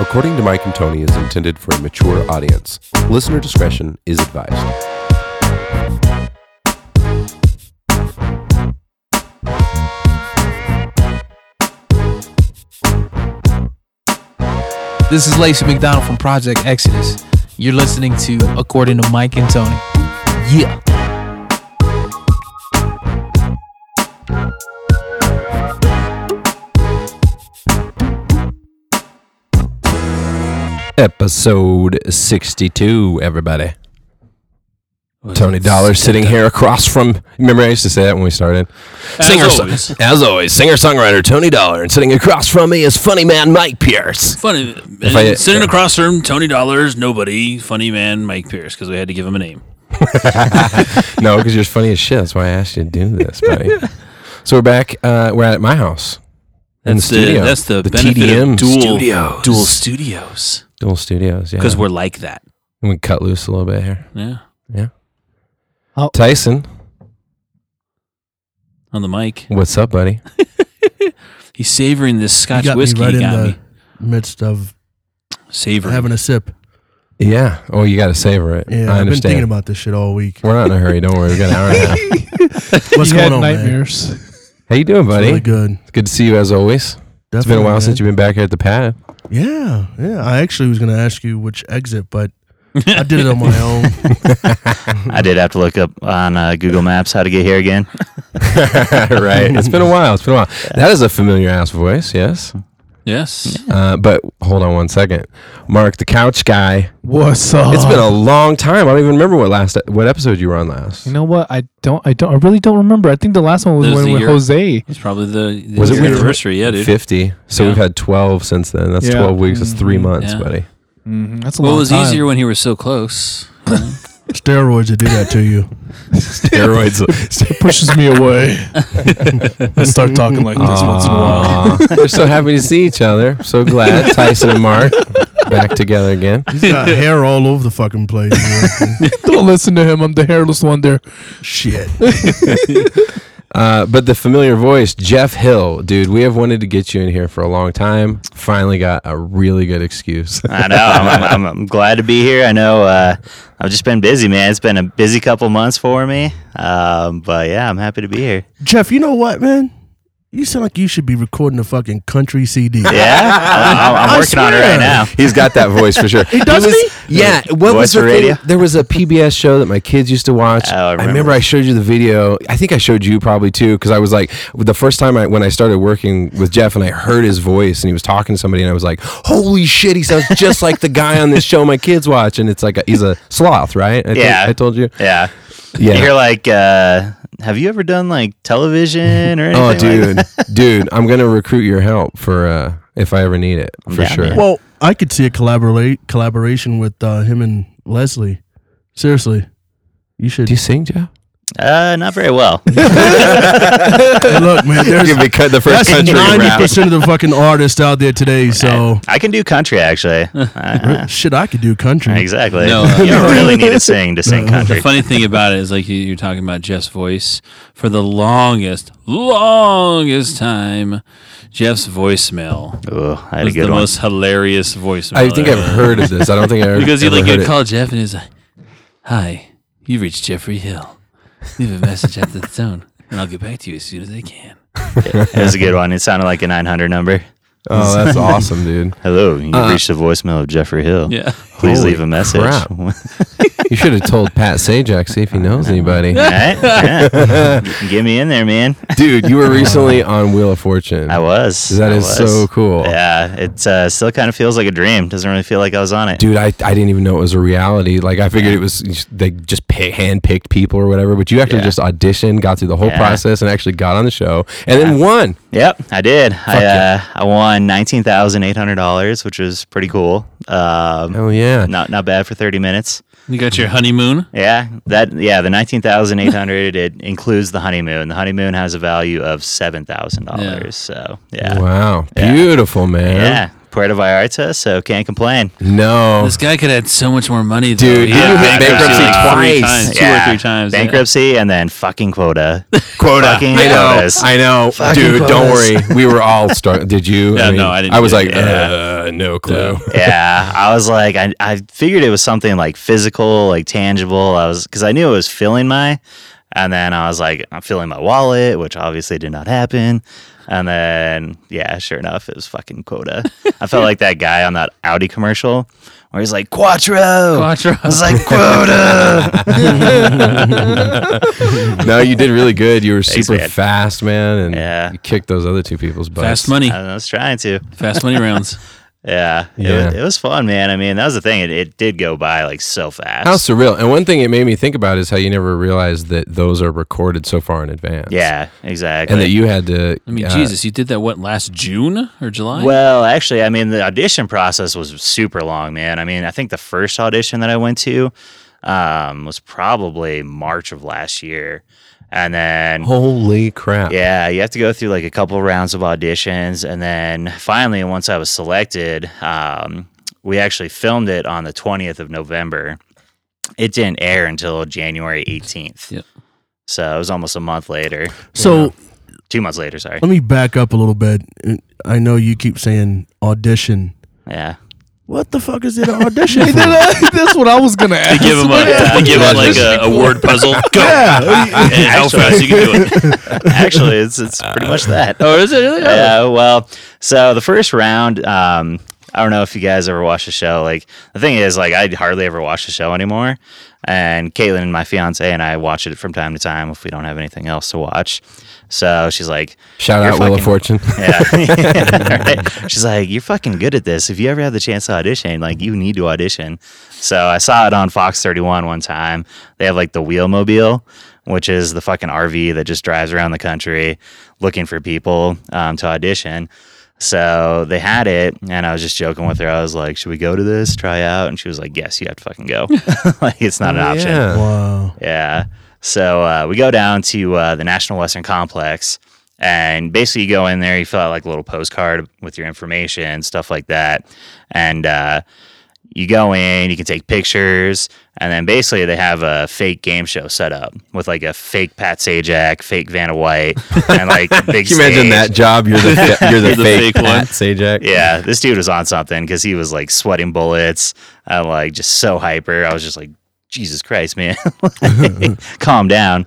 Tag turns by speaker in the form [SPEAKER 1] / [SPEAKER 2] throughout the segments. [SPEAKER 1] According to Mike and Tony, is intended for a mature audience. Listener discretion is advised.
[SPEAKER 2] This is Lacey McDonald from Project Exodus. You're listening to According to Mike and Tony. Yeah.
[SPEAKER 1] Episode 62, everybody. Tony Dollar sitting here across from. Remember, I used to say that when we started. Singer,
[SPEAKER 3] always.
[SPEAKER 1] as always, singer songwriter Tony Dollar, and sitting across from me is funny man Mike Pierce.
[SPEAKER 3] Funny.
[SPEAKER 1] If I-
[SPEAKER 3] and sitting across from Tony Dollars, nobody, funny man Mike Pierce, because we had to give him a name.
[SPEAKER 1] no, because you're funny as shit. That's why I asked you to do this, buddy. so we're back. Uh, we're at my house in the
[SPEAKER 3] That's the,
[SPEAKER 1] studio.
[SPEAKER 3] that's the, benefit of dual
[SPEAKER 1] studios.
[SPEAKER 3] dual studios
[SPEAKER 1] dual studios. Yeah,
[SPEAKER 3] because we're like that.
[SPEAKER 1] we can cut loose a little bit here.
[SPEAKER 3] Yeah,
[SPEAKER 1] Tyson,
[SPEAKER 3] on the mic,
[SPEAKER 1] what's up, buddy?
[SPEAKER 3] he's savoring this Scotch
[SPEAKER 4] got me
[SPEAKER 3] whiskey.
[SPEAKER 4] right
[SPEAKER 3] he
[SPEAKER 4] in
[SPEAKER 3] got
[SPEAKER 4] the-
[SPEAKER 3] me
[SPEAKER 4] midst of
[SPEAKER 3] savoring.
[SPEAKER 4] having a sip.
[SPEAKER 1] Yeah. Oh, you got to savor it.
[SPEAKER 4] Yeah,
[SPEAKER 1] I
[SPEAKER 4] I've been thinking
[SPEAKER 1] understand.
[SPEAKER 4] about this shit all week.
[SPEAKER 1] we're not in a hurry. Don't worry. We got an hour and a half.
[SPEAKER 4] What's
[SPEAKER 5] You
[SPEAKER 4] going
[SPEAKER 5] had
[SPEAKER 4] on, man?
[SPEAKER 5] nightmares.
[SPEAKER 1] How you doing,
[SPEAKER 4] It's
[SPEAKER 1] buddy?
[SPEAKER 4] really good.
[SPEAKER 1] Good to see you as always. It's been a while since you've been back here at the pad.
[SPEAKER 4] Yeah, yeah. I actually was gonna ask you which exit, but I did it on my own.
[SPEAKER 6] I did have to look up on uh, Google Maps how to get here again.
[SPEAKER 1] right. It's been a while. It's been a while. That is a familiar ass voice, yes.
[SPEAKER 3] yes,
[SPEAKER 1] Uh, but hold on one second. Mark, the couch guy.
[SPEAKER 5] What's up?
[SPEAKER 1] It's been a long time. I don't even remember what last what episode you were on last.
[SPEAKER 5] You know what? I don't. I don't. I really don't remember. I think the last one was
[SPEAKER 3] There's
[SPEAKER 5] when
[SPEAKER 3] the
[SPEAKER 5] with
[SPEAKER 3] year-
[SPEAKER 5] Jose.
[SPEAKER 3] it's probably the, the
[SPEAKER 1] Was it
[SPEAKER 3] year
[SPEAKER 1] weird?
[SPEAKER 3] anniversary. Yeah, dude.
[SPEAKER 1] 50. So
[SPEAKER 3] Yeah. Mm-hmm.
[SPEAKER 1] we've had 12 since then. That's
[SPEAKER 5] Yeah.
[SPEAKER 1] 12 weeks. That's three
[SPEAKER 5] Mhm.
[SPEAKER 1] months,
[SPEAKER 3] Yeah.
[SPEAKER 1] buddy.
[SPEAKER 5] Mm, that's a
[SPEAKER 3] Well, it
[SPEAKER 5] long
[SPEAKER 3] was
[SPEAKER 5] time.
[SPEAKER 3] easier when he was so close.
[SPEAKER 4] Steroids that do that to you.
[SPEAKER 1] Steroids.
[SPEAKER 5] It pushes me away. I start talking like this once in a while.
[SPEAKER 1] Aw. They're so happy to see each other. So glad Tyson and Mark back together again.
[SPEAKER 4] He's got hair all over the fucking place. man.
[SPEAKER 5] Don't listen to him. I'm the hairless wonder.
[SPEAKER 4] Shit.
[SPEAKER 1] Uh, but the familiar voice, Jeff Hill, dude, we have wanted to get you in here for a long time. Finally got a really good excuse.
[SPEAKER 6] I know. I'm, I'm, I'm glad to be here. I know uh, I've just been busy, man. It's been a busy couple months for me. Um, but yeah, I'm happy to be here.
[SPEAKER 4] Jeff, you know what, man? You sound like you should be recording a fucking country CD.
[SPEAKER 6] Yeah, I, I,
[SPEAKER 4] I
[SPEAKER 6] I'm working on it
[SPEAKER 4] swear.
[SPEAKER 6] right now.
[SPEAKER 1] He's got that voice for sure. He
[SPEAKER 4] doesn't
[SPEAKER 1] was, Yeah. What was
[SPEAKER 6] Voice
[SPEAKER 1] the
[SPEAKER 6] for
[SPEAKER 1] radio?
[SPEAKER 6] radio?
[SPEAKER 1] There was a PBS show that my kids used to watch.
[SPEAKER 6] Oh, I
[SPEAKER 1] I remember
[SPEAKER 6] remember.
[SPEAKER 1] I showed you the video. I think I showed you probably too, because I was like, the first time I when I started working with Jeff and I heard his voice and he was talking to somebody and I was like, holy shit, he sounds just like the guy on this show my kids watch. And it's like a, he's a sloth, right? I think
[SPEAKER 6] Yeah.
[SPEAKER 1] I told you.
[SPEAKER 6] Yeah.
[SPEAKER 1] Yeah.
[SPEAKER 6] You're like, uh, have you ever done like television or anything?
[SPEAKER 1] Oh,
[SPEAKER 6] like that?
[SPEAKER 1] dude, dude, I'm gonna recruit your help for uh, if I ever need it for
[SPEAKER 6] down,
[SPEAKER 1] sure.
[SPEAKER 6] man.
[SPEAKER 4] Well, I could see a collaborate collaboration with uh, him and Leslie. Seriously, you should.
[SPEAKER 1] Do you sing, Jeff?
[SPEAKER 6] Uh, not very well.
[SPEAKER 4] Hey, look, man, there's
[SPEAKER 1] Give me cut the first
[SPEAKER 4] that's
[SPEAKER 1] country
[SPEAKER 4] ninety
[SPEAKER 1] rap.
[SPEAKER 4] percent of the fucking artists out there today. So
[SPEAKER 6] I can do country actually. Uh,
[SPEAKER 4] shit, I could do country.
[SPEAKER 6] exactly.
[SPEAKER 3] No, uh,
[SPEAKER 6] you don't really need to sing to sing
[SPEAKER 3] The
[SPEAKER 6] country.
[SPEAKER 3] funny thing about it is, like you, you're talking about Jeff's voice for the longest, longest time. Jeff's voicemail
[SPEAKER 6] Oh, I had a
[SPEAKER 3] was
[SPEAKER 6] good
[SPEAKER 3] the
[SPEAKER 6] one.
[SPEAKER 3] most hilarious voicemail.
[SPEAKER 1] I think
[SPEAKER 3] ever.
[SPEAKER 1] I've heard of this. I don't think I
[SPEAKER 3] because you
[SPEAKER 1] ever
[SPEAKER 3] like
[SPEAKER 1] heard
[SPEAKER 3] you
[SPEAKER 1] it.
[SPEAKER 3] call Jeff and he's like, "Hi, you reached Jeffrey Hill. Leave a message at the tone, and I'll get back to you as soon as I can."
[SPEAKER 6] It was a good one. It sounded like a 900 number.
[SPEAKER 1] Oh, that's awesome, dude.
[SPEAKER 6] Hello, you
[SPEAKER 1] Uh,
[SPEAKER 6] reached the voicemail of Jeffrey Hill.
[SPEAKER 3] Yeah,
[SPEAKER 6] Please
[SPEAKER 1] Holy
[SPEAKER 6] leave a message.
[SPEAKER 1] crap.
[SPEAKER 6] All right,
[SPEAKER 1] You should have told Pat Sajak see if he knows anybody.
[SPEAKER 6] yeah. Get me in there, man.
[SPEAKER 1] Dude, you were recently on Wheel of Fortune.
[SPEAKER 6] I was.
[SPEAKER 1] That
[SPEAKER 6] I
[SPEAKER 1] is
[SPEAKER 6] was.
[SPEAKER 1] so cool.
[SPEAKER 6] Yeah, it uh, still kind of feels like a dream. Doesn't really feel like I was on it.
[SPEAKER 1] Dude, I, I didn't even know it was a reality. Like I figured it was they just pick, handpicked people or whatever. But you actually
[SPEAKER 6] Yeah.
[SPEAKER 1] just auditioned, got through the whole
[SPEAKER 6] Yeah.
[SPEAKER 1] process, and actually got on the show, and then won.
[SPEAKER 6] Yep, I did. I uh,
[SPEAKER 1] yeah.
[SPEAKER 6] I won nineteen thousand eight hundred dollars, which was pretty cool. Um,
[SPEAKER 1] Oh yeah,
[SPEAKER 6] Not not bad for thirty minutes.
[SPEAKER 3] you got your honeymoon.
[SPEAKER 6] Yeah, that yeah, the nineteen thousand eight hundred it includes the honeymoon. The honeymoon has a value of seven thousand dollars. So yeah,
[SPEAKER 1] Wow.
[SPEAKER 6] Yeah.
[SPEAKER 1] Beautiful, man.
[SPEAKER 6] Yeah, Puerto Vallarta, so can't complain.
[SPEAKER 1] No.
[SPEAKER 3] Oh. This guy could have had so much more money, though.
[SPEAKER 1] Dude,
[SPEAKER 3] He
[SPEAKER 1] you
[SPEAKER 3] had
[SPEAKER 1] hit bankruptcy
[SPEAKER 3] three
[SPEAKER 1] twice.
[SPEAKER 3] times, two or three times. yeah.
[SPEAKER 6] Bankruptcy and then fucking quota.
[SPEAKER 1] Quota.
[SPEAKER 6] Fucking
[SPEAKER 1] I know.
[SPEAKER 6] quotas.
[SPEAKER 1] I know.
[SPEAKER 6] Fucking
[SPEAKER 1] Dude, don't
[SPEAKER 6] quotas.
[SPEAKER 1] worry. We were all struggling. Did you?
[SPEAKER 3] Yeah, no, I didn't
[SPEAKER 1] I was
[SPEAKER 3] get
[SPEAKER 1] like,
[SPEAKER 3] it.
[SPEAKER 1] uh, no clue.
[SPEAKER 6] yeah, I was like, I, I figured it was something like physical, like tangible. I was because I knew it was filling my, and then I was like, I'm filling my wallet, which obviously did not happen. And then yeah, sure enough, it was fucking quota. I felt like that guy on that Audi commercial where he's like Quattro.
[SPEAKER 3] Quattro.
[SPEAKER 6] I was like quota.
[SPEAKER 1] no, you did really good. You were
[SPEAKER 6] Thanks,
[SPEAKER 1] super
[SPEAKER 6] man.
[SPEAKER 1] fast, man, and
[SPEAKER 6] Yeah.
[SPEAKER 1] you kicked those other two people's butts.
[SPEAKER 3] Fast money.
[SPEAKER 6] I was trying to.
[SPEAKER 3] Fast money rounds.
[SPEAKER 6] Yeah, It,
[SPEAKER 1] Yeah.
[SPEAKER 6] was, it was fun, man. I mean, that was the thing. It, it did go by like so fast.
[SPEAKER 1] How surreal. And one thing it made me think about is how you never realized that those are recorded so far in advance.
[SPEAKER 6] yeah, exactly.
[SPEAKER 1] And that you had to.
[SPEAKER 3] I mean,
[SPEAKER 1] uh,
[SPEAKER 3] Jesus, you did that what last June or July?
[SPEAKER 6] Well, actually, I mean, the audition process was super long, man. I mean, I think the first audition that I went to um, was probably March of last year. And then,
[SPEAKER 1] Holy crap.
[SPEAKER 6] yeah, you have to go through like a couple rounds of auditions. And then finally, once I was selected, um, we actually filmed it on the 20th of November. It didn't air until January 18th.
[SPEAKER 3] Yep.
[SPEAKER 6] So it was almost a month later,
[SPEAKER 4] So
[SPEAKER 6] two months later, sorry.
[SPEAKER 4] let me back up a little bit. I know you keep saying audition.
[SPEAKER 6] Yeah.
[SPEAKER 4] What the fuck is it an audition? for?
[SPEAKER 5] That's what I was gonna ask.
[SPEAKER 3] give him a, they give him like a, a word puzzle. Go. And how fast you can do it.
[SPEAKER 6] Actually, it's, it's pretty much that.
[SPEAKER 3] Oh, is it really?
[SPEAKER 6] yeah, well, so the first round, um, I don't know if you guys ever watch the show. Like the thing is, like I hardly ever watch the show anymore. And Caitlin and my fiance and I watch it from time to time if we don't have anything else to watch. So she's like,
[SPEAKER 1] Shout
[SPEAKER 6] "You're
[SPEAKER 1] out Wheel of Fortune.
[SPEAKER 6] fucking- Yeah, Right? she's like, you're fucking good at this. If you ever have the chance to audition, like you need to audition. So I saw it on Fox 31 one time. They have like the Wheelmobile, which is the fucking RV that just drives around the country looking for people um, to audition. So they had it, and I was just joking with her. I was like, "Should we go to this? Try out?" And she was like, "Yes, you have to fucking go. like it's not an option."
[SPEAKER 1] Oh, Yeah.
[SPEAKER 4] wow.
[SPEAKER 6] Yeah. So uh, we go down to uh, the National Western Complex, and basically you go in there, you fill out like a little postcard with your information, stuff like that, and uh, you go in, you can take pictures, and then basically they have a fake game show set up with like a fake Pat Sajak, fake Vanna White, and like big.
[SPEAKER 1] Can you imagine
[SPEAKER 6] stage.
[SPEAKER 1] that job? You're the, you're the,
[SPEAKER 3] You're the
[SPEAKER 1] fake,
[SPEAKER 3] fake
[SPEAKER 1] one.
[SPEAKER 3] one.
[SPEAKER 1] Sajak.
[SPEAKER 6] Yeah, this dude was on something because he was like sweating bullets, uh, like just so hyper. I was just like, Jesus Christ, man, Like, calm down.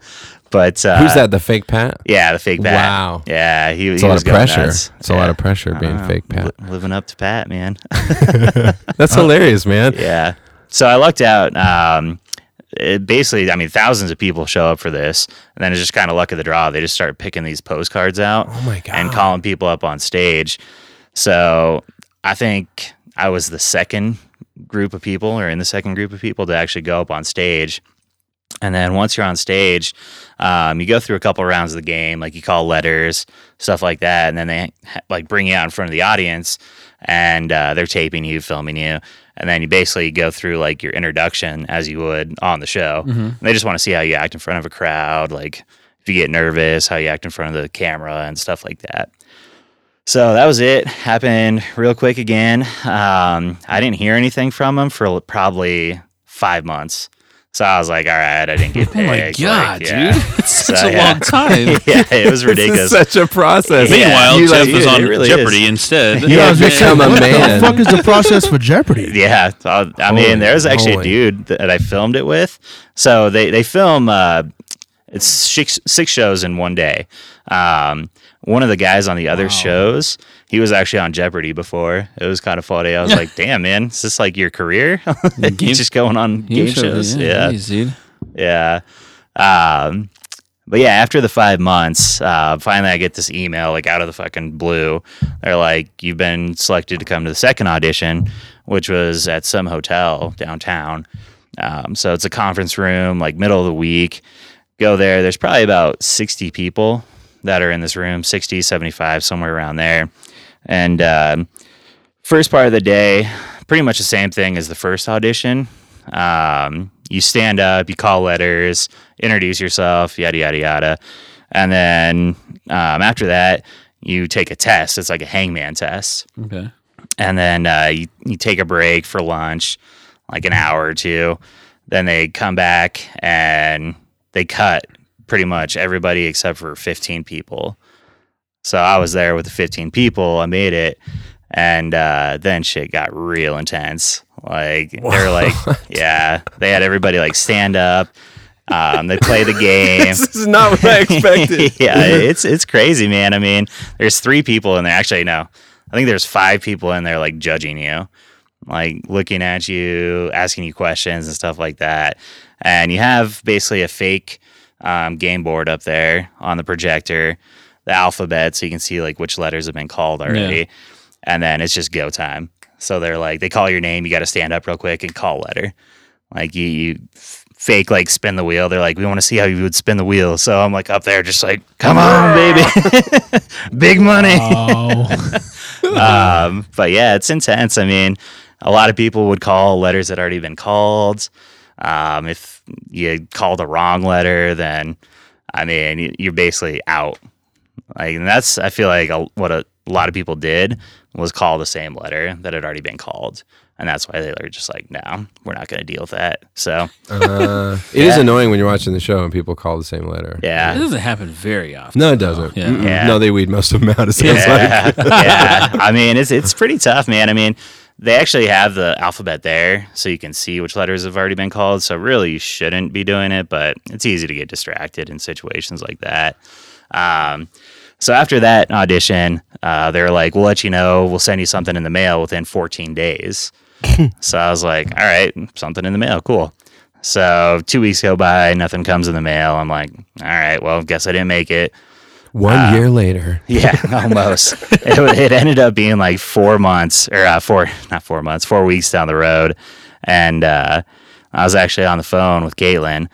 [SPEAKER 6] But uh,
[SPEAKER 1] Who's that? The fake Pat?
[SPEAKER 6] Yeah, the fake Pat.
[SPEAKER 1] Wow.
[SPEAKER 6] Yeah, he,
[SPEAKER 1] It's
[SPEAKER 6] he
[SPEAKER 1] a lot
[SPEAKER 6] was
[SPEAKER 1] of
[SPEAKER 6] going
[SPEAKER 1] pressure.
[SPEAKER 6] nuts.
[SPEAKER 1] It's a lot of pressure being
[SPEAKER 6] Uh,
[SPEAKER 1] fake Pat.
[SPEAKER 6] li- living up to Pat, man.
[SPEAKER 1] That's hilarious, man.
[SPEAKER 6] yeah. So I lucked out. Um, it basically, I mean, thousands of people show up for this, and then it's just kind of luck of the draw. They just start picking these postcards out
[SPEAKER 1] Oh my
[SPEAKER 6] and calling people up on stage. So I think I was the second group of people, or in the second group of people, to actually go up on stage. And then once you're on stage, um, you go through a couple rounds of the game, like you call letters, stuff like that, and then they ha- like bring you out in front of the audience, and uh, they're taping you, filming you, and then you basically go through like your introduction as you would on the show. And they just want to see how you act in front of a crowd, like if you get nervous, how you act in front of the camera, and stuff like that. So that was it. Happened real quick again. Um, I didn't hear anything from him for l- probably five months. So I was like, all right, I didn't get
[SPEAKER 3] Oh
[SPEAKER 6] picked.
[SPEAKER 3] my god,
[SPEAKER 6] Like, yeah.
[SPEAKER 3] dude! It's such
[SPEAKER 6] So,
[SPEAKER 3] a
[SPEAKER 6] yeah.
[SPEAKER 3] long time.
[SPEAKER 6] yeah, it was
[SPEAKER 1] This is
[SPEAKER 6] ridiculous.
[SPEAKER 1] such a process.
[SPEAKER 6] Yeah.
[SPEAKER 3] Meanwhile,
[SPEAKER 1] you
[SPEAKER 3] Jeff
[SPEAKER 1] like,
[SPEAKER 3] was
[SPEAKER 6] it
[SPEAKER 3] on
[SPEAKER 6] really
[SPEAKER 3] Jeopardy instead.
[SPEAKER 1] You
[SPEAKER 4] Yeah,
[SPEAKER 1] have become a
[SPEAKER 4] what
[SPEAKER 1] man.
[SPEAKER 4] the fuck is the process for Jeopardy?
[SPEAKER 6] yeah, I, I
[SPEAKER 1] Holy
[SPEAKER 6] mean, there was actually
[SPEAKER 1] moly.
[SPEAKER 6] a dude that I filmed it with. So they they film uh, it's six, six shows in one day. Um, one of the guys on the other shows, he was actually on Jeopardy before. It was kind of funny. I was like, damn, man, is this like your career?
[SPEAKER 3] game-
[SPEAKER 6] just going on game, shows. yeah.
[SPEAKER 3] geez, dude.
[SPEAKER 6] Yeah. Um, but yeah, after the five months, uh, finally I get this email like out of the fucking blue. They're like, "You've been selected to come to the second audition, which was at some hotel downtown." Um, so it's a conference room, like middle of the week. Go there. There's probably about 60 people that are in this room, 60, 75, somewhere around there. And um, first part of the day, pretty much the same thing as the first audition. Um, you stand up, you call letters, introduce yourself, yada, yada, yada. And then um, after that, you take a test. It's like a hangman test.
[SPEAKER 3] Okay.
[SPEAKER 6] and then uh, you, you take a break for lunch, like an hour or two. Then they come back and they cut pretty much everybody except for 15 people. So I was there with the 15 people. I made it. And uh, then shit got real intense. Like, they were like, yeah, they had everybody like stand up. Um, they play the game.
[SPEAKER 1] This is not what I expected.
[SPEAKER 6] yeah, it's it's crazy, man. I mean, there's three people in there. Actually, no, I think there's five people in there, like judging you, like looking at you, asking you questions and stuff like that. And you have basically a fake um, game board up there on the projector, the alphabet, so you can see like which letters have been called already. And then it's just go time. So they're like, they call your name. You got to stand up real quick and call letter. Like you, you f- fake like spin the wheel. They're like, we want to see how you would spin the wheel. So I'm like up there, just like, come on, baby, big money.
[SPEAKER 2] Oh,
[SPEAKER 6] um, but yeah, it's intense. I mean, a lot of people would call letters that had already been called. Um, if you call the wrong letter, then I mean, y- you're basically out. Like, and that's I feel like a, what a lot of people did was call the same letter that had already been called, and that's why they were just like, no, we're not going to deal with that. So
[SPEAKER 1] Uh, it is annoying when you're watching the show and people call the same letter.
[SPEAKER 3] It
[SPEAKER 6] yeah.
[SPEAKER 3] doesn't happen very often.
[SPEAKER 1] No, it doesn't.
[SPEAKER 3] Yeah.
[SPEAKER 1] Mm-mm.
[SPEAKER 6] Yeah.
[SPEAKER 1] No, they weed most of them out. It sounds like.
[SPEAKER 6] yeah, yeah. I mean, it's it's pretty tough, man. I mean, they actually have the alphabet there, so you can see which letters have already been called. So really, you shouldn't be doing it, but it's easy to get distracted in situations like that. Um, so after that audition, uh, they're like, "We'll let you know. We'll send you something in the mail within 14 days." so I was like, "All right, something in the mail. Cool." So two weeks go by, nothing comes in the mail. I'm like, "All right, well, guess I didn't make it."
[SPEAKER 1] One year later.
[SPEAKER 6] Yeah, almost. it, wa- it ended up being like four months or uh, four, not four months, four weeks down the road. And uh, I was actually on the phone with Caitlin,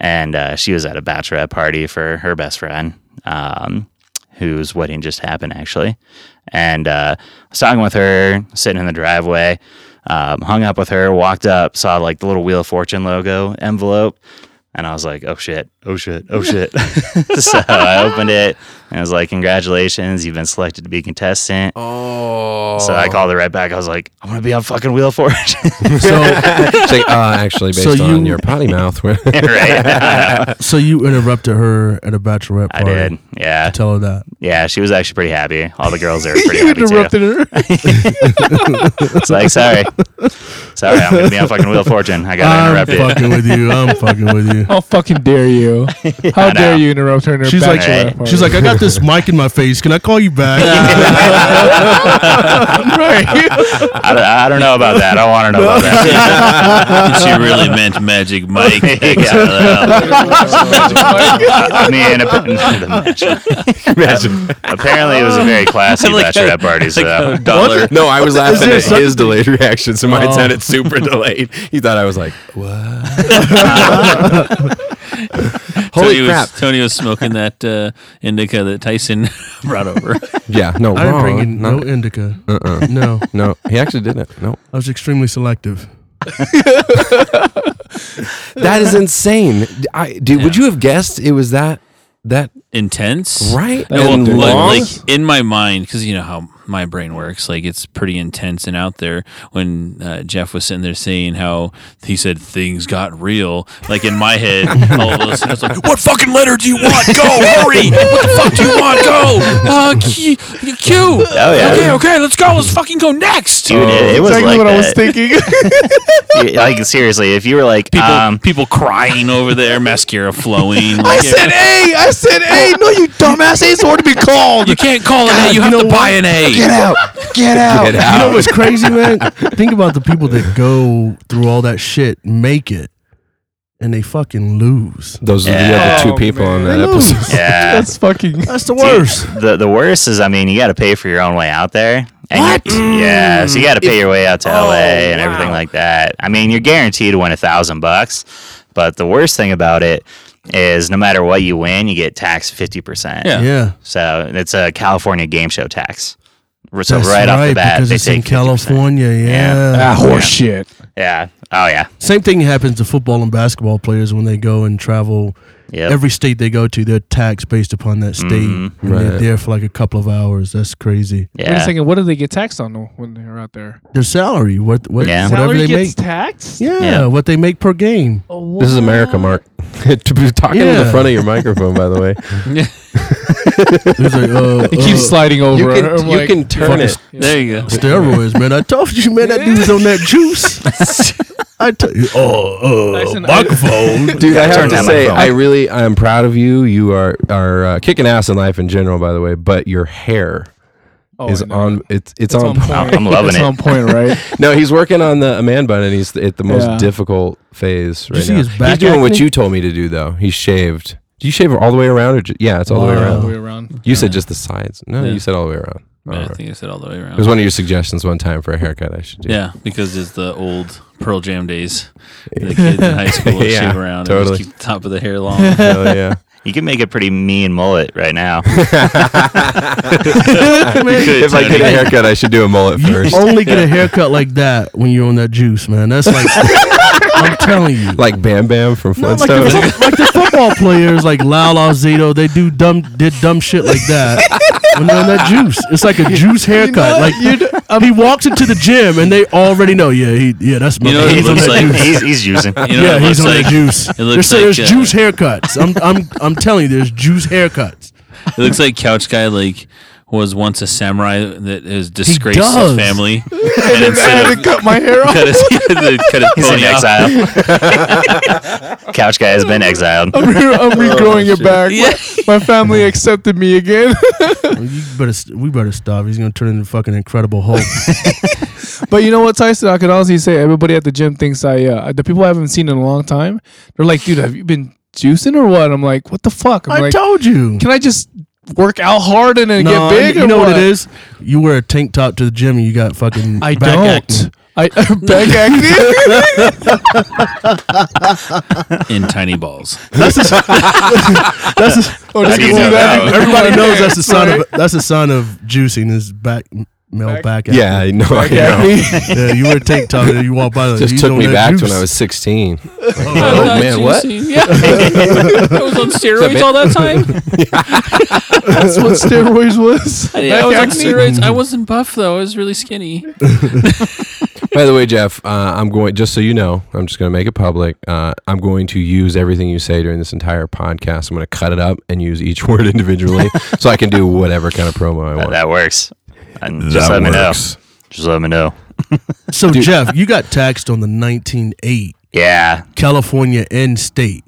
[SPEAKER 6] and uh, she was at a bachelorette party for her best friend, um, whose wedding just happened, actually. And uh, I was talking with her, sitting in the driveway, um, hung up with her, walked up, saw like the little Wheel of Fortune logo envelope. And I was like, oh shit, oh shit, oh shit. so I opened it and I was like, congratulations, you've been selected to be a contestant.
[SPEAKER 1] Oh.
[SPEAKER 6] So I called her right back. I was like, I'm going to be on fucking Wheel of Fortune.
[SPEAKER 1] It's like, uh, actually, based
[SPEAKER 4] So
[SPEAKER 1] on
[SPEAKER 4] you-
[SPEAKER 1] your potty mouth.
[SPEAKER 6] right?
[SPEAKER 4] So you interrupted her at a bachelorette
[SPEAKER 6] I
[SPEAKER 4] party.
[SPEAKER 6] did. Yeah.
[SPEAKER 4] Tell her that.
[SPEAKER 6] Yeah. She was actually pretty happy. All the girls there were pretty happy too. It's like, sorry. Sorry, I'm going to be on fucking Wheel of Fortune. I
[SPEAKER 4] I'm
[SPEAKER 6] got interrupted.
[SPEAKER 4] fucking with you. I'm fucking with you.
[SPEAKER 5] How fucking dare you? How
[SPEAKER 6] I know.
[SPEAKER 5] dare you interrupt her? In her
[SPEAKER 4] She's like-
[SPEAKER 5] bachelorette
[SPEAKER 6] Right.
[SPEAKER 5] party?
[SPEAKER 4] She's like, I got this mic in my face. Can I call you back?
[SPEAKER 6] I, don't- I don't know about that. I don't want to know about that.
[SPEAKER 3] she really meant Magic Mike.
[SPEAKER 6] I mean, appa- apparently it was a very classy bachelorette party. So
[SPEAKER 3] Dollar.
[SPEAKER 1] no, I was laughing at his delayed reaction, so mine sounded super delayed. Oh. He thought I was like, what? Holy
[SPEAKER 3] Tony
[SPEAKER 1] crap.
[SPEAKER 3] Was, Tony was smoking that uh, indica that Tyson brought over.
[SPEAKER 1] Yeah, no,
[SPEAKER 4] I didn't bring
[SPEAKER 1] wrong.
[SPEAKER 4] in no
[SPEAKER 1] Not-
[SPEAKER 4] indica.
[SPEAKER 6] Uh-uh.
[SPEAKER 4] No,
[SPEAKER 1] No, he actually didn't. No.
[SPEAKER 4] I was extremely selective.
[SPEAKER 1] That is insane. I, dude, would you have guessed it was that? That
[SPEAKER 3] Intense,
[SPEAKER 1] right?
[SPEAKER 3] No, well,
[SPEAKER 1] And
[SPEAKER 3] like-
[SPEAKER 1] long?
[SPEAKER 3] like in my mind, because you know how my brain works, like it's pretty intense and out there. When uh, Jeff was sitting there saying how he said things got real, like in my head, all of a sudden I was like, "What fucking letter do you want? Go, hurry! What the fuck do you want? Go, uh, Q, Q.
[SPEAKER 6] Oh, yeah. Oh,
[SPEAKER 3] Okay, okay, let's go. Let's fucking go next."
[SPEAKER 6] Dude, it, it was
[SPEAKER 5] exactly
[SPEAKER 6] like
[SPEAKER 5] what I was
[SPEAKER 6] that.
[SPEAKER 5] thinking.
[SPEAKER 6] Yeah, like seriously, if you were like,
[SPEAKER 3] People,
[SPEAKER 6] um,
[SPEAKER 3] people crying over there, mascara flowing. Like,
[SPEAKER 5] A. I said A. No, you dumbass. A's the word to be called.
[SPEAKER 3] "Oh, you can't call it A. You have to buy an A.
[SPEAKER 5] out. Get out.
[SPEAKER 1] Get out.
[SPEAKER 4] You know what's crazy, man? Think about the people that go through all that shit, make it, and they fucking lose.
[SPEAKER 1] Those are the
[SPEAKER 6] Yeah.
[SPEAKER 1] other two
[SPEAKER 5] Oh,
[SPEAKER 1] people on
[SPEAKER 5] man.
[SPEAKER 1] that episode.
[SPEAKER 6] yeah,
[SPEAKER 5] That's fucking.
[SPEAKER 4] That's the worst.
[SPEAKER 6] the the worst is, I mean, you got to pay for your own way out there. And
[SPEAKER 5] What?
[SPEAKER 6] You, Mm. yeah, so you got to pay your way out to LA
[SPEAKER 5] Oh,
[SPEAKER 6] and everything like that. I mean, you're guaranteed to win a thousand bucks, but the worst thing about it is, no matter what you win, you get taxed fifty percent.
[SPEAKER 3] Yeah.
[SPEAKER 4] Yeah.
[SPEAKER 6] So it's a California game show tax. So
[SPEAKER 4] That's
[SPEAKER 6] right, off the bat,
[SPEAKER 4] because
[SPEAKER 6] they
[SPEAKER 4] it's
[SPEAKER 6] take
[SPEAKER 4] in
[SPEAKER 6] 50%.
[SPEAKER 4] California. Yeah.
[SPEAKER 5] Ah, horseshit.
[SPEAKER 6] Yeah. Oh yeah.
[SPEAKER 4] Same thing happens to football and basketball players when they go and travel
[SPEAKER 6] Yep.
[SPEAKER 4] Every state they go to, they're taxed based upon that state.
[SPEAKER 6] Mhm.
[SPEAKER 4] And
[SPEAKER 1] Right.
[SPEAKER 4] they're there for like a couple of hours. That's crazy.
[SPEAKER 2] Wait a
[SPEAKER 6] yeah.
[SPEAKER 2] second. What do they get taxed on though when they're out there?
[SPEAKER 4] Their salary, what, what
[SPEAKER 6] Yeah.
[SPEAKER 4] whatever
[SPEAKER 2] Salary
[SPEAKER 4] they
[SPEAKER 2] gets
[SPEAKER 4] make.
[SPEAKER 2] taxed.
[SPEAKER 4] Yeah,
[SPEAKER 6] Yeah.
[SPEAKER 4] what they make per game.
[SPEAKER 2] Oh,
[SPEAKER 1] This is America,
[SPEAKER 2] what?
[SPEAKER 1] Mark. to be talking to the
[SPEAKER 4] Yeah.
[SPEAKER 1] front of your microphone, by the way.
[SPEAKER 4] It's like, uh,
[SPEAKER 2] It keeps
[SPEAKER 4] uh,
[SPEAKER 2] sliding over.
[SPEAKER 1] You can,
[SPEAKER 2] I'm
[SPEAKER 1] you
[SPEAKER 2] like,
[SPEAKER 1] can turn it.
[SPEAKER 3] There you go.
[SPEAKER 4] steroids, man. I told you, man, that dude was on that juice. I tell you, oh, uh,
[SPEAKER 2] Tyson, I-
[SPEAKER 4] microphone.
[SPEAKER 1] Dude, I have
[SPEAKER 6] turn
[SPEAKER 1] to
[SPEAKER 6] down
[SPEAKER 1] say,
[SPEAKER 6] my phone.
[SPEAKER 1] I really, I am proud of you. You are are uh, kicking ass in life in general, by the way. But your hair
[SPEAKER 2] Oh,
[SPEAKER 1] is
[SPEAKER 2] I know.
[SPEAKER 1] on. It's it's,
[SPEAKER 2] It's
[SPEAKER 1] on.
[SPEAKER 2] on point.
[SPEAKER 6] I'm loving
[SPEAKER 2] it's
[SPEAKER 6] it.
[SPEAKER 2] on point, right?
[SPEAKER 1] No, he's working on the a man bun, and he's at the most
[SPEAKER 2] Yeah.
[SPEAKER 1] difficult phase right
[SPEAKER 4] you see
[SPEAKER 1] now.
[SPEAKER 4] his
[SPEAKER 1] he's
[SPEAKER 4] back
[SPEAKER 1] doing what
[SPEAKER 4] acne?
[SPEAKER 1] you told me to do, though. He's shaved. Do you shave all the way around, or ju- yeah, it's all the way
[SPEAKER 4] Wow.
[SPEAKER 2] All the
[SPEAKER 1] around?
[SPEAKER 2] way around.
[SPEAKER 1] You said just the sides. No,
[SPEAKER 3] Yeah.
[SPEAKER 1] you said all the way around. All
[SPEAKER 3] Yeah, I
[SPEAKER 1] right.
[SPEAKER 3] think I said all the way around.
[SPEAKER 1] It was one of your suggestions one time for a haircut I should do.
[SPEAKER 3] Yeah, because it's the old Pearl Jam days. The kids in high school would
[SPEAKER 1] Yeah,
[SPEAKER 3] shave around
[SPEAKER 1] totally.
[SPEAKER 3] and just keep the top of the hair long.
[SPEAKER 1] Hell yeah.
[SPEAKER 6] You can make a pretty mean mullet right now.
[SPEAKER 1] if I get a haircut, I should do a mullet
[SPEAKER 4] You
[SPEAKER 1] first.
[SPEAKER 4] only get a haircut like that when you're on that juice, man. That's like, I'm telling you.
[SPEAKER 1] Like Bam Bam from
[SPEAKER 4] No, like, the,
[SPEAKER 1] Flintstones.
[SPEAKER 4] fo- like the football players, like Lala Zito, they do dumb, did dumb shit like that. when they're on that juice, it's like a juice haircut. Like
[SPEAKER 2] um,
[SPEAKER 4] he walks into the gym and they already know. Yeah, he, yeah, that's my.
[SPEAKER 3] You know what it
[SPEAKER 4] he's on
[SPEAKER 3] looks
[SPEAKER 4] that
[SPEAKER 3] like?
[SPEAKER 4] juice.
[SPEAKER 6] he's, he's using.
[SPEAKER 3] You know what
[SPEAKER 4] yeah,
[SPEAKER 3] it
[SPEAKER 4] he's on
[SPEAKER 3] looks
[SPEAKER 4] that
[SPEAKER 3] like?
[SPEAKER 4] juice.
[SPEAKER 3] It looks
[SPEAKER 4] There's, there's
[SPEAKER 3] like, uh,
[SPEAKER 4] juice haircuts. I'm, I'm, I'm telling you, there's juice haircuts.
[SPEAKER 3] It looks like Couch Guy like was once a samurai that has disgraced his
[SPEAKER 4] does.
[SPEAKER 3] family. and instead of
[SPEAKER 2] Cut my hair off.
[SPEAKER 3] cut his, cut his
[SPEAKER 6] He's in
[SPEAKER 3] pony off.
[SPEAKER 6] exile. Couch guy has been exiled.
[SPEAKER 2] I'm, re- I'm
[SPEAKER 4] Oh,
[SPEAKER 2] regrowing it back. My, my family accepted me again.
[SPEAKER 4] You better, st- we better stop. He's gonna turn into fucking Incredible Hulk.
[SPEAKER 2] but you know what, Tyson? I could honestly say everybody at the gym thinks I. Uh, the people I haven't seen in a long time, they're like, "Dude, have you been juicing or what?" I'm like, "What the fuck?" I'm
[SPEAKER 4] I
[SPEAKER 2] like,
[SPEAKER 4] told you.
[SPEAKER 2] "Can I just work out hard and then
[SPEAKER 4] No,
[SPEAKER 2] get big?"
[SPEAKER 4] you
[SPEAKER 2] or
[SPEAKER 4] know what? it is? You wear a tank top to the gym and you got fucking.
[SPEAKER 2] I
[SPEAKER 4] back acne.
[SPEAKER 2] don't. I back acne.
[SPEAKER 3] in tiny balls.
[SPEAKER 4] That's a, that's oh, a,
[SPEAKER 6] How do you know that?
[SPEAKER 4] everybody knows that's a sign of that's a sign of juicing is back male back. acne.
[SPEAKER 1] yeah, I know. I know.
[SPEAKER 2] Acne.
[SPEAKER 4] yeah. You were tank top and you walk by. Like,
[SPEAKER 1] Just
[SPEAKER 4] you
[SPEAKER 1] took
[SPEAKER 4] know
[SPEAKER 1] me
[SPEAKER 4] that
[SPEAKER 1] back to
[SPEAKER 4] juice.
[SPEAKER 1] when I was 16. Like, oh, man, what?
[SPEAKER 2] Yeah, I was on steroids all that time. That's what steroids was.
[SPEAKER 3] I was on
[SPEAKER 1] mm-hmm.
[SPEAKER 3] steroids. I wasn't buff though. I was really skinny.
[SPEAKER 1] By the way, Jeff, uh, I'm going, just so you know, I'm just going to make it public. Uh, I'm going to use everything you say during this entire podcast. I'm going to cut it up and use each word individually so I can do whatever kind of promo I
[SPEAKER 6] That,
[SPEAKER 1] want.
[SPEAKER 6] that works. And just let me know. Just let me know.
[SPEAKER 4] So Jeff, you got taxed on the nineteen eight
[SPEAKER 6] Yeah.
[SPEAKER 4] California and state.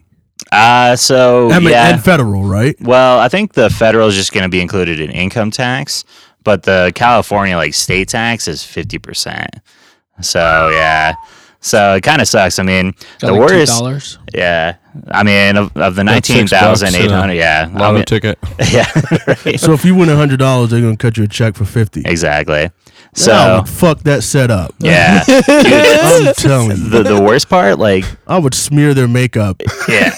[SPEAKER 6] Uh,
[SPEAKER 1] Oh,
[SPEAKER 6] so
[SPEAKER 4] I mean,
[SPEAKER 6] yeah.
[SPEAKER 4] and federal, right?
[SPEAKER 6] Well, I think the federal is just going to be included in income tax, but the California like state tax is fifty percent. So yeah, so it kind of sucks. I mean, the worst.
[SPEAKER 2] dollars.
[SPEAKER 6] Yeah, I mean of, of the
[SPEAKER 1] That's
[SPEAKER 6] nineteen
[SPEAKER 1] six bucks
[SPEAKER 6] thousand eight hundred.
[SPEAKER 1] and
[SPEAKER 6] Yeah, I
[SPEAKER 1] Lotto
[SPEAKER 6] mean-
[SPEAKER 1] ticket.
[SPEAKER 6] yeah, right.
[SPEAKER 4] So if you win hundred dollars, they're gonna cut you a check for fifty.
[SPEAKER 6] exactly.
[SPEAKER 4] I
[SPEAKER 6] So
[SPEAKER 4] would fuck that setup.
[SPEAKER 6] yeah, Dude,
[SPEAKER 4] I'm telling you,
[SPEAKER 6] the the worst part, like
[SPEAKER 4] I would smear their makeup.
[SPEAKER 6] yeah,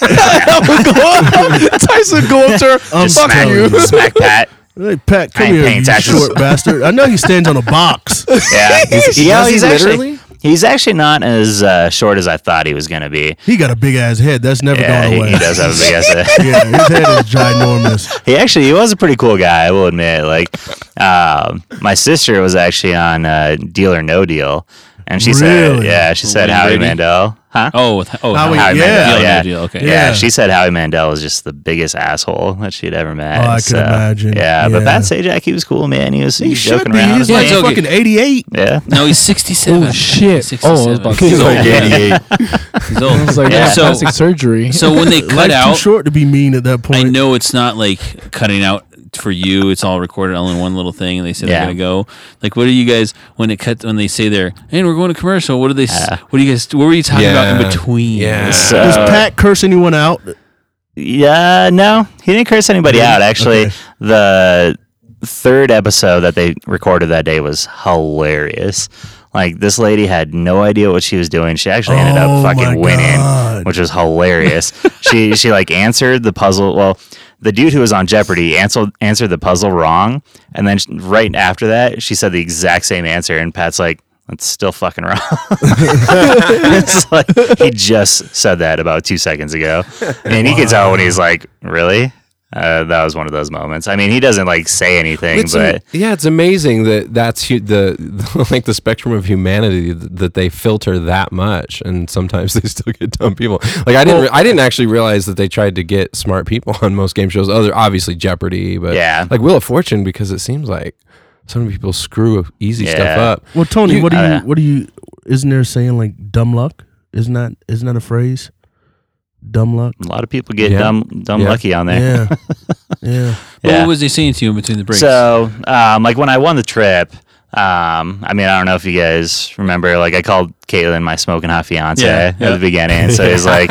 [SPEAKER 2] Tyson go up to her.
[SPEAKER 1] Um,
[SPEAKER 4] I'm
[SPEAKER 6] just smack,
[SPEAKER 4] telling you.
[SPEAKER 6] smack Pat.
[SPEAKER 4] Hey, Pat,
[SPEAKER 6] I
[SPEAKER 4] come
[SPEAKER 6] ain't
[SPEAKER 4] here,
[SPEAKER 6] paying
[SPEAKER 4] you
[SPEAKER 6] taxes.
[SPEAKER 4] short bastard. I know he stands on a box.
[SPEAKER 6] Yeah, he's,
[SPEAKER 1] does he literally?
[SPEAKER 6] actually he's actually not as uh, short as I thought he was gonna be.
[SPEAKER 4] He got a big ass head. That's never
[SPEAKER 6] Yeah,
[SPEAKER 4] gone
[SPEAKER 6] he,
[SPEAKER 4] away.
[SPEAKER 6] he does have a big ass. head.
[SPEAKER 4] Yeah, his head is ginormous.
[SPEAKER 6] He actually he was a pretty cool guy. I will admit. Like, um, my sister was actually on uh, Deal or No Deal, and she said,
[SPEAKER 4] Really?
[SPEAKER 6] "Yeah, she said
[SPEAKER 3] Wayne
[SPEAKER 6] Howie
[SPEAKER 3] Brady?
[SPEAKER 6] Mandel, huh?
[SPEAKER 3] Oh, with- oh,
[SPEAKER 4] Howie,
[SPEAKER 3] Howie.
[SPEAKER 6] Howie
[SPEAKER 4] yeah,
[SPEAKER 6] Mandel,
[SPEAKER 3] Deal,
[SPEAKER 6] yeah.
[SPEAKER 3] no deal. Okay.
[SPEAKER 6] Yeah,
[SPEAKER 4] Yeah.
[SPEAKER 6] she said Howie Mandel was just the biggest asshole that she'd ever met.
[SPEAKER 4] Oh, I could imagine.
[SPEAKER 6] Yeah, but
[SPEAKER 4] Yeah.
[SPEAKER 6] Pat Sajak, he was cool, man. He was, he
[SPEAKER 4] He
[SPEAKER 6] was
[SPEAKER 4] should
[SPEAKER 6] joking
[SPEAKER 4] be.
[SPEAKER 6] around.
[SPEAKER 4] He's like
[SPEAKER 3] Yeah, joking.
[SPEAKER 4] fucking 88.
[SPEAKER 6] yeah,
[SPEAKER 3] No, he's sixty-seven.
[SPEAKER 2] Oh, shit. Oh, I was about to
[SPEAKER 1] He's like
[SPEAKER 3] Yeah.
[SPEAKER 1] 88.
[SPEAKER 3] He's old.
[SPEAKER 2] I was like,
[SPEAKER 6] Yeah.
[SPEAKER 2] that's
[SPEAKER 3] So-
[SPEAKER 2] plastic surgery.
[SPEAKER 3] So when they cut
[SPEAKER 4] Life's too
[SPEAKER 3] out,
[SPEAKER 4] short to be mean at that point.
[SPEAKER 3] I know it's not like cutting out for you. It's all recorded all in one little thing, and they say
[SPEAKER 6] Yeah.
[SPEAKER 3] they're gonna go. Like, what do you guys when it cut when they say they're and we're going to commercial? What do they? s
[SPEAKER 6] Yeah.
[SPEAKER 3] What do you guys? What were you talking about
[SPEAKER 1] Yeah.
[SPEAKER 3] in between?
[SPEAKER 1] Yeah.
[SPEAKER 6] So-
[SPEAKER 4] Does Pat curse anyone out?
[SPEAKER 6] Yeah, no, he didn't curse anybody
[SPEAKER 4] Really?
[SPEAKER 6] out. Actually,
[SPEAKER 4] Okay.
[SPEAKER 6] the third episode that they recorded that day was hilarious. Like this lady had no idea what she was doing. She actually ended
[SPEAKER 4] Oh
[SPEAKER 6] up
[SPEAKER 4] my
[SPEAKER 6] fucking winning,
[SPEAKER 4] God.
[SPEAKER 6] which was hilarious. she she like answered the puzzle. Well, the dude who was on Jeopardy answered answered the puzzle wrong, and then sh- right after that, she said the exact same answer, and Pat's like. That's still fucking wrong. it's like he just said that about two seconds ago, and you can tell when he's like, "Really?" Uh, that was one of those moments. I mean, he doesn't like say anything,
[SPEAKER 1] It's am-
[SPEAKER 6] but
[SPEAKER 1] yeah, it's amazing that that's hu- the, the like the spectrum of humanity th- that they filter that much, and sometimes they still get dumb people. Like I didn't, re- I didn't actually realize that they tried to get smart people on most game shows. Other obviously Jeopardy, but
[SPEAKER 6] Yeah.
[SPEAKER 1] like Wheel of Fortune, because it seems like some people screw easy stuff
[SPEAKER 6] Yeah.
[SPEAKER 1] up.
[SPEAKER 4] Well, Tony,
[SPEAKER 1] You-
[SPEAKER 4] what do you?
[SPEAKER 6] uh,
[SPEAKER 4] what do you? Isn't there a saying like dumb luck? Isn't that isn't that a phrase? Dumb luck.
[SPEAKER 6] a lot of people get
[SPEAKER 1] Yeah.
[SPEAKER 6] dumb, dumb
[SPEAKER 1] Yeah.
[SPEAKER 6] lucky on there.
[SPEAKER 4] Yeah, yeah.
[SPEAKER 3] But
[SPEAKER 6] Yeah.
[SPEAKER 3] What was he saying to you in between the breaks?
[SPEAKER 6] So, um, like when I won the trip, um, I mean, I don't know if you guys remember, like I called Caitlin my smoking hot fiance
[SPEAKER 3] Yeah,
[SPEAKER 6] at
[SPEAKER 3] yeah.
[SPEAKER 6] the beginning. So he's like,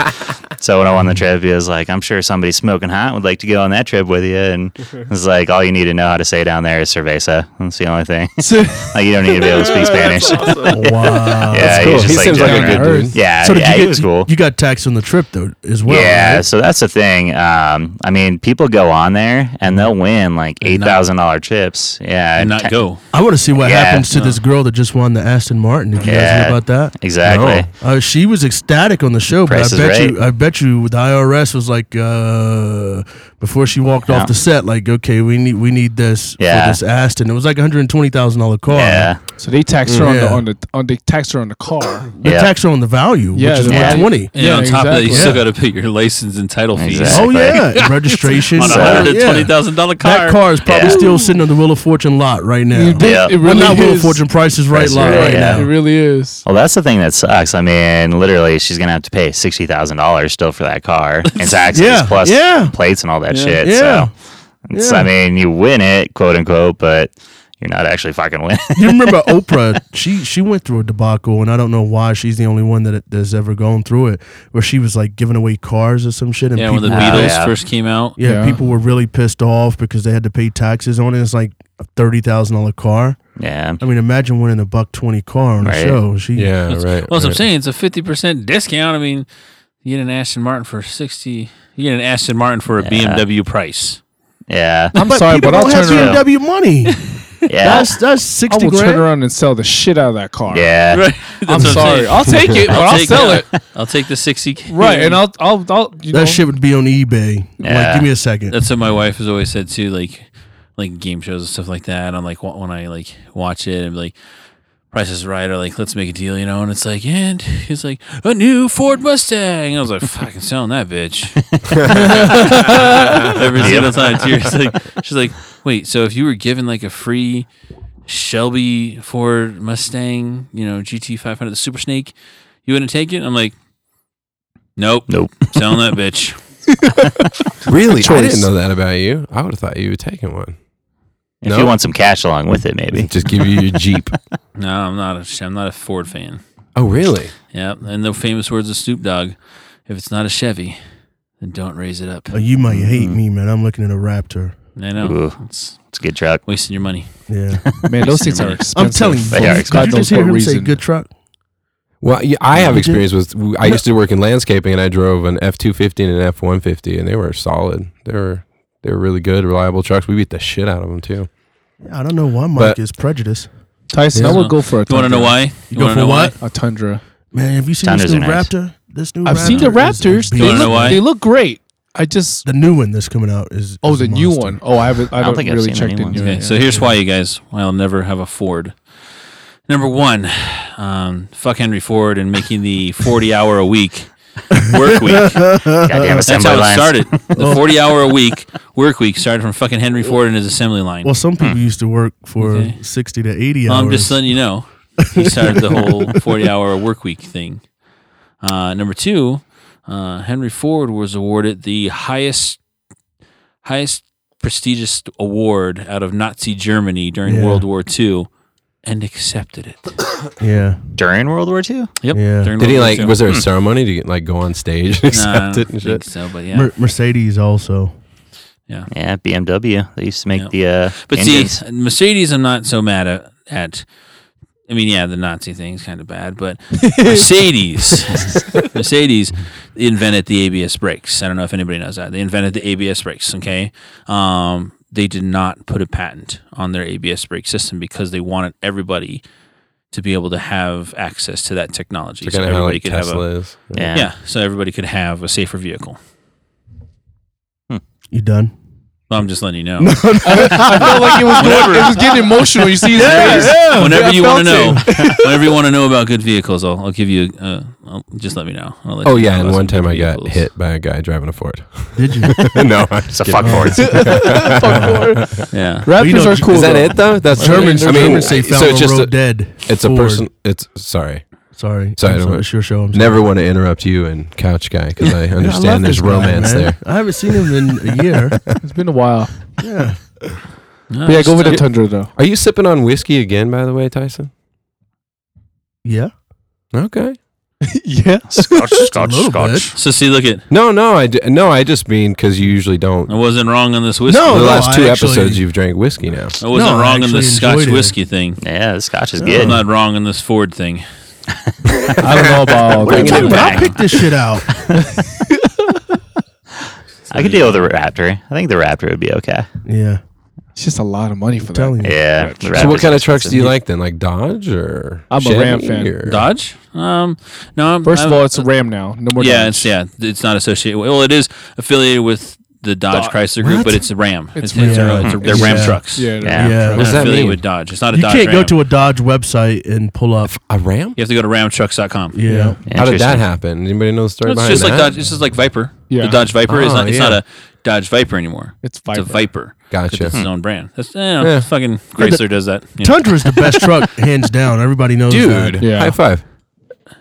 [SPEAKER 6] so when I won the trip, he was like, I'm sure somebody smoking hot would like to go on that trip with you. And it's like, all you need to know how to say down there is cerveza. That's the only thing. like you don't need to be able to speak Spanish.
[SPEAKER 4] Oh, Wow.
[SPEAKER 6] Yeah, he was
[SPEAKER 1] He
[SPEAKER 6] just like,
[SPEAKER 1] seems like
[SPEAKER 6] joking
[SPEAKER 1] a
[SPEAKER 6] around.
[SPEAKER 1] good
[SPEAKER 2] Alright.
[SPEAKER 1] dude.
[SPEAKER 6] yeah,
[SPEAKER 4] So did
[SPEAKER 6] yeah,
[SPEAKER 4] you
[SPEAKER 6] he
[SPEAKER 4] get
[SPEAKER 6] was
[SPEAKER 4] you-
[SPEAKER 6] cool.
[SPEAKER 4] You got taxed on the trip though as well.
[SPEAKER 6] yeah,
[SPEAKER 4] right?
[SPEAKER 6] so that's the thing. Um, I mean, people go on there and they'll win like eight
[SPEAKER 3] not-
[SPEAKER 6] thousand dollar trips. Yeah,
[SPEAKER 3] and not
[SPEAKER 6] ten-
[SPEAKER 3] go.
[SPEAKER 4] I want to see what
[SPEAKER 6] Yeah.
[SPEAKER 4] happens to this girl that just won the Aston Martin. Did you
[SPEAKER 6] Yeah.
[SPEAKER 4] guys hear about that?
[SPEAKER 6] Exactly.
[SPEAKER 4] Uh, she was ecstatic on the show, but
[SPEAKER 6] Price
[SPEAKER 4] I
[SPEAKER 6] is
[SPEAKER 4] bet
[SPEAKER 6] Right.
[SPEAKER 4] you, I bet you, the IRS was like, uh, before she walked
[SPEAKER 6] Yeah.
[SPEAKER 4] off the set, like, okay, we need, we need this
[SPEAKER 6] Yeah.
[SPEAKER 4] for this Aston. It was like one hundred twenty thousand dollar car.
[SPEAKER 6] Yeah.
[SPEAKER 2] So they taxed her on the
[SPEAKER 4] Yeah.
[SPEAKER 2] on the on they taxed her on the car.
[SPEAKER 4] They
[SPEAKER 6] Yeah.
[SPEAKER 4] tax her on the value,
[SPEAKER 2] Yeah,
[SPEAKER 4] which is
[SPEAKER 2] the
[SPEAKER 4] one
[SPEAKER 2] value.
[SPEAKER 4] twenty.
[SPEAKER 3] And
[SPEAKER 2] Yeah,
[SPEAKER 3] on top of that, you
[SPEAKER 2] exactly.
[SPEAKER 3] still
[SPEAKER 4] Yeah.
[SPEAKER 3] got to pay your license and title fees
[SPEAKER 6] Exactly.
[SPEAKER 4] Oh yeah, and registration.
[SPEAKER 3] on a
[SPEAKER 6] So-
[SPEAKER 3] hundred and twenty
[SPEAKER 4] yeah.
[SPEAKER 3] thousand dollar car.
[SPEAKER 4] That car is probably
[SPEAKER 6] Yeah.
[SPEAKER 4] still sitting on the Wheel of Fortune lot right now.
[SPEAKER 2] You did-
[SPEAKER 6] Yeah.
[SPEAKER 2] It
[SPEAKER 4] well,
[SPEAKER 2] really
[SPEAKER 4] not Wheel of
[SPEAKER 2] is.
[SPEAKER 4] Fortune, Price is Right
[SPEAKER 6] Price is
[SPEAKER 4] lot
[SPEAKER 6] Right,
[SPEAKER 4] right
[SPEAKER 6] yeah.
[SPEAKER 2] It
[SPEAKER 4] now.
[SPEAKER 2] really is.
[SPEAKER 6] Well, that's the thing that sucks. I mean, literally, she's gonna have to pay sixty thousand dollars still for that car and taxes
[SPEAKER 4] Yeah,
[SPEAKER 6] plus
[SPEAKER 4] yeah.
[SPEAKER 6] plates and all that
[SPEAKER 2] Yeah.
[SPEAKER 6] shit.
[SPEAKER 4] Yeah.
[SPEAKER 6] So, it's,
[SPEAKER 4] Yeah.
[SPEAKER 6] I mean, you win it, quote unquote, but you're not actually fucking winning.
[SPEAKER 4] You remember Oprah? She she went through a debacle, and I don't know why she's the only one that that's ever gone through it, where she was like giving away cars or some shit, and
[SPEAKER 3] Yeah, when
[SPEAKER 4] people,
[SPEAKER 3] the
[SPEAKER 6] Oh,
[SPEAKER 3] Beatles
[SPEAKER 6] yeah.
[SPEAKER 3] first came out.
[SPEAKER 4] yeah,
[SPEAKER 2] Yeah.
[SPEAKER 4] people were really pissed off because they had to pay taxes on it. It's like a thirty thousand dollar car.
[SPEAKER 6] yeah.
[SPEAKER 4] I mean, imagine winning a buck twenty car on
[SPEAKER 6] Right.
[SPEAKER 4] a show. She
[SPEAKER 1] Yeah, right.
[SPEAKER 3] Well, that's what I'm
[SPEAKER 1] right.
[SPEAKER 3] saying. It's a fifty percent discount. I mean, you get an Aston Martin for sixty. You get an Aston Martin for a BMW price.
[SPEAKER 6] Yeah.
[SPEAKER 2] I'm sorry,
[SPEAKER 4] people
[SPEAKER 2] but I'll
[SPEAKER 4] don't
[SPEAKER 2] turn
[SPEAKER 4] have
[SPEAKER 2] around.
[SPEAKER 4] BMW money.
[SPEAKER 6] Yeah.
[SPEAKER 4] That's that's
[SPEAKER 2] I
[SPEAKER 4] sixty
[SPEAKER 2] will turn
[SPEAKER 4] grand.
[SPEAKER 2] around and sell the shit out of that car.
[SPEAKER 6] yeah.
[SPEAKER 3] Right. That's
[SPEAKER 2] I'm
[SPEAKER 3] what
[SPEAKER 2] sorry.
[SPEAKER 3] saying.
[SPEAKER 2] I'll take it, but I'll,
[SPEAKER 3] take
[SPEAKER 2] sell it.
[SPEAKER 3] I'll take the sixty.
[SPEAKER 2] Right, and I'll I'll I'll you know,
[SPEAKER 4] That shit would be on eBay.
[SPEAKER 6] Yeah.
[SPEAKER 4] Like, give me a second.
[SPEAKER 3] That's what my wife has always said too, like like game shows and stuff like that. I'm like wa- when I like watch it and like Price is Right or like let's make a deal, you know. And it's like and he's like a new Ford Mustang. I was like fucking selling that bitch every single time. too. It's like she's like wait, so if you were given like a free Shelby Ford Mustang, you know GT 500, the Super Snake, you wouldn't take it? I'm like. Nope.
[SPEAKER 6] Nope.
[SPEAKER 3] Selling that bitch.
[SPEAKER 1] Really, I
[SPEAKER 2] Choice.
[SPEAKER 1] didn't know that about you. I would have thought you would taken one.
[SPEAKER 6] If
[SPEAKER 1] No.
[SPEAKER 6] you want some cash along with it, maybe.
[SPEAKER 1] Just give you your Jeep.
[SPEAKER 3] No, I'm not a I'm not a Ford fan.
[SPEAKER 1] Oh, really?
[SPEAKER 3] Yeah, and the famous words of Snoop Dogg: "If it's not a Chevy, then don't raise it up."
[SPEAKER 4] Oh, you might hate me, man. I'm looking at a Raptor.
[SPEAKER 3] I know
[SPEAKER 6] Ooh.
[SPEAKER 3] it's
[SPEAKER 6] It's a good truck.
[SPEAKER 3] wasting your money.
[SPEAKER 4] Yeah.
[SPEAKER 2] man, those things are expensive.
[SPEAKER 4] I'm telling you.
[SPEAKER 6] They are
[SPEAKER 4] folks, Could you
[SPEAKER 2] God knows
[SPEAKER 4] just hear
[SPEAKER 2] what
[SPEAKER 4] him say
[SPEAKER 2] reason.
[SPEAKER 4] good truck?
[SPEAKER 1] Well, yeah, I have
[SPEAKER 4] Did you?
[SPEAKER 1] experience with. I used to work in landscaping, and I drove an F two fifty and an F one fifty, and they were solid. They were they were really good, reliable trucks. We beat the shit out of them too.
[SPEAKER 4] I don't know why Mike
[SPEAKER 1] But-
[SPEAKER 4] is prejudiced.
[SPEAKER 2] Tyson, I
[SPEAKER 3] Yeah.
[SPEAKER 2] would go for a
[SPEAKER 3] You want
[SPEAKER 2] tundra.
[SPEAKER 3] to know why? You
[SPEAKER 4] go
[SPEAKER 3] want to
[SPEAKER 4] for
[SPEAKER 3] know
[SPEAKER 4] what?
[SPEAKER 2] A tundra.
[SPEAKER 4] Man, have you seen
[SPEAKER 6] Tundras
[SPEAKER 4] this
[SPEAKER 6] are
[SPEAKER 4] new
[SPEAKER 6] nice.
[SPEAKER 4] Raptor? This new
[SPEAKER 2] I've
[SPEAKER 4] Raptors
[SPEAKER 2] seen the Raptors.
[SPEAKER 4] Is a
[SPEAKER 2] They
[SPEAKER 3] You wanna
[SPEAKER 4] beast.
[SPEAKER 2] look,
[SPEAKER 3] know why?
[SPEAKER 2] they look great. I just
[SPEAKER 4] the new one that's coming out is
[SPEAKER 2] oh
[SPEAKER 4] is a
[SPEAKER 2] the new
[SPEAKER 4] monster.
[SPEAKER 2] one. Oh, I haven't. I,
[SPEAKER 6] don't
[SPEAKER 2] don't
[SPEAKER 6] think I've seen
[SPEAKER 2] really
[SPEAKER 6] the
[SPEAKER 2] checked
[SPEAKER 6] new
[SPEAKER 2] in.
[SPEAKER 6] ones.
[SPEAKER 2] yet.
[SPEAKER 3] Okay, so here's why, you guys. why I'll never have a Ford. Number one, um, fuck Henry Ford and making the 40 hour a week work week.
[SPEAKER 6] Goddamn
[SPEAKER 3] That's
[SPEAKER 6] assembly
[SPEAKER 3] how it
[SPEAKER 6] lines.
[SPEAKER 3] started. The 40 hour a week work week started from fucking Henry Ford and his assembly line.
[SPEAKER 4] Well, some
[SPEAKER 1] Hmm.
[SPEAKER 4] people used to work for
[SPEAKER 3] Okay.
[SPEAKER 4] sixty to eighty hours.
[SPEAKER 3] I'm just letting you know. He started the whole 40 hour work week thing. Uh, number two, uh, Henry Ford was awarded the highest, highest prestigious award out of Nazi Germany during
[SPEAKER 4] Yeah.
[SPEAKER 3] World War II and accepted it.
[SPEAKER 4] yeah,
[SPEAKER 6] During World War II?
[SPEAKER 3] Yep.
[SPEAKER 4] Yeah.
[SPEAKER 3] during
[SPEAKER 1] Did he
[SPEAKER 3] World War
[SPEAKER 1] like?
[SPEAKER 3] II.
[SPEAKER 1] Was there a ceremony to like go on stage and
[SPEAKER 3] Hmm. Nah, I
[SPEAKER 1] accept it
[SPEAKER 3] don't
[SPEAKER 1] and
[SPEAKER 3] think
[SPEAKER 1] shit?
[SPEAKER 3] so, but yeah.
[SPEAKER 4] Mer- Mercedes also.
[SPEAKER 6] Yeah, BMW. They used to make
[SPEAKER 3] Yeah.
[SPEAKER 6] the uh
[SPEAKER 3] But
[SPEAKER 6] engines.
[SPEAKER 3] see, Mercedes, I'm not so mad at. at I mean, yeah, the Nazi thing's kind of bad, but Mercedes, Mercedes invented the ABS brakes. I don't know if anybody knows that. They invented the ABS brakes. Okay, um, they did not put a patent on their ABS brake system because they wanted everybody to be able to have access to that technology.
[SPEAKER 1] It's kind of how like Tesla
[SPEAKER 3] have
[SPEAKER 1] is.
[SPEAKER 3] a, yeah, so everybody could have a safer vehicle.
[SPEAKER 4] You done?
[SPEAKER 3] Well, I'm just letting you know.
[SPEAKER 2] I felt like it was going, it was getting emotional. You see his face.
[SPEAKER 3] whenever
[SPEAKER 2] I
[SPEAKER 3] you want to know,
[SPEAKER 2] felt
[SPEAKER 3] whenever you want to know about good vehicles, I'll, I'll give you. Uh, I'll, just let me know. I'll let
[SPEAKER 1] Oh
[SPEAKER 3] you know
[SPEAKER 1] yeah, and
[SPEAKER 3] about
[SPEAKER 1] one
[SPEAKER 3] some
[SPEAKER 1] time I
[SPEAKER 3] good
[SPEAKER 1] got
[SPEAKER 3] vehicles.
[SPEAKER 1] hit by a guy driving a Ford.
[SPEAKER 4] Did you?
[SPEAKER 1] no, I'm
[SPEAKER 6] It's a
[SPEAKER 1] just kidding.
[SPEAKER 6] fuck board.
[SPEAKER 2] Fuck Ford.
[SPEAKER 3] Yeah,
[SPEAKER 2] Raptors
[SPEAKER 4] you know,
[SPEAKER 2] are cool.
[SPEAKER 1] Is that
[SPEAKER 2] though.
[SPEAKER 1] it though? That's
[SPEAKER 4] Germans,
[SPEAKER 1] I mean,
[SPEAKER 4] Germans say found
[SPEAKER 1] so it's
[SPEAKER 4] on
[SPEAKER 1] just
[SPEAKER 4] road
[SPEAKER 1] a,
[SPEAKER 4] dead.
[SPEAKER 1] it's a
[SPEAKER 4] Ford.
[SPEAKER 1] person. It's sorry.
[SPEAKER 4] Sorry,
[SPEAKER 1] Sorry, I
[SPEAKER 4] I'm
[SPEAKER 1] don't-
[SPEAKER 4] It's your show. I'm sorry.
[SPEAKER 1] Never want to interrupt you and Couch Guy because I
[SPEAKER 4] Yeah, I
[SPEAKER 1] understand
[SPEAKER 4] love
[SPEAKER 1] there's
[SPEAKER 4] this guy,
[SPEAKER 1] romance
[SPEAKER 4] man.
[SPEAKER 1] there.
[SPEAKER 4] I haven't seen him in a year.
[SPEAKER 2] It's been a while.
[SPEAKER 4] Yeah,
[SPEAKER 3] No,
[SPEAKER 2] But yeah,
[SPEAKER 3] just,
[SPEAKER 2] go with
[SPEAKER 3] uh,
[SPEAKER 2] the Tundra though.
[SPEAKER 1] Are you sipping on whiskey again, by the way, Tyson?
[SPEAKER 4] yeah.
[SPEAKER 1] Okay.
[SPEAKER 2] yeah.
[SPEAKER 6] Scotch, Scotch,
[SPEAKER 4] a little
[SPEAKER 6] Scotch.
[SPEAKER 3] So see, look at
[SPEAKER 1] No, no, I d- no, I just mean because you usually don't.
[SPEAKER 3] I wasn't wrong on this whiskey.
[SPEAKER 1] the
[SPEAKER 4] No, no,
[SPEAKER 1] last two
[SPEAKER 4] I
[SPEAKER 1] episodes
[SPEAKER 4] actually-
[SPEAKER 1] you've drank whiskey now.
[SPEAKER 3] I wasn't
[SPEAKER 4] No, I
[SPEAKER 3] wrong on the
[SPEAKER 4] actually
[SPEAKER 3] Scotch
[SPEAKER 4] enjoyed it.
[SPEAKER 3] whiskey thing.
[SPEAKER 6] Yeah, the Scotch is
[SPEAKER 3] I'm
[SPEAKER 6] good.
[SPEAKER 3] not wrong on this Ford thing.
[SPEAKER 2] I don't know about all
[SPEAKER 4] What are you
[SPEAKER 2] that.
[SPEAKER 4] talking about? I
[SPEAKER 6] back.
[SPEAKER 4] picked this shit out.
[SPEAKER 6] I could deal with the Raptor. I think the Raptor would be okay.
[SPEAKER 4] Yeah,
[SPEAKER 2] It's just a lot of money for
[SPEAKER 4] I'm
[SPEAKER 2] that.
[SPEAKER 4] telling you.
[SPEAKER 6] Yeah. the
[SPEAKER 1] So, what
[SPEAKER 6] Raptor's
[SPEAKER 1] kind of trucks
[SPEAKER 6] expensive.
[SPEAKER 1] do you like then? Like Dodge or
[SPEAKER 2] I'm a
[SPEAKER 1] Chevy
[SPEAKER 2] Ram fan.
[SPEAKER 1] or-
[SPEAKER 3] Dodge? Um, no. I'm,
[SPEAKER 2] First of
[SPEAKER 3] I'm-
[SPEAKER 2] all, it's a Ram now. No more.
[SPEAKER 3] yeah,
[SPEAKER 2] Dodge.
[SPEAKER 3] it's yeah, it's not associated. Well, it is affiliated with the Dodge
[SPEAKER 2] Dodge.
[SPEAKER 3] Chrysler Group,
[SPEAKER 4] What?
[SPEAKER 3] but it's a Ram.
[SPEAKER 2] It's
[SPEAKER 3] It's, it's, a-
[SPEAKER 4] Ram.
[SPEAKER 3] it's uh, a, they're
[SPEAKER 4] Yeah.
[SPEAKER 3] Ram trucks.
[SPEAKER 2] Yeah.
[SPEAKER 3] It's
[SPEAKER 6] Yeah.
[SPEAKER 4] Yeah.
[SPEAKER 3] not
[SPEAKER 1] What does that
[SPEAKER 3] affiliated
[SPEAKER 1] mean?
[SPEAKER 3] with Dodge. It's not a
[SPEAKER 4] You
[SPEAKER 3] Dodge.
[SPEAKER 4] can't go
[SPEAKER 3] Ram.
[SPEAKER 4] to a Dodge website and pull up.
[SPEAKER 1] A Ram?
[SPEAKER 3] You have to go to ramtrucks.com.
[SPEAKER 4] Yeah,
[SPEAKER 1] How did that
[SPEAKER 6] Interesting.
[SPEAKER 1] happen? Anybody know the story
[SPEAKER 3] It's
[SPEAKER 1] behind
[SPEAKER 3] just
[SPEAKER 1] that?
[SPEAKER 3] like Dodge. It's just like Viper.
[SPEAKER 2] Yeah.
[SPEAKER 3] The Dodge Viper is
[SPEAKER 1] Oh,
[SPEAKER 3] not. It's
[SPEAKER 1] yeah.
[SPEAKER 3] not a Dodge Viper anymore.
[SPEAKER 2] It's
[SPEAKER 3] It's
[SPEAKER 2] Viper.
[SPEAKER 3] a Viper. 'cause
[SPEAKER 1] Gotcha.
[SPEAKER 3] It's
[SPEAKER 4] Hmm.
[SPEAKER 3] its own brand. That's eh, no,
[SPEAKER 1] Yeah.
[SPEAKER 3] fucking Chrysler does that. you know.
[SPEAKER 4] Tundra is the best truck, hands down. Everybody knows that.
[SPEAKER 1] Dude,
[SPEAKER 2] Yeah.
[SPEAKER 1] high five.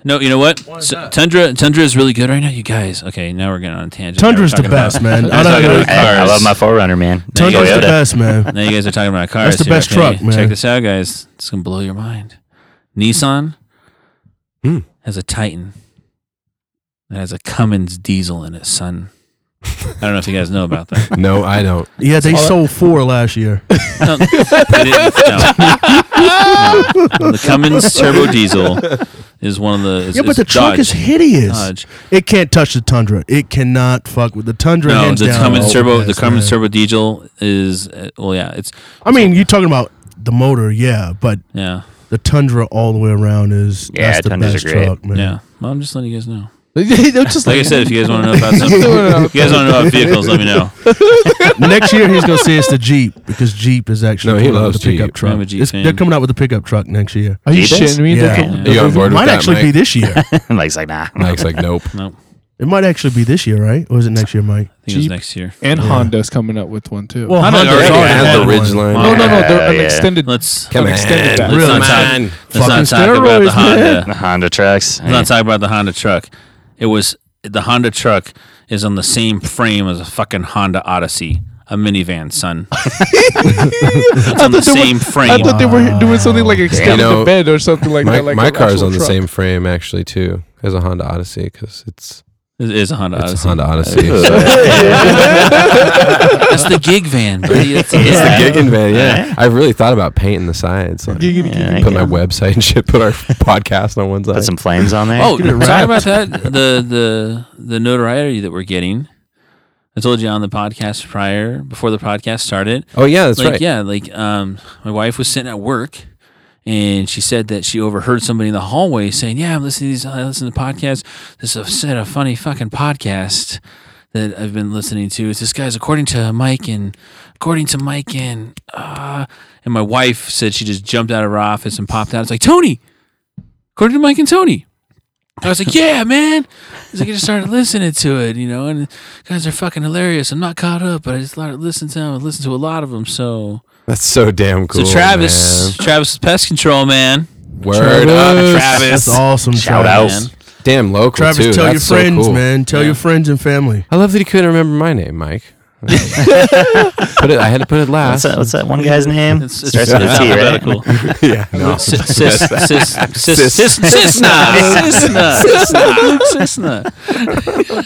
[SPEAKER 3] No, you know what? So- Tundra Tundra is really good right now. You guys. Okay, now we're getting on a tangent. Now we're
[SPEAKER 4] Tundra's the
[SPEAKER 3] talking about-
[SPEAKER 4] best, man. I
[SPEAKER 3] talking about
[SPEAKER 4] don't know.
[SPEAKER 6] Hey, I
[SPEAKER 3] Cars.
[SPEAKER 6] love my Forerunner, man.
[SPEAKER 4] Tundra's the
[SPEAKER 6] Toyota.
[SPEAKER 4] best, man.
[SPEAKER 3] Now you guys are talking about cars.
[SPEAKER 4] That's the
[SPEAKER 3] here,
[SPEAKER 4] best
[SPEAKER 3] okay?
[SPEAKER 4] truck, man.
[SPEAKER 3] Check this out, guys. It's gonna blow your mind. Nissan
[SPEAKER 4] Hmm.
[SPEAKER 3] has a Titan that has a Cummins diesel in it, son. I don't know if you guys know about that.
[SPEAKER 1] No, I don't.
[SPEAKER 4] Yeah, they sold four last year.
[SPEAKER 3] No, they didn't. No. No. The Cummins turbo diesel is one of the. Is,
[SPEAKER 4] Yeah, but the truck
[SPEAKER 3] Dodge.
[SPEAKER 4] is hideous.
[SPEAKER 3] Dodge.
[SPEAKER 4] It can't touch the Tundra. It cannot fuck with the Tundra.
[SPEAKER 3] No,
[SPEAKER 4] hands
[SPEAKER 3] the
[SPEAKER 4] down,
[SPEAKER 3] Cummins
[SPEAKER 4] is
[SPEAKER 3] turbo. The
[SPEAKER 4] best,
[SPEAKER 3] Cummins
[SPEAKER 4] man.
[SPEAKER 3] turbo diesel is. uh, Well, yeah, it's
[SPEAKER 4] I mean, you're talking about the motor, yeah, but
[SPEAKER 3] yeah,
[SPEAKER 4] the Tundra all the way around is
[SPEAKER 6] Yeah,
[SPEAKER 4] that's the
[SPEAKER 6] Tundras
[SPEAKER 4] best
[SPEAKER 6] are great.
[SPEAKER 4] truck, man.
[SPEAKER 3] yeah. Well, I'm just letting you guys know.
[SPEAKER 2] They're just
[SPEAKER 3] Like I
[SPEAKER 2] like,
[SPEAKER 3] said, if you guys want to know about something, if you guys want to know about vehicles, let me know.
[SPEAKER 4] Next year he's gonna say it's the Jeep because Jeep is actually
[SPEAKER 1] No, he
[SPEAKER 4] coming out with
[SPEAKER 1] loves
[SPEAKER 4] the pickup
[SPEAKER 1] Jeep.
[SPEAKER 4] truck.
[SPEAKER 3] I'm a Jeep
[SPEAKER 4] It's-
[SPEAKER 3] fan.
[SPEAKER 4] they're coming out with the pickup truck next year.
[SPEAKER 2] are you
[SPEAKER 6] Jesus?
[SPEAKER 2] shitting me? They
[SPEAKER 4] Yeah.
[SPEAKER 2] can-
[SPEAKER 1] You on board
[SPEAKER 4] It
[SPEAKER 1] with
[SPEAKER 4] might
[SPEAKER 1] that,
[SPEAKER 4] actually be
[SPEAKER 1] Mike?
[SPEAKER 4] this year.
[SPEAKER 6] Mike's like, nah.
[SPEAKER 1] Mike's like, nope.
[SPEAKER 3] No,
[SPEAKER 4] It might actually be this year, right? Or is it next year, Mike?
[SPEAKER 3] I think it was
[SPEAKER 2] Jeep.
[SPEAKER 3] next year.
[SPEAKER 2] And Honda's coming up with one too.
[SPEAKER 4] Well, Honda
[SPEAKER 3] already
[SPEAKER 4] already
[SPEAKER 1] has
[SPEAKER 4] had
[SPEAKER 1] the
[SPEAKER 4] one.
[SPEAKER 1] Ridgeline.
[SPEAKER 2] no, no, no. They're
[SPEAKER 6] Yeah,
[SPEAKER 2] an
[SPEAKER 6] yeah.
[SPEAKER 2] extended.
[SPEAKER 3] Let's
[SPEAKER 1] Come on.
[SPEAKER 2] I've extended that.
[SPEAKER 3] Let's
[SPEAKER 1] Really?
[SPEAKER 3] not talk-
[SPEAKER 1] Man.
[SPEAKER 3] let's not
[SPEAKER 4] Fucking
[SPEAKER 3] talk about the
[SPEAKER 4] steroids,
[SPEAKER 3] Honda.
[SPEAKER 6] The Honda trucks.
[SPEAKER 3] Let's not talk about the Honda truck. It was the Honda truck is on the same frame as a fucking Honda Odyssey, a minivan, son. it's on the
[SPEAKER 2] they were-
[SPEAKER 3] same frame.
[SPEAKER 2] I thought they were doing something like extend
[SPEAKER 1] You know,
[SPEAKER 2] the bed or something like
[SPEAKER 1] My,
[SPEAKER 2] that. Like
[SPEAKER 1] my
[SPEAKER 2] an
[SPEAKER 1] car's
[SPEAKER 2] actual
[SPEAKER 1] on the
[SPEAKER 2] truck.
[SPEAKER 1] same frame actually too as a Honda Odyssey because it's
[SPEAKER 3] it is a Honda
[SPEAKER 1] it's
[SPEAKER 3] Odyssey.
[SPEAKER 1] a Honda Odyssey.
[SPEAKER 3] That's the gig van, buddy. That's it.
[SPEAKER 1] It's the gigging van. Yeah, I've really thought about painting the sides. Like, put
[SPEAKER 2] Giggity, giggity.
[SPEAKER 1] my
[SPEAKER 6] Yeah,
[SPEAKER 1] website and shit. Put our podcast on one side.
[SPEAKER 6] Put some flames on there.
[SPEAKER 3] Oh, talk about that. The the the notoriety that we're getting. I told you on the podcast prior, before the podcast started,
[SPEAKER 1] oh yeah, that's
[SPEAKER 3] like
[SPEAKER 1] right.
[SPEAKER 3] yeah like um my wife was sitting at work and she said that she overheard somebody in the hallway saying yeah i'm listening to these i listen to podcasts this is a set of funny fucking podcast that i've been listening to it's this guy's according to mike and according to mike and uh and my wife said she just jumped out of her office and popped out it's like tony according to mike and tony I was like, yeah, man. I was like, I just started listening to it, you know, and guys are fucking hilarious. I'm not caught up, but I just started listening to them. I listened to a lot of them. So,
[SPEAKER 1] That's so damn cool.
[SPEAKER 3] so Travis, Travis Pest Control, man.
[SPEAKER 1] man. word up,
[SPEAKER 4] That's
[SPEAKER 1] Travis.
[SPEAKER 4] awesome.
[SPEAKER 6] Shout
[SPEAKER 4] Travis.
[SPEAKER 6] out.
[SPEAKER 3] Man.
[SPEAKER 1] Damn local
[SPEAKER 4] Travis,
[SPEAKER 1] too.
[SPEAKER 4] tell
[SPEAKER 1] That's
[SPEAKER 4] your
[SPEAKER 1] so
[SPEAKER 4] friends,
[SPEAKER 1] cool.
[SPEAKER 4] man. Tell
[SPEAKER 3] Yeah.
[SPEAKER 4] your friends and family.
[SPEAKER 1] I love that he couldn't remember my name, Mike. put it. I had to put it last.
[SPEAKER 6] What's that, what's that one guy's name?
[SPEAKER 3] It's, it's,
[SPEAKER 6] Starts
[SPEAKER 3] it's
[SPEAKER 6] with a T, right?
[SPEAKER 3] alphabetical.
[SPEAKER 1] yeah, no.
[SPEAKER 3] Sis- sis- sis- sis-
[SPEAKER 1] Sis.
[SPEAKER 3] sis- Sisna. Sisna. Sisna. Sisna.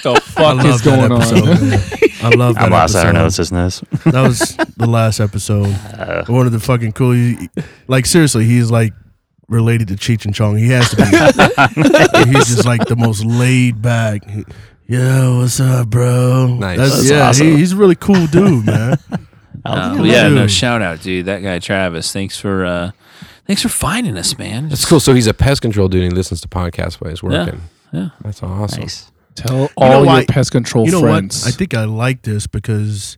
[SPEAKER 2] The fuck is going on?
[SPEAKER 4] episode. man. I love that
[SPEAKER 6] I'm lost. I don't
[SPEAKER 4] episode.
[SPEAKER 6] know what's his nose.
[SPEAKER 4] That was the last episode.
[SPEAKER 1] Uh.
[SPEAKER 4] One of the fucking cool. you- Like seriously, he's like related to Cheech and Chong. He has to be. he's just like the most laid back. Yeah, what's up, bro?
[SPEAKER 1] Nice.
[SPEAKER 6] That's
[SPEAKER 4] yeah,
[SPEAKER 6] awesome.
[SPEAKER 4] he, he's a really cool dude, man.
[SPEAKER 3] Um, Yeah, no
[SPEAKER 4] Dude.
[SPEAKER 3] shout out, dude. That guy Travis. Thanks for uh thanks for finding us, man.
[SPEAKER 1] That's cool. So he's a pest control dude. and He listens to podcasts while he's working.
[SPEAKER 3] yeah.
[SPEAKER 1] That's awesome.
[SPEAKER 6] Nice.
[SPEAKER 2] Tell all your
[SPEAKER 4] why-
[SPEAKER 2] pest control
[SPEAKER 4] you know
[SPEAKER 2] friends.
[SPEAKER 4] what? I think I like this because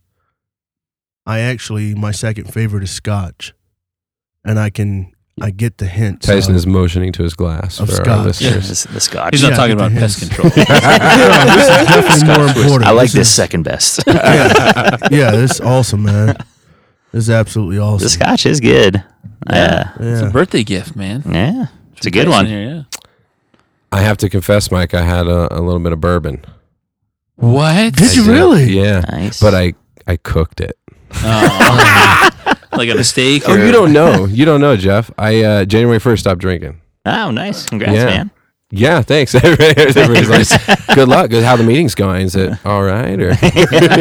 [SPEAKER 4] I actually my second favorite is Scotch, and I can I get the hint.
[SPEAKER 1] Tyson is motioning to his glass
[SPEAKER 4] Of
[SPEAKER 1] for our
[SPEAKER 4] Scotch.
[SPEAKER 1] listeners.
[SPEAKER 6] This- the Scotch.
[SPEAKER 3] He's not
[SPEAKER 4] Yeah,
[SPEAKER 3] talking
[SPEAKER 4] get
[SPEAKER 3] about
[SPEAKER 4] the
[SPEAKER 3] pest
[SPEAKER 4] hints.
[SPEAKER 3] control.
[SPEAKER 4] this is definitely more important.
[SPEAKER 6] I like
[SPEAKER 4] is-
[SPEAKER 6] this second best.
[SPEAKER 4] yeah, yeah, this is awesome, man. This is absolutely awesome.
[SPEAKER 6] the Scotch is good. Yeah.
[SPEAKER 3] It's a
[SPEAKER 4] yeah.
[SPEAKER 3] birthday gift, man.
[SPEAKER 6] Yeah. It's a good
[SPEAKER 3] Tyson
[SPEAKER 6] one.
[SPEAKER 3] Here, yeah.
[SPEAKER 1] I have to confess, Mike, I had a, a little bit of bourbon.
[SPEAKER 3] What?
[SPEAKER 4] Did you really?
[SPEAKER 1] Yeah.
[SPEAKER 6] Nice.
[SPEAKER 1] But I I cooked it.
[SPEAKER 3] Oh, like a mistake?
[SPEAKER 1] Oh,
[SPEAKER 3] or-
[SPEAKER 1] you don't know. You don't know, Jeff. I uh, January first stopped drinking.
[SPEAKER 6] Oh, nice. Congrats,
[SPEAKER 1] Yeah.
[SPEAKER 6] man.
[SPEAKER 1] Yeah, thanks. Everybody's like, good luck. Good. How the meeting's going? Is it all right? Or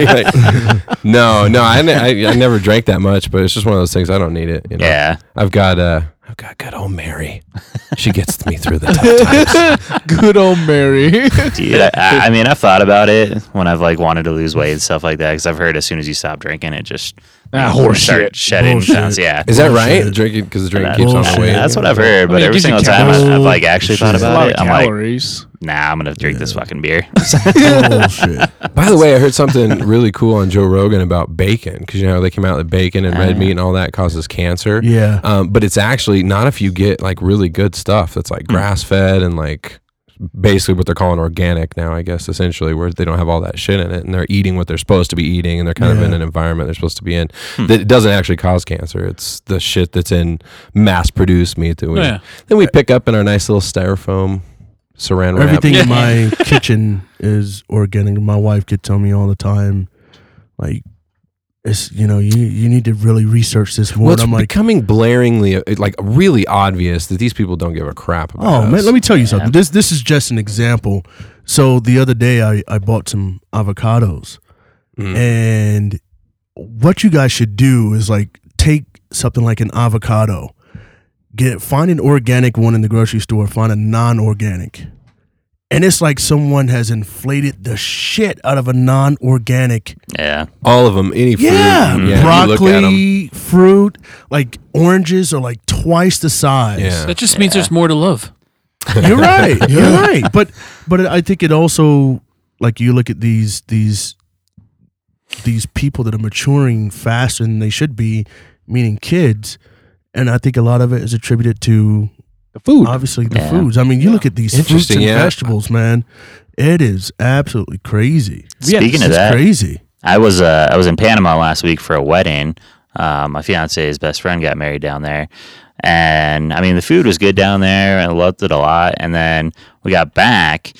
[SPEAKER 1] Like, no, no. I, ne- I, I never drank that much, but it's just one of those things. I don't need it. You know?
[SPEAKER 6] Yeah.
[SPEAKER 1] I've got uh, I've got good old Mary. She gets me through the tough times.
[SPEAKER 2] Good old Mary.
[SPEAKER 6] Dude, I, I I mean, I've thought about it when I've like wanted to lose weight and stuff like that because I've heard as soon as you stop drinking, it just
[SPEAKER 2] Ah,
[SPEAKER 6] you
[SPEAKER 2] horseshit.
[SPEAKER 6] start shedding
[SPEAKER 4] Bullshit.
[SPEAKER 6] pounds. Yeah.
[SPEAKER 1] Is that right?
[SPEAKER 4] Bullshit.
[SPEAKER 1] Drinking because the drink
[SPEAKER 6] That-
[SPEAKER 1] keeps on
[SPEAKER 4] Bullshit.
[SPEAKER 1] the weight.
[SPEAKER 6] That's what I've heard, but
[SPEAKER 2] mean, it
[SPEAKER 6] every
[SPEAKER 2] gives you
[SPEAKER 6] single time I- I've like
[SPEAKER 4] calories.
[SPEAKER 6] actually thought
[SPEAKER 4] It's
[SPEAKER 2] a
[SPEAKER 6] about
[SPEAKER 2] lot
[SPEAKER 6] it,
[SPEAKER 2] of
[SPEAKER 6] I'm like,
[SPEAKER 2] calories.
[SPEAKER 6] nah, I'm gonna drink this fucking beer.
[SPEAKER 4] Bullshit.
[SPEAKER 1] By the way, I heard something really cool on Joe Rogan about bacon because you know how they came out with bacon and
[SPEAKER 6] Uh-huh.
[SPEAKER 1] red meat and all that causes cancer.
[SPEAKER 4] Yeah.
[SPEAKER 1] um, but it's actually not if you get like really good stuff that's
[SPEAKER 4] Hmm.
[SPEAKER 1] like grass fed and like basically what they're calling organic now, I guess essentially where they don't have all that shit in it and they're eating what they're supposed to be eating and they're kind of in
[SPEAKER 4] Yeah. Hmm.
[SPEAKER 1] an environment they're supposed to be in that it doesn't actually cause cancer. It's the shit that's in mass produced meat that we
[SPEAKER 3] Oh, yeah.
[SPEAKER 1] then we pick up in our nice little styrofoam saran wrap.
[SPEAKER 4] Everything in my kitchen is organic. My wife could tell me all the time, like, it's you know you you need to really research this more.
[SPEAKER 1] Well,
[SPEAKER 4] and
[SPEAKER 1] it's
[SPEAKER 4] I'm like,
[SPEAKER 1] becoming blaringly, uh, like really obvious that these people don't give a crap about.
[SPEAKER 4] oh
[SPEAKER 1] us.
[SPEAKER 4] man, let me tell you something. This this is just an example. So the other day I I bought some avocados,
[SPEAKER 1] Mm.
[SPEAKER 4] and what you guys should do is like take something like an avocado, get find an organic one in the grocery store, find a non-organic. And it's like someone has inflated the shit out of a non-organic
[SPEAKER 6] yeah.
[SPEAKER 1] all of them, any food,
[SPEAKER 4] Yeah,
[SPEAKER 1] you look at 'em.
[SPEAKER 4] broccoli, fruit, like oranges are like twice the size.
[SPEAKER 1] Yeah.
[SPEAKER 3] That just means there's more to love.
[SPEAKER 4] You're right. You're right. But but I think it also like you look at these these these people that are maturing faster than they should be, meaning kids, and I think a lot of it is attributed to
[SPEAKER 2] The food.
[SPEAKER 4] obviously the
[SPEAKER 6] Yeah.
[SPEAKER 4] foods. I mean, you look at these fruits
[SPEAKER 1] Interesting,
[SPEAKER 4] and
[SPEAKER 1] yeah.
[SPEAKER 4] vegetables, man. It is absolutely crazy.
[SPEAKER 2] Yeah,
[SPEAKER 6] Speaking of
[SPEAKER 4] It's
[SPEAKER 6] that,
[SPEAKER 4] crazy.
[SPEAKER 6] I was uh, I was in Panama last week for a wedding. Um, my fiance's best friend got married down there, and I mean the food was good down there. I loved it a lot. And then we got back,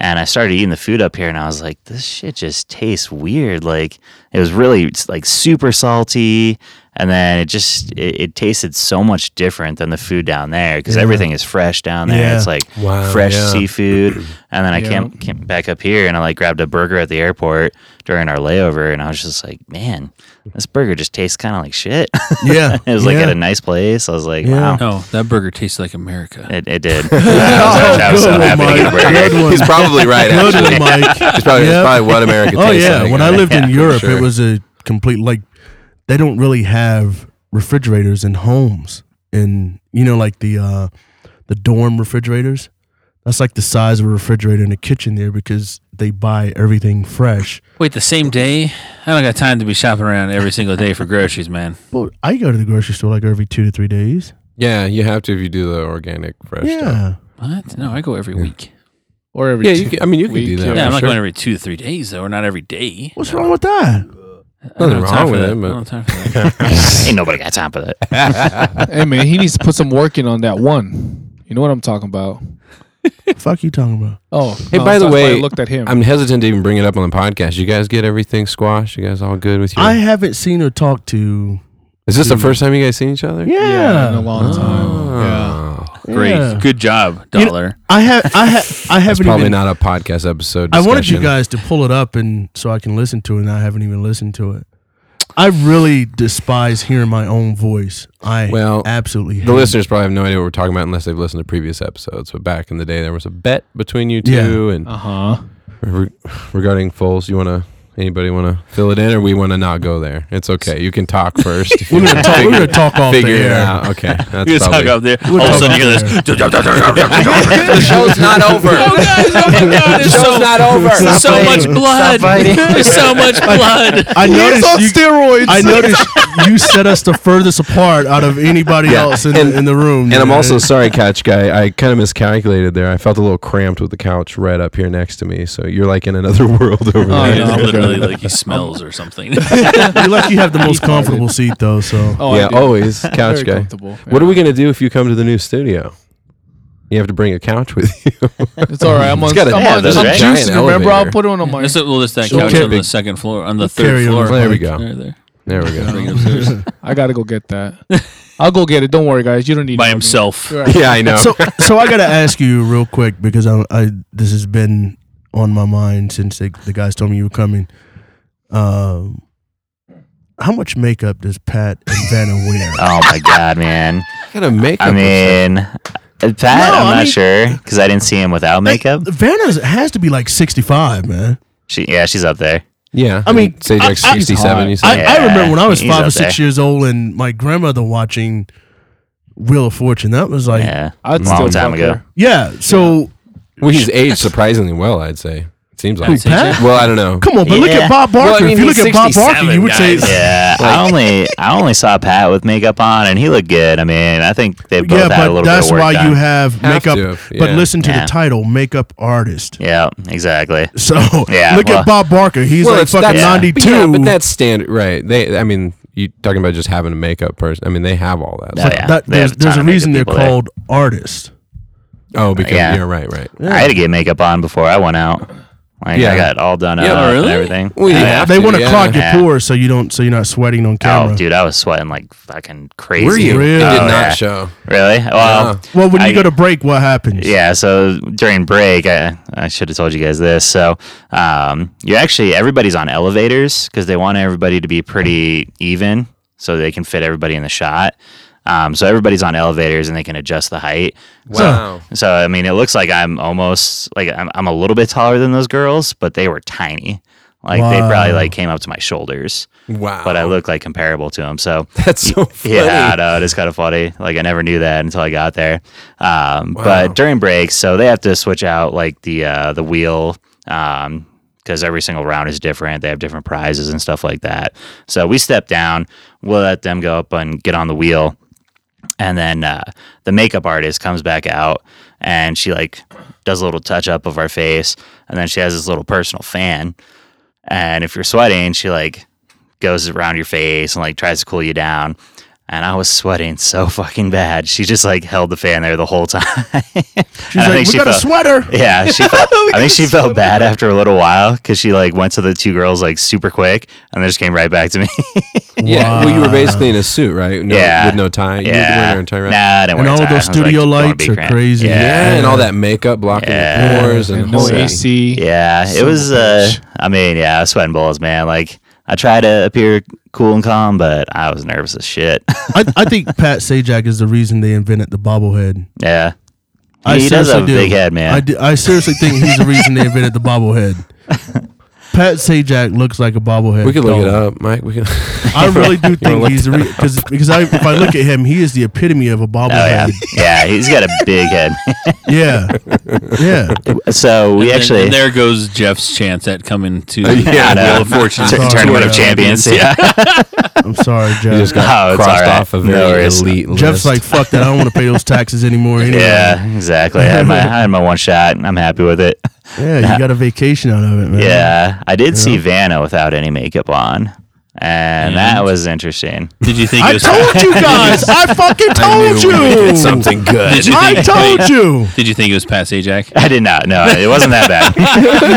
[SPEAKER 6] and I started eating the food up here, and I was like, this shit just tastes weird. Like it was really like super salty, and then it just it, it tasted so much different than the food down there because everything is fresh down there.
[SPEAKER 4] Yeah.
[SPEAKER 6] It's like
[SPEAKER 1] Wow,
[SPEAKER 6] fresh
[SPEAKER 1] yeah.
[SPEAKER 6] seafood. And then I
[SPEAKER 2] Yeah.
[SPEAKER 6] came, came back up here and I like grabbed a burger at the airport during our layover. And I was just like, man, this burger just tastes kind of like shit.
[SPEAKER 4] Yeah.
[SPEAKER 6] it was like
[SPEAKER 4] yeah.
[SPEAKER 6] at a nice place. I was like,
[SPEAKER 4] Yeah.
[SPEAKER 6] wow.
[SPEAKER 3] No, that burger tastes like America.
[SPEAKER 6] It, it did. I was, I was so
[SPEAKER 4] good
[SPEAKER 6] happy to get a
[SPEAKER 4] one, Mike.
[SPEAKER 6] burger.
[SPEAKER 4] Good one.
[SPEAKER 1] He's probably right.
[SPEAKER 4] Good
[SPEAKER 1] Actually,
[SPEAKER 4] one,
[SPEAKER 1] it's
[SPEAKER 4] Mike.
[SPEAKER 1] probably, it's
[SPEAKER 4] Yep.
[SPEAKER 1] probably what America.
[SPEAKER 4] Oh
[SPEAKER 1] tastes
[SPEAKER 4] yeah,
[SPEAKER 1] like.
[SPEAKER 4] when I lived in
[SPEAKER 1] for
[SPEAKER 4] Europe,
[SPEAKER 1] sure.
[SPEAKER 4] it was a complete like they don't really have refrigerators in homes, and you know like the uh, the dorm refrigerators. That's like the size of a refrigerator in a kitchen there because they buy everything fresh.
[SPEAKER 3] Wait, the same day? I don't got time to be shopping around every single day for groceries, man.
[SPEAKER 4] Well, I go to the grocery store like every two to three days.
[SPEAKER 1] yeah, you have to if you do the organic fresh stuff.
[SPEAKER 4] Yeah,
[SPEAKER 3] What? No, I go every week.
[SPEAKER 2] or every
[SPEAKER 1] Yeah, you can, I mean you can do that.
[SPEAKER 3] Yeah, I'm
[SPEAKER 1] for
[SPEAKER 3] not
[SPEAKER 1] sure.
[SPEAKER 3] going every two to three days though, or not every day.
[SPEAKER 4] what's wrong with that?
[SPEAKER 3] I don't
[SPEAKER 1] Nothing
[SPEAKER 3] have time
[SPEAKER 1] wrong
[SPEAKER 3] for
[SPEAKER 1] with
[SPEAKER 3] that.
[SPEAKER 1] it, but-
[SPEAKER 3] I don't have time for that.
[SPEAKER 6] Ain't nobody got time for that.
[SPEAKER 2] hey man, he needs to put some work in on that one. You know what I'm talking about?
[SPEAKER 4] fuck you talking about?
[SPEAKER 2] Oh,
[SPEAKER 1] Hey,
[SPEAKER 2] no,
[SPEAKER 1] by the
[SPEAKER 2] that's why I
[SPEAKER 1] way,
[SPEAKER 2] looked at him.
[SPEAKER 1] I'm hesitant to even bring it up on the podcast. You guys get everything squash? You guys all good with your?
[SPEAKER 4] I haven't seen or talked to.
[SPEAKER 1] Is this the first time you guys seen each other?
[SPEAKER 2] yeah, in a
[SPEAKER 4] Yeah,
[SPEAKER 2] long time.
[SPEAKER 1] Oh.
[SPEAKER 3] Great,
[SPEAKER 4] Yeah.
[SPEAKER 3] good job,
[SPEAKER 4] You know-
[SPEAKER 3] dollar.
[SPEAKER 4] I have. I have. I haven't
[SPEAKER 1] Probably
[SPEAKER 4] even
[SPEAKER 1] not a podcast episode.
[SPEAKER 4] I wanted you
[SPEAKER 1] discussion.
[SPEAKER 4] guys to pull it up and so I can listen to it, and I haven't even listened to it. I really despise hearing my own voice. I
[SPEAKER 1] Well,
[SPEAKER 4] well, absolutely hate
[SPEAKER 1] The
[SPEAKER 4] it.
[SPEAKER 1] listeners probably have no idea what we're talking about unless they've listened to previous episodes. But back in the day, there was a bet between you
[SPEAKER 4] Yeah.
[SPEAKER 1] two, and
[SPEAKER 2] Uh huh.
[SPEAKER 1] re- regarding Foles, you want to Anybody want to fill it in, or we want to not go there? It's okay. You can talk first.
[SPEAKER 4] We're gonna talk. We're gonna talk off the
[SPEAKER 1] Figure it
[SPEAKER 4] air.
[SPEAKER 1] out. Okay, that's
[SPEAKER 3] You just talk
[SPEAKER 1] probably-
[SPEAKER 3] up there. All of a sudden, you hear this.
[SPEAKER 1] The show's not
[SPEAKER 3] Oh,
[SPEAKER 1] over.
[SPEAKER 3] There's so,
[SPEAKER 1] not over.
[SPEAKER 3] so much blood. There's so much blood.
[SPEAKER 4] I noticed. You,
[SPEAKER 2] steroids.
[SPEAKER 4] I noticed you set us the furthest apart out of anybody
[SPEAKER 1] Yeah,
[SPEAKER 4] else in,
[SPEAKER 1] and-
[SPEAKER 4] in the room.
[SPEAKER 1] And I'm
[SPEAKER 4] man.
[SPEAKER 1] also sorry, couch guy. I kind of miscalculated there. I felt a little cramped with the couch right up here next to me. So you're like in another world over
[SPEAKER 2] Oh,
[SPEAKER 1] there.
[SPEAKER 2] no.
[SPEAKER 3] It's literally like he smells or something.
[SPEAKER 4] you like you have the most comfortable seat though. So
[SPEAKER 2] Oh, I
[SPEAKER 1] yeah,
[SPEAKER 2] do.
[SPEAKER 1] always
[SPEAKER 2] Very
[SPEAKER 1] couch guy.
[SPEAKER 2] comfortable.
[SPEAKER 1] What are we gonna do if you come to the new studio? You have to bring a couch with you.
[SPEAKER 2] It's all right. I'm on.
[SPEAKER 1] It's got a-
[SPEAKER 2] I'm
[SPEAKER 1] Yeah,
[SPEAKER 2] on.
[SPEAKER 6] that's
[SPEAKER 2] I'm
[SPEAKER 6] right.
[SPEAKER 2] juicing.
[SPEAKER 1] Giant
[SPEAKER 2] Remember, I'll
[SPEAKER 1] elevator.
[SPEAKER 2] put it on my.
[SPEAKER 3] That's it. Well, it's that
[SPEAKER 1] Sure.
[SPEAKER 3] couch on
[SPEAKER 1] Big-
[SPEAKER 3] the second floor, on the
[SPEAKER 4] carry
[SPEAKER 3] third
[SPEAKER 4] on.
[SPEAKER 3] floor.
[SPEAKER 1] There we go.
[SPEAKER 3] There, there.
[SPEAKER 1] There we go.
[SPEAKER 3] Bring it upstairs.
[SPEAKER 2] I gotta go get that. I'll go get it. Don't worry, guys. You don't need
[SPEAKER 3] By
[SPEAKER 2] nothing.
[SPEAKER 3] himself.
[SPEAKER 2] You're right.
[SPEAKER 1] Yeah, I know.
[SPEAKER 4] so so I gotta ask you real quick because I, I this has been on my mind since they, the guys told me you were coming. Um, how much makeup does Pat and Vanna wear?
[SPEAKER 6] Oh my god, man!
[SPEAKER 1] got a makeup.
[SPEAKER 6] I mean, uh, Pat, I'm
[SPEAKER 4] I
[SPEAKER 6] not
[SPEAKER 4] mean-
[SPEAKER 6] sure because I didn't see him without makeup.
[SPEAKER 4] Vanna has to be like sixty five, man.
[SPEAKER 6] She, yeah, she's up there.
[SPEAKER 1] yeah.
[SPEAKER 4] I mean,
[SPEAKER 1] say like
[SPEAKER 4] I- I-
[SPEAKER 1] 67. you
[SPEAKER 4] I,
[SPEAKER 1] said.
[SPEAKER 4] I remember when I was
[SPEAKER 6] he's
[SPEAKER 4] five
[SPEAKER 6] up
[SPEAKER 4] or six
[SPEAKER 6] there.
[SPEAKER 4] years old and my grandmother watching Wheel of Fortune. That was like yeah.
[SPEAKER 6] Yeah,
[SPEAKER 2] I'd
[SPEAKER 6] long
[SPEAKER 2] still
[SPEAKER 6] time
[SPEAKER 2] fuck
[SPEAKER 6] ago.
[SPEAKER 2] her.
[SPEAKER 4] so
[SPEAKER 1] well, he's aged surprisingly well. I'd say. It seems like.
[SPEAKER 3] I'd say
[SPEAKER 4] Pat?
[SPEAKER 1] Well, I don't know.
[SPEAKER 4] come on, but look
[SPEAKER 6] Yeah.
[SPEAKER 4] at Bob Barker.
[SPEAKER 1] Well, I mean,
[SPEAKER 4] if you look
[SPEAKER 1] he's
[SPEAKER 4] at Bob
[SPEAKER 1] 67,
[SPEAKER 4] Barker, you would
[SPEAKER 1] guys.
[SPEAKER 4] say
[SPEAKER 6] Yeah, I only I only saw Pat with makeup on, and he looked good. I mean, I think they both
[SPEAKER 4] yeah,
[SPEAKER 6] had a
[SPEAKER 4] but
[SPEAKER 6] little bit
[SPEAKER 4] that's
[SPEAKER 6] of work
[SPEAKER 4] why
[SPEAKER 6] done.
[SPEAKER 4] you have
[SPEAKER 1] Have
[SPEAKER 4] makeup.
[SPEAKER 1] to,
[SPEAKER 4] But
[SPEAKER 1] yeah.
[SPEAKER 4] listen to
[SPEAKER 6] Yeah.
[SPEAKER 4] the title, makeup artist.
[SPEAKER 6] Yeah, exactly.
[SPEAKER 4] So
[SPEAKER 6] Yeah,
[SPEAKER 4] look
[SPEAKER 6] well-
[SPEAKER 4] at Bob Barker. He's like
[SPEAKER 1] it's-
[SPEAKER 4] fucking
[SPEAKER 1] that's-
[SPEAKER 4] ninety two.
[SPEAKER 1] Yeah, but that's standard, right? They, I mean, you talking about just having a makeup person? I mean, they have all that.
[SPEAKER 6] No,
[SPEAKER 1] So-
[SPEAKER 6] yeah.
[SPEAKER 4] That-
[SPEAKER 6] They have
[SPEAKER 4] there's, there's
[SPEAKER 6] ton
[SPEAKER 4] a
[SPEAKER 6] of makeup
[SPEAKER 4] reason they're
[SPEAKER 6] people there.
[SPEAKER 4] called artists.
[SPEAKER 1] Oh, because
[SPEAKER 6] Yeah.
[SPEAKER 1] you're right, right.
[SPEAKER 6] I had to get makeup on before I went out. Like
[SPEAKER 1] Yeah.
[SPEAKER 6] I got all done
[SPEAKER 1] Yeah,
[SPEAKER 6] up and
[SPEAKER 3] really?
[SPEAKER 6] everything.
[SPEAKER 1] Well, you
[SPEAKER 6] Yeah.
[SPEAKER 1] have
[SPEAKER 4] They
[SPEAKER 1] to,
[SPEAKER 4] want to
[SPEAKER 1] yeah.
[SPEAKER 4] clog your
[SPEAKER 6] Yeah.
[SPEAKER 4] pores so you don't so you're not sweating on camera.
[SPEAKER 6] Oh, dude, I was sweating like fucking crazy.
[SPEAKER 1] Were you? It did
[SPEAKER 6] Oh,
[SPEAKER 1] not
[SPEAKER 6] yeah.
[SPEAKER 1] show.
[SPEAKER 6] Really? Well,
[SPEAKER 4] Well, when you
[SPEAKER 6] I-
[SPEAKER 4] go to break, what happens?
[SPEAKER 6] yeah. So during break, I, I should have told you guys this. So um, you actually everybody's on elevators because they want everybody to be pretty even so they can fit everybody in the shot. Um, so everybody's on elevators and they can adjust the height.
[SPEAKER 1] Wow.
[SPEAKER 6] So I mean, it looks like I'm almost like I'm, I'm a little bit taller than those girls, but they were tiny. Like they probably
[SPEAKER 4] Wow.
[SPEAKER 6] like came up to my shoulders,
[SPEAKER 1] wow.
[SPEAKER 6] but I look like comparable to them. So
[SPEAKER 1] That's so funny.
[SPEAKER 6] yeah, no, it is kind of funny. Like I never knew that until I got there. Um, But during breaks, so they have to switch out like the uh, the wheel. Um, because every single round is different. They have different prizes and stuff like that. So we step down. We'll let them go up and get on the wheel and then uh, the makeup artist comes back out and she like does a little touch up of our face and then she has this little personal fan and if you're sweating she like goes around your face and like tries to cool you down and I was sweating so fucking bad. She just like held the fan there the whole time.
[SPEAKER 4] She's like, we got a sweater.
[SPEAKER 6] Yeah, she felt, I think she felt bad after a little while because she like went to the two girls like super quick and then just came right back to me.
[SPEAKER 1] Yeah. Well, you were basically in a suit, right? No,
[SPEAKER 6] Yeah.
[SPEAKER 1] With no tie. You were
[SPEAKER 6] yeah,
[SPEAKER 1] wearing a tie, right?
[SPEAKER 6] nah, I
[SPEAKER 4] And
[SPEAKER 6] didn't wear a
[SPEAKER 4] all
[SPEAKER 6] tie. I
[SPEAKER 4] those
[SPEAKER 6] was, like,
[SPEAKER 4] studio
[SPEAKER 6] don't wanna
[SPEAKER 4] lights
[SPEAKER 6] be
[SPEAKER 4] are
[SPEAKER 6] cramped.
[SPEAKER 4] crazy.
[SPEAKER 6] Yeah.
[SPEAKER 1] Yeah, and all that makeup blocking the
[SPEAKER 6] Yeah.
[SPEAKER 1] pores and,
[SPEAKER 2] And no
[SPEAKER 1] holy-
[SPEAKER 2] AC.
[SPEAKER 6] Yeah, it was. Uh,
[SPEAKER 2] much.
[SPEAKER 6] I mean, yeah, I was sweating balls, man. Like I tried to appear cool and calm, but I was nervous as shit.
[SPEAKER 4] I, I think Pat Sajak is the reason they invented the bobblehead.
[SPEAKER 6] yeah,
[SPEAKER 4] I
[SPEAKER 6] he does have
[SPEAKER 4] seriously
[SPEAKER 6] a
[SPEAKER 4] do.
[SPEAKER 6] big head, man.
[SPEAKER 4] I, do- I seriously think he's the reason they invented the bobblehead. Pat Sajak looks like a bobblehead.
[SPEAKER 1] We could look it
[SPEAKER 4] doll.
[SPEAKER 1] up, Mike. We could.
[SPEAKER 4] I really do think
[SPEAKER 1] look
[SPEAKER 4] he's the re- cause, because I, if I look at him, he is the epitome of a
[SPEAKER 6] Oh yeah,
[SPEAKER 4] bobblehead.
[SPEAKER 6] yeah. He's got a big head.
[SPEAKER 4] yeah. yeah,
[SPEAKER 6] so we
[SPEAKER 3] And
[SPEAKER 6] actually
[SPEAKER 3] there goes Jeff's chance at coming to
[SPEAKER 1] Yeah,
[SPEAKER 6] I
[SPEAKER 3] the
[SPEAKER 6] know.
[SPEAKER 3] Wheel of Fortune
[SPEAKER 6] Tur-
[SPEAKER 4] Sorry,
[SPEAKER 6] tournament of
[SPEAKER 4] yeah.
[SPEAKER 6] champions. Yeah,
[SPEAKER 4] I'm sorry,
[SPEAKER 1] You
[SPEAKER 4] Jeff.
[SPEAKER 1] just got
[SPEAKER 6] Oh, it's
[SPEAKER 1] crossed
[SPEAKER 6] all right.
[SPEAKER 1] off a
[SPEAKER 6] No
[SPEAKER 1] very
[SPEAKER 6] worries.
[SPEAKER 1] elite list.
[SPEAKER 4] Jeff's like, fuck that. I don't want to pay those taxes anymore. Anyway.
[SPEAKER 6] yeah, exactly. I had my I had my one shot, and I'm happy with it.
[SPEAKER 4] Yeah, you got a vacation out of it, man.
[SPEAKER 6] Yeah, I did see Vanna without any makeup on, and that was interesting.
[SPEAKER 3] Did you think
[SPEAKER 4] I
[SPEAKER 3] it was?
[SPEAKER 4] told you guys. I fucking
[SPEAKER 1] I
[SPEAKER 4] told
[SPEAKER 1] knew we did
[SPEAKER 4] you.
[SPEAKER 1] something good.
[SPEAKER 3] Did you
[SPEAKER 4] I
[SPEAKER 3] think,
[SPEAKER 4] told you.
[SPEAKER 3] Did you think it was Pat Sajak?
[SPEAKER 6] I did not. No, it wasn't that bad.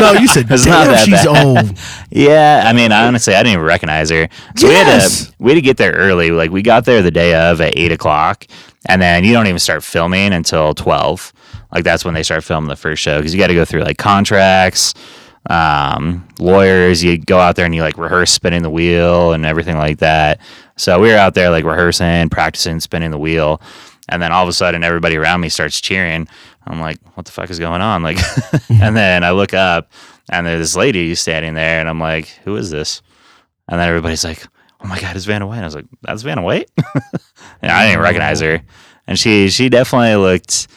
[SPEAKER 4] No, you said
[SPEAKER 6] It's not
[SPEAKER 4] damn,
[SPEAKER 6] that
[SPEAKER 4] she's
[SPEAKER 6] bad."
[SPEAKER 4] old.
[SPEAKER 6] Yeah, I mean, honestly, I didn't even recognize her.
[SPEAKER 4] Yes!
[SPEAKER 6] So we had to we had to get there early. Like we got there the day of at eight o'clock, and then you don't even start filming until twelve. Like that's when they start filming the first show because you got to go through like contracts, um, lawyers. You go out there and you like rehearse spinning the wheel and everything like that. So we were out there like rehearsing, practicing spinning the wheel, And then all of a sudden, everybody around me starts cheering. I'm like, what the fuck is going on? Like, and then I look up and there's this lady standing there, and I'm like, who is this? And then everybody's like, oh my God, it's Vanna White. And I was like, that's Vanna White? and I didn't recognize her. And she, she definitely looked.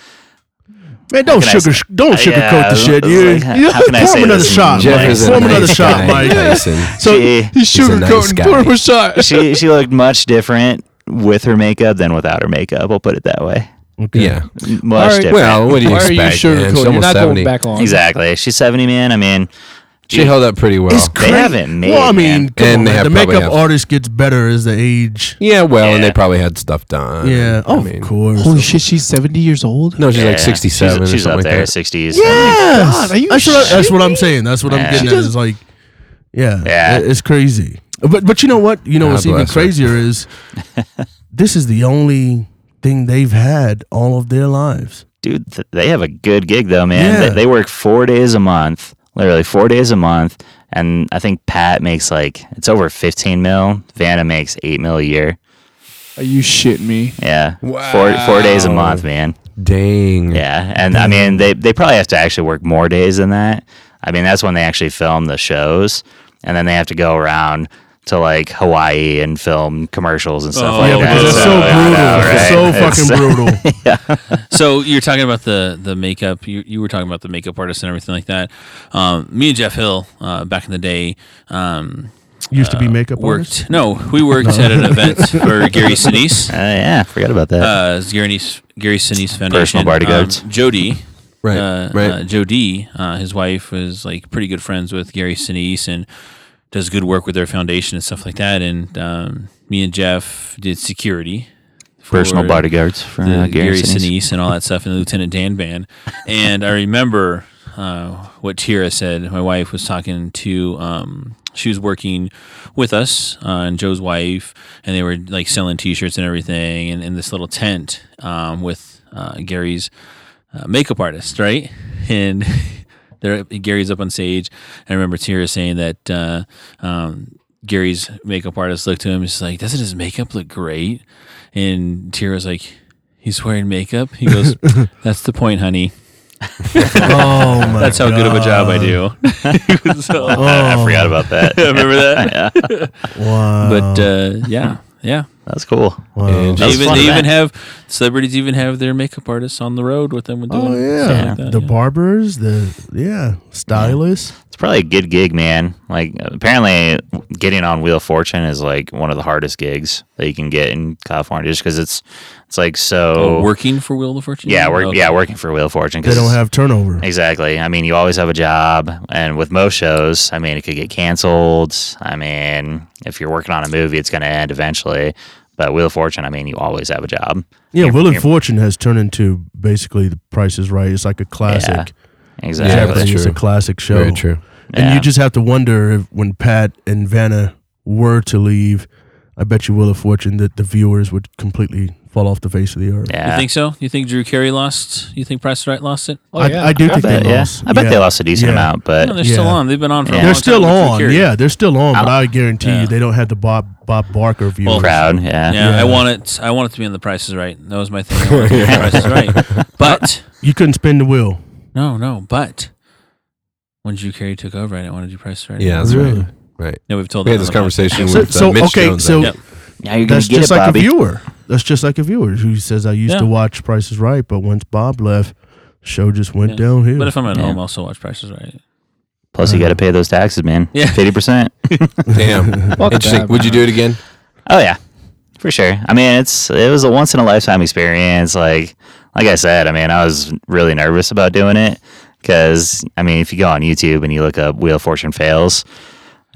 [SPEAKER 4] Man, don't
[SPEAKER 6] How can I
[SPEAKER 4] sugar,
[SPEAKER 6] say-
[SPEAKER 4] don't sugarcoat
[SPEAKER 6] Yeah,
[SPEAKER 4] the shit.
[SPEAKER 6] I was
[SPEAKER 4] You,
[SPEAKER 6] like,
[SPEAKER 4] you
[SPEAKER 6] how can I
[SPEAKER 4] pour
[SPEAKER 6] say
[SPEAKER 4] him another
[SPEAKER 6] this in
[SPEAKER 4] shot,
[SPEAKER 6] Jeff
[SPEAKER 4] Mike.
[SPEAKER 6] is
[SPEAKER 4] Pour him another shot,
[SPEAKER 1] guy,
[SPEAKER 4] Mike.
[SPEAKER 1] Tyson.
[SPEAKER 6] So she,
[SPEAKER 2] He's
[SPEAKER 1] He's a
[SPEAKER 2] sugarcoating.
[SPEAKER 1] nice guy.
[SPEAKER 2] pour him a shot.
[SPEAKER 6] she, she looked much different with her makeup than without her makeup. I'll put it that way.
[SPEAKER 1] Yeah.
[SPEAKER 6] Much
[SPEAKER 2] right,
[SPEAKER 6] different.
[SPEAKER 1] Well, what do you
[SPEAKER 2] Why
[SPEAKER 1] expect?
[SPEAKER 2] are you
[SPEAKER 1] man? She's
[SPEAKER 2] sugarcoating? You're
[SPEAKER 1] almost
[SPEAKER 2] not
[SPEAKER 1] 70.
[SPEAKER 2] going back long.
[SPEAKER 6] Exactly. She's 70, man. I mean,
[SPEAKER 1] She held up pretty well.
[SPEAKER 4] It's crazy.
[SPEAKER 6] haven't made
[SPEAKER 4] Well, I
[SPEAKER 6] it,
[SPEAKER 4] mean,
[SPEAKER 6] man.
[SPEAKER 4] come
[SPEAKER 1] And
[SPEAKER 4] on,
[SPEAKER 1] they
[SPEAKER 4] man.
[SPEAKER 1] have
[SPEAKER 4] the
[SPEAKER 1] probably
[SPEAKER 4] makeup
[SPEAKER 1] have-
[SPEAKER 4] artist gets better as the age.
[SPEAKER 1] yeah, well, and they
[SPEAKER 6] Yeah.
[SPEAKER 1] probably had stuff done.
[SPEAKER 4] Yeah,
[SPEAKER 1] Uh,
[SPEAKER 4] Oh,
[SPEAKER 1] I
[SPEAKER 4] of
[SPEAKER 1] mean-
[SPEAKER 4] course.
[SPEAKER 2] Holy shit, she's 70 years old?
[SPEAKER 1] No, she's
[SPEAKER 6] yeah,
[SPEAKER 1] like 67
[SPEAKER 6] She's,
[SPEAKER 1] or
[SPEAKER 6] she's
[SPEAKER 1] something
[SPEAKER 6] up
[SPEAKER 1] like
[SPEAKER 6] there,
[SPEAKER 1] that.
[SPEAKER 6] 60s.
[SPEAKER 4] Yes,
[SPEAKER 2] God, are you
[SPEAKER 4] that's, what I, that's what I'm saying. That's what
[SPEAKER 6] Yeah.
[SPEAKER 4] I'm getting
[SPEAKER 2] She
[SPEAKER 4] at. It's like, yeah,
[SPEAKER 6] Yeah.
[SPEAKER 4] it- it's crazy. But but you know what? You know
[SPEAKER 1] God
[SPEAKER 4] what's even
[SPEAKER 1] bless her.
[SPEAKER 4] crazier is this is the only thing they've had all of their lives.
[SPEAKER 6] Dude, th- they have a good gig, though, man.
[SPEAKER 4] Yeah.
[SPEAKER 6] They, they work four days a month, literally four days a month. And I think Pat makes like, it's over 15 mil. Vanna makes 8 mil a year.
[SPEAKER 2] Are you shitting me?
[SPEAKER 6] Yeah. Four, four days a
[SPEAKER 1] Wow.
[SPEAKER 6] month, man.
[SPEAKER 1] Dang.
[SPEAKER 6] Yeah, and I mean they they probably have to actually work more days than that. I mean that's when they actually film the shows, and then they have to go around to like Hawaii and film commercials and stuff
[SPEAKER 3] Oh,
[SPEAKER 6] like
[SPEAKER 3] yeah,
[SPEAKER 6] that.
[SPEAKER 3] because it's so
[SPEAKER 6] I know, right?
[SPEAKER 4] brutal. It's so fucking brutal.
[SPEAKER 3] So you're talking about the the makeup. You you were talking about the makeup artist and everything like that. Um, me and Jeff Hill uh, back in the day. Um,
[SPEAKER 4] Used to be
[SPEAKER 3] uh,
[SPEAKER 4] makeup
[SPEAKER 3] worked.
[SPEAKER 4] artist.
[SPEAKER 3] No, we worked at an event for Gary Sinise.
[SPEAKER 6] Uh, yeah, forgot about that.
[SPEAKER 3] Uh, it's Gary Sinise, Gary Sinise Foundation.
[SPEAKER 6] bodyguards.
[SPEAKER 3] Um, Jody,
[SPEAKER 1] Right.
[SPEAKER 3] uh,
[SPEAKER 1] right.
[SPEAKER 3] uh, Joe D, uh, his wife was like pretty good friends with Gary Sinise and does good work with their foundation and stuff like that. And um, me and Jeff did security. for
[SPEAKER 6] Personal bodyguards for
[SPEAKER 3] the
[SPEAKER 6] uh,
[SPEAKER 3] Gary
[SPEAKER 6] Gary Sinise.
[SPEAKER 3] Sinise and all that stuff, and the Lieutenant Dan band. And I remember uh, what Tira said. My wife was talking to. Um, she was working with us uh, and Joe's wife, and they were like selling T-shirts and everything, and in this little tent um, with uh, Gary's uh, makeup artist, right? And there, Gary's up on stage. I remember Tira saying that uh, um, Gary's makeup artist looked to him. She's like, "Doesn't his makeup look great?" And Tira's like, "He's wearing makeup." He goes, "That's the point, honey.
[SPEAKER 4] Oh my
[SPEAKER 3] That's how good of a job I
[SPEAKER 4] God.
[SPEAKER 3] do." So,
[SPEAKER 4] Oh.
[SPEAKER 6] I, I forgot about that.
[SPEAKER 3] remember that?
[SPEAKER 4] Wow.
[SPEAKER 3] But uh, yeah, yeah.
[SPEAKER 6] That's cool.
[SPEAKER 4] wow.
[SPEAKER 1] and
[SPEAKER 3] They
[SPEAKER 1] just-
[SPEAKER 6] was
[SPEAKER 3] even
[SPEAKER 6] fun
[SPEAKER 3] they
[SPEAKER 6] event.
[SPEAKER 3] even have celebrities even have their makeup artists on the road with them. When doing
[SPEAKER 4] Oh
[SPEAKER 3] stuff
[SPEAKER 4] yeah,
[SPEAKER 3] like that,
[SPEAKER 4] the
[SPEAKER 3] yeah.
[SPEAKER 4] barbers, the yeah, stylists.
[SPEAKER 6] It's probably a good gig, man. Like apparently, getting on Wheel of Fortune is like one of the hardest gigs that you can get in California, just because it's it's like so.
[SPEAKER 3] Oh, working for Wheel of Fortune.
[SPEAKER 6] yeah, work,
[SPEAKER 3] Okay.
[SPEAKER 6] yeah, working for Wheel of Fortune. 'cause
[SPEAKER 4] They don't
[SPEAKER 6] it's-
[SPEAKER 4] have turnover.
[SPEAKER 6] Exactly. I mean, you always have a job, and with most shows, I mean, it could get canceled. I mean, if you're working on a movie, it's going to end eventually. But Wheel of Fortune, I mean, you always have a job.
[SPEAKER 4] Yeah,
[SPEAKER 6] You're-
[SPEAKER 4] Will and
[SPEAKER 6] you're-
[SPEAKER 4] Fortune has turned into basically the Price is Right. It's like a classic.
[SPEAKER 6] Exactly.
[SPEAKER 1] Yeah,
[SPEAKER 4] Japanese,
[SPEAKER 1] that's
[SPEAKER 4] it's
[SPEAKER 1] true.
[SPEAKER 4] a classic show.
[SPEAKER 1] Very true.
[SPEAKER 4] And
[SPEAKER 6] Yeah.
[SPEAKER 4] you just have to wonder if when Pat and Vanna were to leave, I bet you Will of Fortune that the viewers would completely fall off the face of the earth.
[SPEAKER 6] Yeah.
[SPEAKER 3] You think so? You think Drew Carey lost? You think Price Right lost it?
[SPEAKER 2] Oh,
[SPEAKER 4] I,
[SPEAKER 2] yeah.
[SPEAKER 4] I do
[SPEAKER 6] I
[SPEAKER 4] think
[SPEAKER 6] bet,
[SPEAKER 4] they
[SPEAKER 6] yeah.
[SPEAKER 4] lost.
[SPEAKER 6] I bet
[SPEAKER 4] Yeah.
[SPEAKER 6] they lost a decent
[SPEAKER 4] Yeah.
[SPEAKER 6] amount,
[SPEAKER 3] No,
[SPEAKER 6] but
[SPEAKER 3] they're still
[SPEAKER 4] yeah.
[SPEAKER 3] on. They've been on for a long
[SPEAKER 4] They're
[SPEAKER 3] time
[SPEAKER 4] still
[SPEAKER 3] with Drew
[SPEAKER 4] on.
[SPEAKER 3] Carey.
[SPEAKER 4] Yeah, they're still on, but
[SPEAKER 6] I'll-
[SPEAKER 4] I guarantee
[SPEAKER 3] Yeah.
[SPEAKER 4] you they don't have the Bob Bob Barker view.
[SPEAKER 3] Well,
[SPEAKER 6] crowd. Yeah.
[SPEAKER 3] Yeah,
[SPEAKER 4] Yeah.
[SPEAKER 3] I want it. I want it to be on The Price Is Right. That was my thing. I want it to be on The Price Is Right. But
[SPEAKER 4] you couldn't spin the wheel.
[SPEAKER 3] no, no. But when Drew Carey took over, I didn't want to do Price Is Right.
[SPEAKER 1] Yeah, that's
[SPEAKER 4] Really?
[SPEAKER 1] right. Right.
[SPEAKER 3] No, we've told.
[SPEAKER 1] We
[SPEAKER 3] that
[SPEAKER 1] had
[SPEAKER 3] on
[SPEAKER 1] this
[SPEAKER 3] the podcast.
[SPEAKER 1] conversation
[SPEAKER 4] So,
[SPEAKER 1] with
[SPEAKER 4] so
[SPEAKER 1] uh, Mitch
[SPEAKER 4] okay,
[SPEAKER 1] Jones.
[SPEAKER 4] so
[SPEAKER 3] Yep.
[SPEAKER 6] Now you're going
[SPEAKER 4] that's
[SPEAKER 6] to get
[SPEAKER 4] just
[SPEAKER 6] it,
[SPEAKER 4] like
[SPEAKER 6] Bobby.
[SPEAKER 4] a viewer. That's just like a viewer who says, "I used
[SPEAKER 3] Yeah.
[SPEAKER 4] to watch Price is Right, but once Bob left, show just went
[SPEAKER 3] Yeah.
[SPEAKER 4] downhill."
[SPEAKER 3] But if I'm at
[SPEAKER 6] Yeah.
[SPEAKER 3] home, I'll still watch Price Is Right.
[SPEAKER 6] Plus, you got to pay those taxes, man.
[SPEAKER 3] Yeah.
[SPEAKER 6] 50%.
[SPEAKER 1] Damn.
[SPEAKER 2] Fuck
[SPEAKER 1] Interesting.
[SPEAKER 2] that,
[SPEAKER 1] Would you
[SPEAKER 2] man.
[SPEAKER 1] do it again?
[SPEAKER 6] Oh yeah, for sure. I mean, it's it was a once in a lifetime experience. Like like I said, I mean, I was really nervous about doing it because I mean, if you go on YouTube and you look up Wheel of Fortune fails,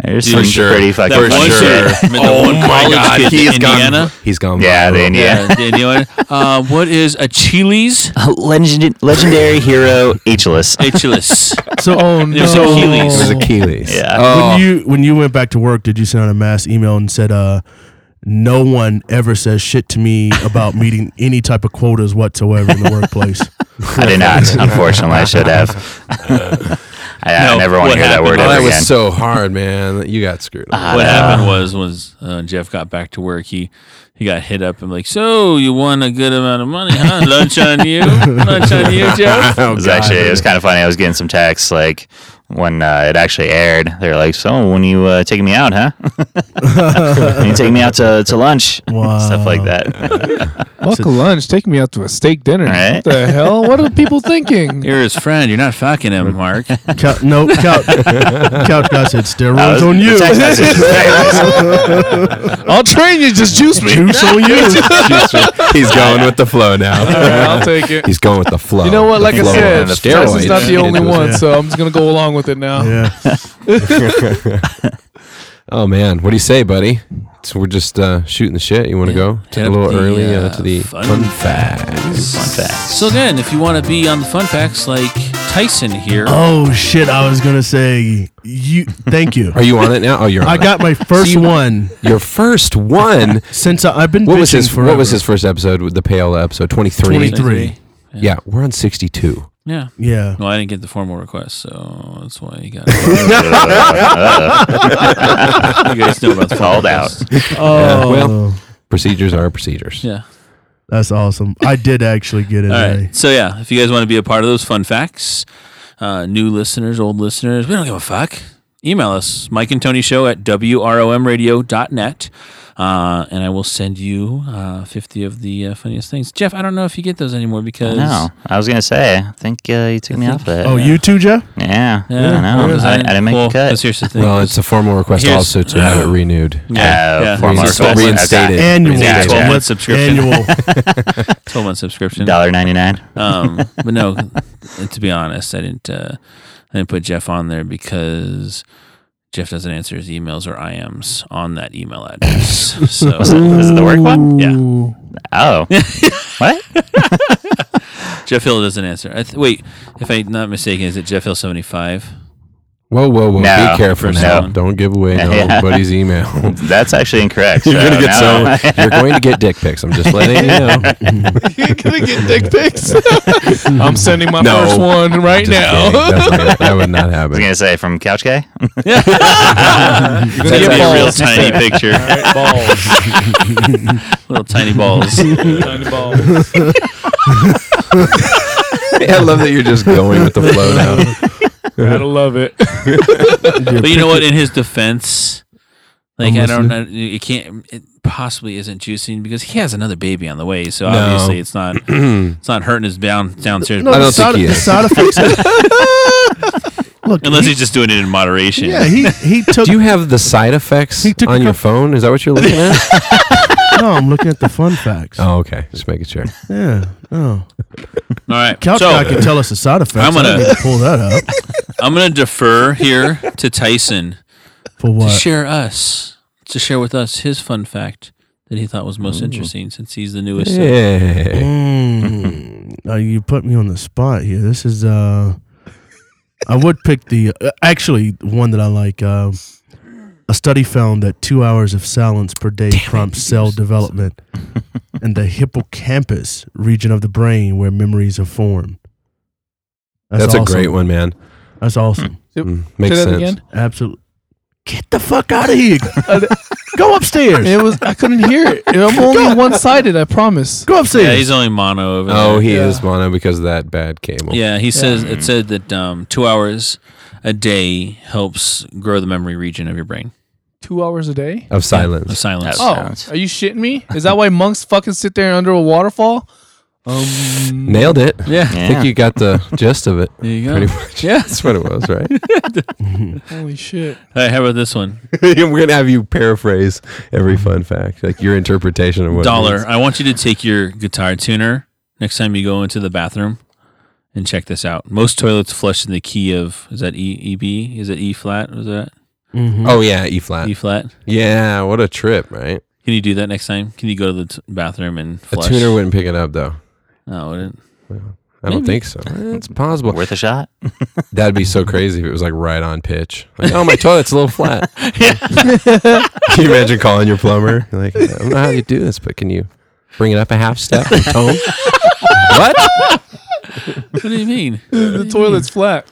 [SPEAKER 6] there's
[SPEAKER 1] For
[SPEAKER 6] some
[SPEAKER 1] sure.
[SPEAKER 6] pretty fucking
[SPEAKER 1] For
[SPEAKER 6] funny
[SPEAKER 1] sure.
[SPEAKER 6] shit.
[SPEAKER 3] I mean, the
[SPEAKER 1] Oh
[SPEAKER 3] one
[SPEAKER 1] my
[SPEAKER 3] college
[SPEAKER 1] God,
[SPEAKER 3] kid
[SPEAKER 1] he's
[SPEAKER 3] in
[SPEAKER 1] gone.
[SPEAKER 3] Indiana.
[SPEAKER 1] He's gone.
[SPEAKER 6] Yeah,
[SPEAKER 1] viral.
[SPEAKER 6] the Indiana
[SPEAKER 3] Yeah, in Indiana. Uh, what is a Chili's?
[SPEAKER 6] legend, legendary hero Hlas.
[SPEAKER 3] A Chili's.
[SPEAKER 4] so, oh
[SPEAKER 3] It was Achilles.
[SPEAKER 1] It was Achilles.
[SPEAKER 6] Yeah.
[SPEAKER 1] Oh,
[SPEAKER 4] When you when you went back to work, did you send out a mass email and said, uh, "No one ever says shit to me about meeting any type of quotas whatsoever in the workplace"?
[SPEAKER 6] I did not. Unfortunately, I should have. I, I
[SPEAKER 3] No,
[SPEAKER 6] never want
[SPEAKER 3] what
[SPEAKER 6] to hear that
[SPEAKER 3] happened
[SPEAKER 6] word
[SPEAKER 1] Oh,
[SPEAKER 6] ever
[SPEAKER 1] that
[SPEAKER 6] again. Uh-huh.
[SPEAKER 1] was so hard, man. You got screwed. up.
[SPEAKER 3] what happened was was uh, Jeff got back to work. He he got hit up and like, so you won a good amount of money, huh? Lunch on you, lunch on you, Jeff.
[SPEAKER 1] Oh,
[SPEAKER 6] It was
[SPEAKER 1] God.
[SPEAKER 6] actually it was kind of funny. I was getting some texts like when uh, it actually aired. They're like, "So when you uh, taking me out, huh? when you taking me out to, to lunch, stuff like that."
[SPEAKER 2] Fuck lunch. Take me out to a steak dinner.
[SPEAKER 6] Right.
[SPEAKER 2] What the hell? What are people thinking?
[SPEAKER 3] You're his friend. You're not fucking him, Mark.
[SPEAKER 4] Couch, no, couch, couch guy said
[SPEAKER 6] I
[SPEAKER 4] steroids
[SPEAKER 6] was-
[SPEAKER 4] on
[SPEAKER 6] the
[SPEAKER 4] you.
[SPEAKER 6] text message-
[SPEAKER 2] I'll train you. Just juice me.
[SPEAKER 4] Juice on you.
[SPEAKER 1] He's going with the flow
[SPEAKER 2] All right,
[SPEAKER 1] now.
[SPEAKER 2] I'll take it.
[SPEAKER 1] He's going with the flow.
[SPEAKER 2] You know what?
[SPEAKER 1] The
[SPEAKER 2] Like I
[SPEAKER 1] flow
[SPEAKER 2] said,
[SPEAKER 1] of
[SPEAKER 6] the
[SPEAKER 2] Tess is not
[SPEAKER 1] steroids.
[SPEAKER 2] the only
[SPEAKER 1] It was-
[SPEAKER 2] one, so I'm just gonna go along with it now.
[SPEAKER 4] Yeah.
[SPEAKER 1] Oh man, what do you say, buddy? So we're just uh, shooting the shit. You want to go? Took
[SPEAKER 3] Hit
[SPEAKER 1] a
[SPEAKER 3] up
[SPEAKER 1] little
[SPEAKER 3] the,
[SPEAKER 1] early uh,
[SPEAKER 3] uh,
[SPEAKER 1] to the
[SPEAKER 3] fun
[SPEAKER 1] fun facts.
[SPEAKER 6] Fun fact.
[SPEAKER 3] So again, if you want to be on the fun facts like Tyson here,
[SPEAKER 4] Oh shit! I was gonna say you. Thank you.
[SPEAKER 1] Are you on it now? Oh, you're. On
[SPEAKER 4] I
[SPEAKER 1] it.
[SPEAKER 4] got my first one
[SPEAKER 1] your first one.
[SPEAKER 4] since I, I've been.
[SPEAKER 1] What was
[SPEAKER 4] bitching
[SPEAKER 1] his? What was his
[SPEAKER 4] forever.
[SPEAKER 1] first episode? With the pale episode twenty three.
[SPEAKER 4] 23. three.
[SPEAKER 1] Yeah, we're on sixty two.
[SPEAKER 3] yeah.
[SPEAKER 4] Yeah.
[SPEAKER 3] Well, I didn't get the formal request, so that's why you got. you guys know about the
[SPEAKER 6] Called out.
[SPEAKER 3] request.
[SPEAKER 4] Oh,
[SPEAKER 1] well. Procedures are procedures.
[SPEAKER 3] Yeah.
[SPEAKER 4] that's awesome. I did actually get it.
[SPEAKER 3] All
[SPEAKER 4] eh?
[SPEAKER 3] right. So yeah, if you guys want to be a part of those fun facts, uh, new listeners, old listeners, we don't give a fuck. Email us, Mike and Tony Show at WROMradio.net. Uh, and I will send you uh, 50 of the uh, funniest things. Jeff, I don't know if you get those anymore because.
[SPEAKER 6] No, I was gonna say. I think uh, you took me off of that.
[SPEAKER 4] Oh, you too, Jeff?
[SPEAKER 6] yeah,
[SPEAKER 3] Yeah,
[SPEAKER 6] I know.
[SPEAKER 3] because
[SPEAKER 6] I, I didn't make
[SPEAKER 3] well,
[SPEAKER 6] the cut.
[SPEAKER 3] That's here's the thing.
[SPEAKER 1] Well, it's a formal request
[SPEAKER 3] Here's-
[SPEAKER 1] also to have it renewed.
[SPEAKER 3] yeah,
[SPEAKER 6] Uh,
[SPEAKER 3] yeah.
[SPEAKER 1] It's
[SPEAKER 6] form our
[SPEAKER 1] just
[SPEAKER 6] request.
[SPEAKER 1] reinstated.
[SPEAKER 6] Okay.
[SPEAKER 4] Annual.
[SPEAKER 6] Yeah,
[SPEAKER 4] Twelve
[SPEAKER 6] yeah.
[SPEAKER 4] month
[SPEAKER 3] Subscription.
[SPEAKER 4] Annual.
[SPEAKER 3] 12 month subscription.
[SPEAKER 6] Dollar ninety nine.
[SPEAKER 3] um, but no, uh, to be honest, I didn't. Uh, I didn't put Jeff on there because Jeff doesn't answer his emails or IMs on that email address. So
[SPEAKER 6] Was it, was it the work one?
[SPEAKER 3] yeah,
[SPEAKER 6] Oh, what?
[SPEAKER 3] Jeff Hill doesn't answer. I th- wait, if I'm not mistaken, is it Jeff Hill seventy five?
[SPEAKER 1] Whoa, whoa, whoa!
[SPEAKER 6] No,
[SPEAKER 1] Be careful
[SPEAKER 3] for
[SPEAKER 1] now.
[SPEAKER 3] sure.
[SPEAKER 1] Don't give away
[SPEAKER 6] Yeah.
[SPEAKER 1] nobody's email.
[SPEAKER 6] That's actually incorrect.
[SPEAKER 1] You're gonna
[SPEAKER 6] so
[SPEAKER 1] get
[SPEAKER 6] no.
[SPEAKER 1] so. You're going to get dick pics. I'm just letting you know.
[SPEAKER 2] You're gonna get dick pics. I'm sending my
[SPEAKER 1] No.
[SPEAKER 2] first one right
[SPEAKER 1] Just kidding.
[SPEAKER 2] now.
[SPEAKER 1] That's not- that would not
[SPEAKER 6] I was
[SPEAKER 1] happen.
[SPEAKER 6] gonna say from Couch Guy.
[SPEAKER 2] You're gonna
[SPEAKER 3] That's
[SPEAKER 2] get
[SPEAKER 3] be a real
[SPEAKER 2] balls.
[SPEAKER 3] tiny picture, little tiny balls.
[SPEAKER 1] I love that you're just going with the flow now.
[SPEAKER 2] Gotta love it.
[SPEAKER 3] but you know what? In his defense, like I don't, I, it can't. It possibly isn't juicing because he has another baby on the way. So obviously, it's not. it's not hurting his down downstairs.
[SPEAKER 4] No,
[SPEAKER 1] I
[SPEAKER 4] the
[SPEAKER 1] don't
[SPEAKER 4] side,
[SPEAKER 1] think he
[SPEAKER 4] the
[SPEAKER 1] is.
[SPEAKER 4] side effects. Look,
[SPEAKER 3] Unless
[SPEAKER 4] he,
[SPEAKER 3] he's just doing it in moderation.
[SPEAKER 4] yeah, he he took.
[SPEAKER 1] Do you have the side effects
[SPEAKER 4] He took a
[SPEAKER 1] on your
[SPEAKER 4] cou-
[SPEAKER 1] phone? Is that what you're looking at?
[SPEAKER 4] no, I'm looking at the fun facts.
[SPEAKER 1] oh, okay. Just making sure.
[SPEAKER 4] Yeah, no.
[SPEAKER 3] All right.
[SPEAKER 4] Couch
[SPEAKER 3] so
[SPEAKER 4] guy can tell us the side effects.
[SPEAKER 3] I'm
[SPEAKER 4] I don't
[SPEAKER 3] gonna-
[SPEAKER 4] need to pull that up
[SPEAKER 3] I'm going to defer here to Tyson
[SPEAKER 4] for
[SPEAKER 3] to
[SPEAKER 4] what?
[SPEAKER 3] share us, to share with us his fun fact that he thought was most interesting since he's the newest. uh,
[SPEAKER 1] Yeah.
[SPEAKER 4] Mm, uh, you put me on the spot here. This is. uh I would pick the uh, actually one that I like. Uh, a study found that two hours of silence per day prompts cell development in the hippocampus region of the brain where memories are formed.
[SPEAKER 1] That's, a
[SPEAKER 4] awesome.
[SPEAKER 1] great one, man.
[SPEAKER 4] That's awesome.
[SPEAKER 1] Mm,
[SPEAKER 2] Say
[SPEAKER 1] makes
[SPEAKER 2] that
[SPEAKER 1] sense.
[SPEAKER 2] again.
[SPEAKER 4] Absolutely. Get the fuck out of here. Uh, Go upstairs.
[SPEAKER 2] It was. I couldn't hear it. I'm only one sided. I promise.
[SPEAKER 4] Go
[SPEAKER 3] Yeah,
[SPEAKER 4] upstairs.
[SPEAKER 3] he's only mono over there.
[SPEAKER 1] Oh, he
[SPEAKER 2] Yeah.
[SPEAKER 1] is mono because of that bad cable.
[SPEAKER 3] Yeah, he says it said that um, two hours a day helps grow the memory region of your brain.
[SPEAKER 2] Two hours a day.
[SPEAKER 1] Of
[SPEAKER 3] Of
[SPEAKER 1] silence.
[SPEAKER 3] silence.
[SPEAKER 6] That's-
[SPEAKER 2] Oh,
[SPEAKER 6] Sounds.
[SPEAKER 2] are you shitting me? Is that why monks fucking sit there under a waterfall? Um,
[SPEAKER 1] Nailed it.
[SPEAKER 3] Yeah.
[SPEAKER 1] I think you got the gist of it.
[SPEAKER 3] There you go.
[SPEAKER 1] Pretty much.
[SPEAKER 3] Yeah.
[SPEAKER 1] That's what it was, right?
[SPEAKER 2] holy shit!
[SPEAKER 3] All right, how about this one?
[SPEAKER 1] We're gonna have you paraphrase every fun fact, like your interpretation of what it
[SPEAKER 3] Dollar.
[SPEAKER 1] means.
[SPEAKER 3] I want you to take your guitar tuner next time you go into the bathroom and check this out. Most toilets flush in the key of is that E E B? Is it E flat? Was that
[SPEAKER 1] Oh yeah, E flat.
[SPEAKER 3] Mm-hmm. E flat?
[SPEAKER 1] yeah, what a trip, right?
[SPEAKER 3] Can you do that next time? Can you go to the t- bathroom and flush?
[SPEAKER 1] A tuner wouldn't pick it up though.
[SPEAKER 3] Oh, wouldn't.
[SPEAKER 1] I don't think so. Eh, It's possible.
[SPEAKER 6] Worth a shot.
[SPEAKER 1] That'd be so crazy if it was like right on pitch. Like, oh, my toilet's a little flat. can you imagine calling your plumber? You're like, I don't know how you do this, but can you bring it up a half step and tone? what?
[SPEAKER 3] What do you mean?
[SPEAKER 2] The toilet's flat.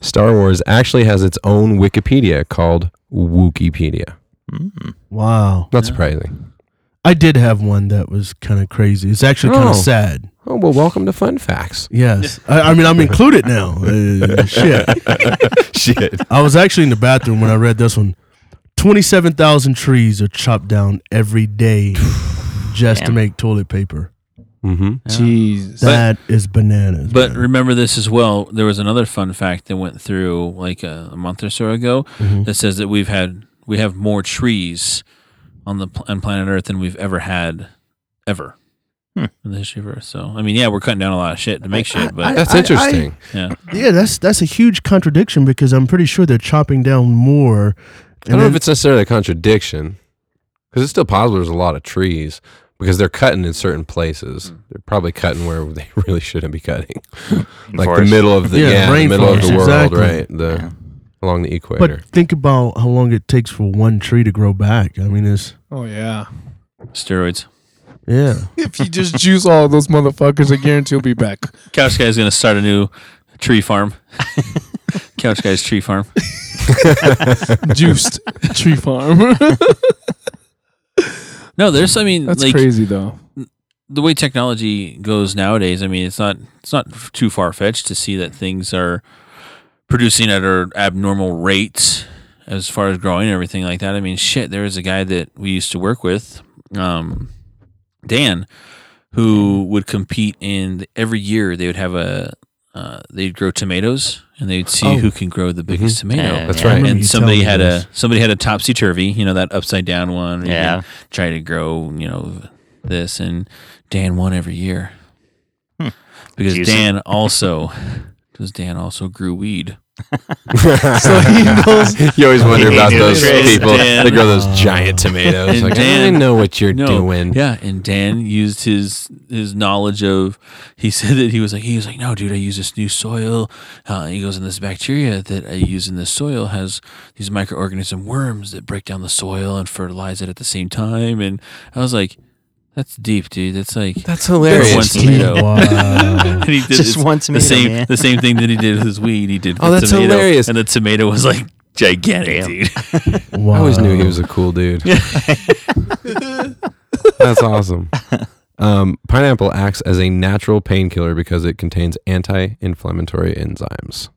[SPEAKER 1] Star Wars actually has its own Wikipedia called Wikipedia.
[SPEAKER 4] Wow.
[SPEAKER 1] Not surprising.
[SPEAKER 4] I did have one that was kind of crazy. It's actually kind
[SPEAKER 1] Oh.
[SPEAKER 4] of sad.
[SPEAKER 1] Oh well, welcome to Fun Facts.
[SPEAKER 4] Yes, I, I mean I'm included now. Uh, shit,
[SPEAKER 1] Shit.
[SPEAKER 4] I was actually in the bathroom when I read this one. Twenty-seven thousand trees are chopped down every day just to
[SPEAKER 6] Damn.
[SPEAKER 4] make toilet paper.
[SPEAKER 1] Mm-hmm.
[SPEAKER 2] Jesus.
[SPEAKER 4] That is bananas.
[SPEAKER 3] But
[SPEAKER 4] man.
[SPEAKER 3] remember this as well. There was another fun fact that went through like a, a month or so ago
[SPEAKER 4] Mhm.
[SPEAKER 3] that says that we've had we have more trees on the pl- on planet Earth than we've ever had ever
[SPEAKER 6] Hmm.
[SPEAKER 3] in the history of Earth. So I mean, yeah, we're cutting down a lot of shit to make shit, but
[SPEAKER 1] That's
[SPEAKER 4] I- I-
[SPEAKER 1] interesting.
[SPEAKER 3] yeah,
[SPEAKER 1] Mm-hmm.
[SPEAKER 4] yeah, that's that's a huge contradiction because I'm pretty sure they're chopping down more.
[SPEAKER 1] I don't know if it's necessarily a contradiction because it's still possible there's a lot of trees because they're cutting in certain
[SPEAKER 4] Hmm.
[SPEAKER 1] places. They're probably cutting where they really shouldn't be cutting, like the middle of the
[SPEAKER 4] Yeah,
[SPEAKER 1] yeah, the middle of
[SPEAKER 4] rainforest,
[SPEAKER 1] the world,
[SPEAKER 4] exactly.
[SPEAKER 1] right? The
[SPEAKER 6] Yeah.
[SPEAKER 1] along the equator.
[SPEAKER 4] But think about how long it takes for one tree to grow back. I mean, it's
[SPEAKER 2] Oh yeah.
[SPEAKER 3] steroids.
[SPEAKER 4] yeah.
[SPEAKER 2] If you just juice all those motherfuckers, I guarantee you'll be back.
[SPEAKER 3] Couch guy's gonna start a new tree farm. Couch guy's tree farm.
[SPEAKER 2] Juiced tree farm.
[SPEAKER 3] No, there's. I mean,
[SPEAKER 2] That's
[SPEAKER 3] like
[SPEAKER 2] crazy though.
[SPEAKER 3] the way technology goes nowadays, I mean, it's not it's not f- too far fetched to see that things are producing at an abnormal rates as far as growing and everything like that. I mean, shit, there was a guy that we used to work with, um, Dan, who would compete in the, every year. They would have a uh, they'd grow tomatoes and they'd see
[SPEAKER 4] Oh. Mm-hmm.
[SPEAKER 3] who can grow the biggest tomato.
[SPEAKER 6] Yeah,
[SPEAKER 1] That's
[SPEAKER 6] yeah.
[SPEAKER 1] right.
[SPEAKER 4] remember you
[SPEAKER 3] And somebody
[SPEAKER 4] telling
[SPEAKER 3] had
[SPEAKER 4] me this.
[SPEAKER 3] a somebody had a topsy turvy, you know, that upside down one. You
[SPEAKER 6] Yeah.
[SPEAKER 3] can try to grow, you know, this and Dan won every year because
[SPEAKER 6] Juicy.
[SPEAKER 3] Dan also because Dan also grew weed.
[SPEAKER 2] So he knows
[SPEAKER 1] you always wonder
[SPEAKER 6] He
[SPEAKER 1] about
[SPEAKER 6] knew
[SPEAKER 1] those
[SPEAKER 6] it.
[SPEAKER 1] people.
[SPEAKER 3] Dan.
[SPEAKER 1] They grow those giant tomatoes.
[SPEAKER 3] And
[SPEAKER 1] Like, I
[SPEAKER 3] Dan-
[SPEAKER 1] know what you're doing.
[SPEAKER 3] yeah, and Dan used his his knowledge of. He said that he was like he was like no dude, I use this new soil. Uh, he goes and this bacteria that I use in this soil has these microorganism worms that break down the soil and fertilize it at the same time. And I was like, that's deep, dude. That's like
[SPEAKER 1] That's
[SPEAKER 3] There's
[SPEAKER 1] hilarious.
[SPEAKER 3] one tomato.
[SPEAKER 4] Wow.
[SPEAKER 3] and he did
[SPEAKER 6] Just
[SPEAKER 3] this-
[SPEAKER 6] one tomato,
[SPEAKER 3] The same,
[SPEAKER 6] man.
[SPEAKER 3] the same thing that he did with his weed. He did.
[SPEAKER 1] Oh,
[SPEAKER 3] with
[SPEAKER 1] that's
[SPEAKER 3] tomato,
[SPEAKER 1] hilarious.
[SPEAKER 3] And the tomato was like gigantic,
[SPEAKER 6] Damn.
[SPEAKER 3] dude.
[SPEAKER 4] wow.
[SPEAKER 1] I always knew he was a cool dude. That's awesome. Um, pineapple acts as a natural painkiller because it contains anti-inflammatory enzymes.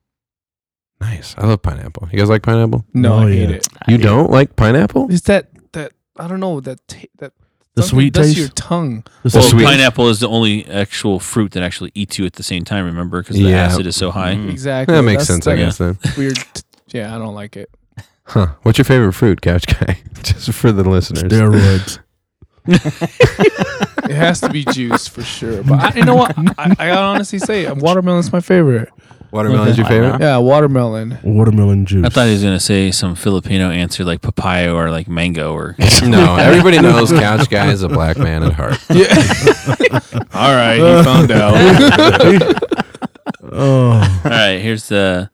[SPEAKER 1] Nice. I love pineapple. You guys like pineapple?
[SPEAKER 2] No,
[SPEAKER 4] Oh,
[SPEAKER 2] I hate
[SPEAKER 4] yeah.
[SPEAKER 2] it.
[SPEAKER 1] You don't like pineapple?
[SPEAKER 2] It's that that I don't know that ta- that
[SPEAKER 4] The
[SPEAKER 2] something
[SPEAKER 4] sweet
[SPEAKER 2] does
[SPEAKER 4] taste?
[SPEAKER 2] to your tongue.
[SPEAKER 4] This
[SPEAKER 3] Well,
[SPEAKER 4] is sweet.
[SPEAKER 3] pineapple is the only actual fruit that actually eats you at the same time. Remember, because the
[SPEAKER 1] Yeah.
[SPEAKER 3] acid is so high.
[SPEAKER 1] Mm-hmm.
[SPEAKER 6] Mm.
[SPEAKER 2] Exactly.
[SPEAKER 1] Hmm. That makes
[SPEAKER 2] That's
[SPEAKER 1] sense, I
[SPEAKER 2] like
[SPEAKER 1] guess. Then,
[SPEAKER 2] a Weird. Yeah, I don't like it.
[SPEAKER 1] huh? What's your favorite fruit, couch guy? Just for the listeners.
[SPEAKER 4] steroids.
[SPEAKER 2] It has to be juice for sure. But I, you know what? I, I honestly say it. watermelon's my favorite.
[SPEAKER 1] Watermelon's your
[SPEAKER 6] Okay.
[SPEAKER 1] favorite?
[SPEAKER 2] Yeah, watermelon.
[SPEAKER 4] Watermelon juice.
[SPEAKER 3] I thought he was gonna say some Filipino answer like papaya or like mango or.
[SPEAKER 1] No, everybody knows couch guy is a black man at heart.
[SPEAKER 2] Yeah.
[SPEAKER 3] All right, he found out.
[SPEAKER 4] oh,
[SPEAKER 3] All right, here's the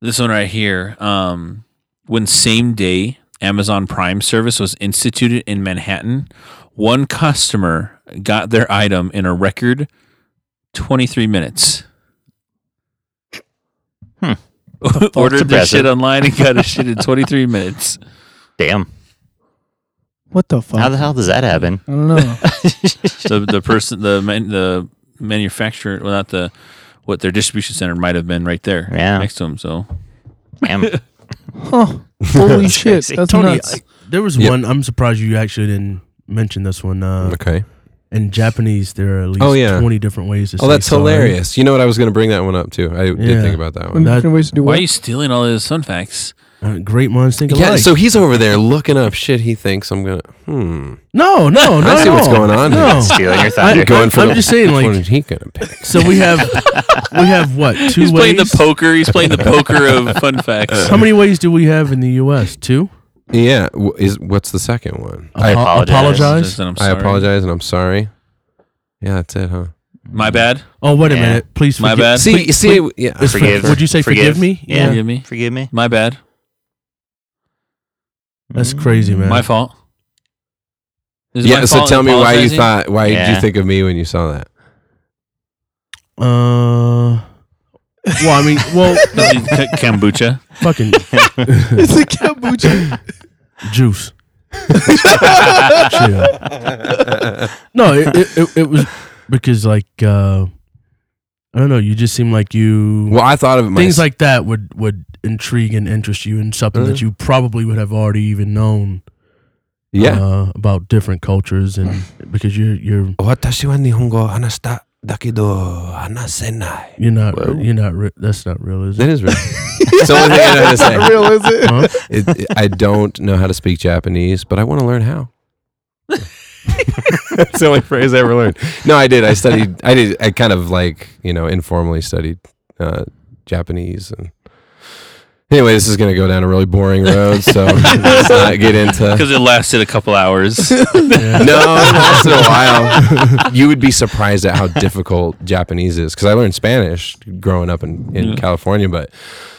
[SPEAKER 3] this one right here. Um, when same day Amazon Prime service was instituted in Manhattan, one customer got their item in a record 23 minutes.
[SPEAKER 6] Hmm.
[SPEAKER 3] Ordered their
[SPEAKER 6] impressive.
[SPEAKER 3] shit online and got a shit in 23 minutes.
[SPEAKER 6] Damn.
[SPEAKER 2] what the fuck?
[SPEAKER 6] How the hell does that happen?
[SPEAKER 2] I don't know.
[SPEAKER 3] The the person the man, the manufacturer, well not the what their distribution center might have been right there
[SPEAKER 6] Yeah.
[SPEAKER 3] next to him. So
[SPEAKER 6] Damn.
[SPEAKER 2] Huh. Holy
[SPEAKER 6] That's
[SPEAKER 2] shit.
[SPEAKER 6] crazy.
[SPEAKER 2] That's
[SPEAKER 4] Tony,
[SPEAKER 2] nuts.
[SPEAKER 4] I, there was
[SPEAKER 1] Yep.
[SPEAKER 4] one. I'm surprised you actually didn't mention this one. Uh,
[SPEAKER 1] Okay.
[SPEAKER 4] in Japanese, there are at least
[SPEAKER 1] Oh, yeah.
[SPEAKER 4] 20 different ways to say
[SPEAKER 1] Oh, that's
[SPEAKER 4] sorry.
[SPEAKER 1] hilarious. You know what? I was going to bring that one up too. I did
[SPEAKER 4] Yeah.
[SPEAKER 1] think about that one.
[SPEAKER 2] Different
[SPEAKER 4] that-
[SPEAKER 2] ways to do
[SPEAKER 3] why are
[SPEAKER 2] what?
[SPEAKER 3] you stealing all those fun facts?
[SPEAKER 4] Uh, great minds think alike.
[SPEAKER 1] Yeah, so he's over there looking up shit he thinks I'm gonna. Hmm.
[SPEAKER 4] no, no, no.
[SPEAKER 1] I see what's going on
[SPEAKER 4] No.
[SPEAKER 1] here.
[SPEAKER 6] Stealing your
[SPEAKER 4] I,
[SPEAKER 6] thunder.
[SPEAKER 1] Going for
[SPEAKER 4] am
[SPEAKER 1] the-
[SPEAKER 4] just saying,
[SPEAKER 1] What
[SPEAKER 4] like,
[SPEAKER 1] is he gonna pick?
[SPEAKER 4] so we have, we have what two
[SPEAKER 3] He's
[SPEAKER 4] ways?
[SPEAKER 3] playing the poker. He's playing the poker of fun facts.
[SPEAKER 4] How many ways do we have in the U.S.? Two.
[SPEAKER 1] Yeah. w- Is what's the second one?
[SPEAKER 4] I
[SPEAKER 6] apologize.
[SPEAKER 4] apologize.
[SPEAKER 3] I'm
[SPEAKER 1] I
[SPEAKER 3] sorry.
[SPEAKER 1] apologize and I'm sorry. Yeah, that's it, huh?
[SPEAKER 3] My bad.
[SPEAKER 4] Oh, wait a
[SPEAKER 6] Yeah.
[SPEAKER 4] minute. Please,
[SPEAKER 3] My
[SPEAKER 4] forgi-
[SPEAKER 3] bad.
[SPEAKER 1] See,
[SPEAKER 4] please-
[SPEAKER 1] see, yeah.
[SPEAKER 4] It's
[SPEAKER 6] Forgive.
[SPEAKER 4] for- would you say forgive, me?
[SPEAKER 6] Forgive. Yeah.
[SPEAKER 3] Forgive me.
[SPEAKER 6] Forgive me.
[SPEAKER 3] My bad.
[SPEAKER 4] That's
[SPEAKER 6] Mm.
[SPEAKER 4] crazy, man.
[SPEAKER 3] My fault. Is it
[SPEAKER 1] Yeah.
[SPEAKER 3] my
[SPEAKER 1] So
[SPEAKER 3] fault
[SPEAKER 1] tell
[SPEAKER 3] in
[SPEAKER 1] me why you
[SPEAKER 3] apologizing?
[SPEAKER 1] thought. Why did
[SPEAKER 6] Yeah.
[SPEAKER 1] you think of me when you saw that?
[SPEAKER 4] Uh, well, I mean, well,
[SPEAKER 3] Does he- k- kombucha.
[SPEAKER 4] fucking
[SPEAKER 2] it's a kombucha.
[SPEAKER 4] juice. Chill. no, it, it, it, it was because like uh, I don't know. You just seem like you
[SPEAKER 1] Well, I thought of it. my-
[SPEAKER 4] things like that would would intrigue and interest you in something that
[SPEAKER 1] Uh-huh.
[SPEAKER 4] you probably would have already even known.
[SPEAKER 1] yeah.
[SPEAKER 4] uh, about different cultures and because you're you're
[SPEAKER 1] Watashi wa nihongo hanashita dakido hanasenai.
[SPEAKER 4] you're not
[SPEAKER 1] Whoa.
[SPEAKER 4] you're not re- that's not real, is
[SPEAKER 1] That
[SPEAKER 4] it?
[SPEAKER 1] is real. it's the only thing I know how to say.
[SPEAKER 2] real, is it?
[SPEAKER 4] Huh?
[SPEAKER 1] It, it- I don't know how to speak Japanese, but I want to learn how. That's the only phrase I ever learned. No, I did. I studied. I did. I kind of like you know informally studied uh, Japanese. And anyway, this is going to go down a really boring road. So let's not get into.
[SPEAKER 3] because it lasted a couple hours.
[SPEAKER 1] No, it lasted a while. you would be surprised at how difficult Japanese is because I learned Spanish growing up in, in
[SPEAKER 3] Yeah.
[SPEAKER 1] California, but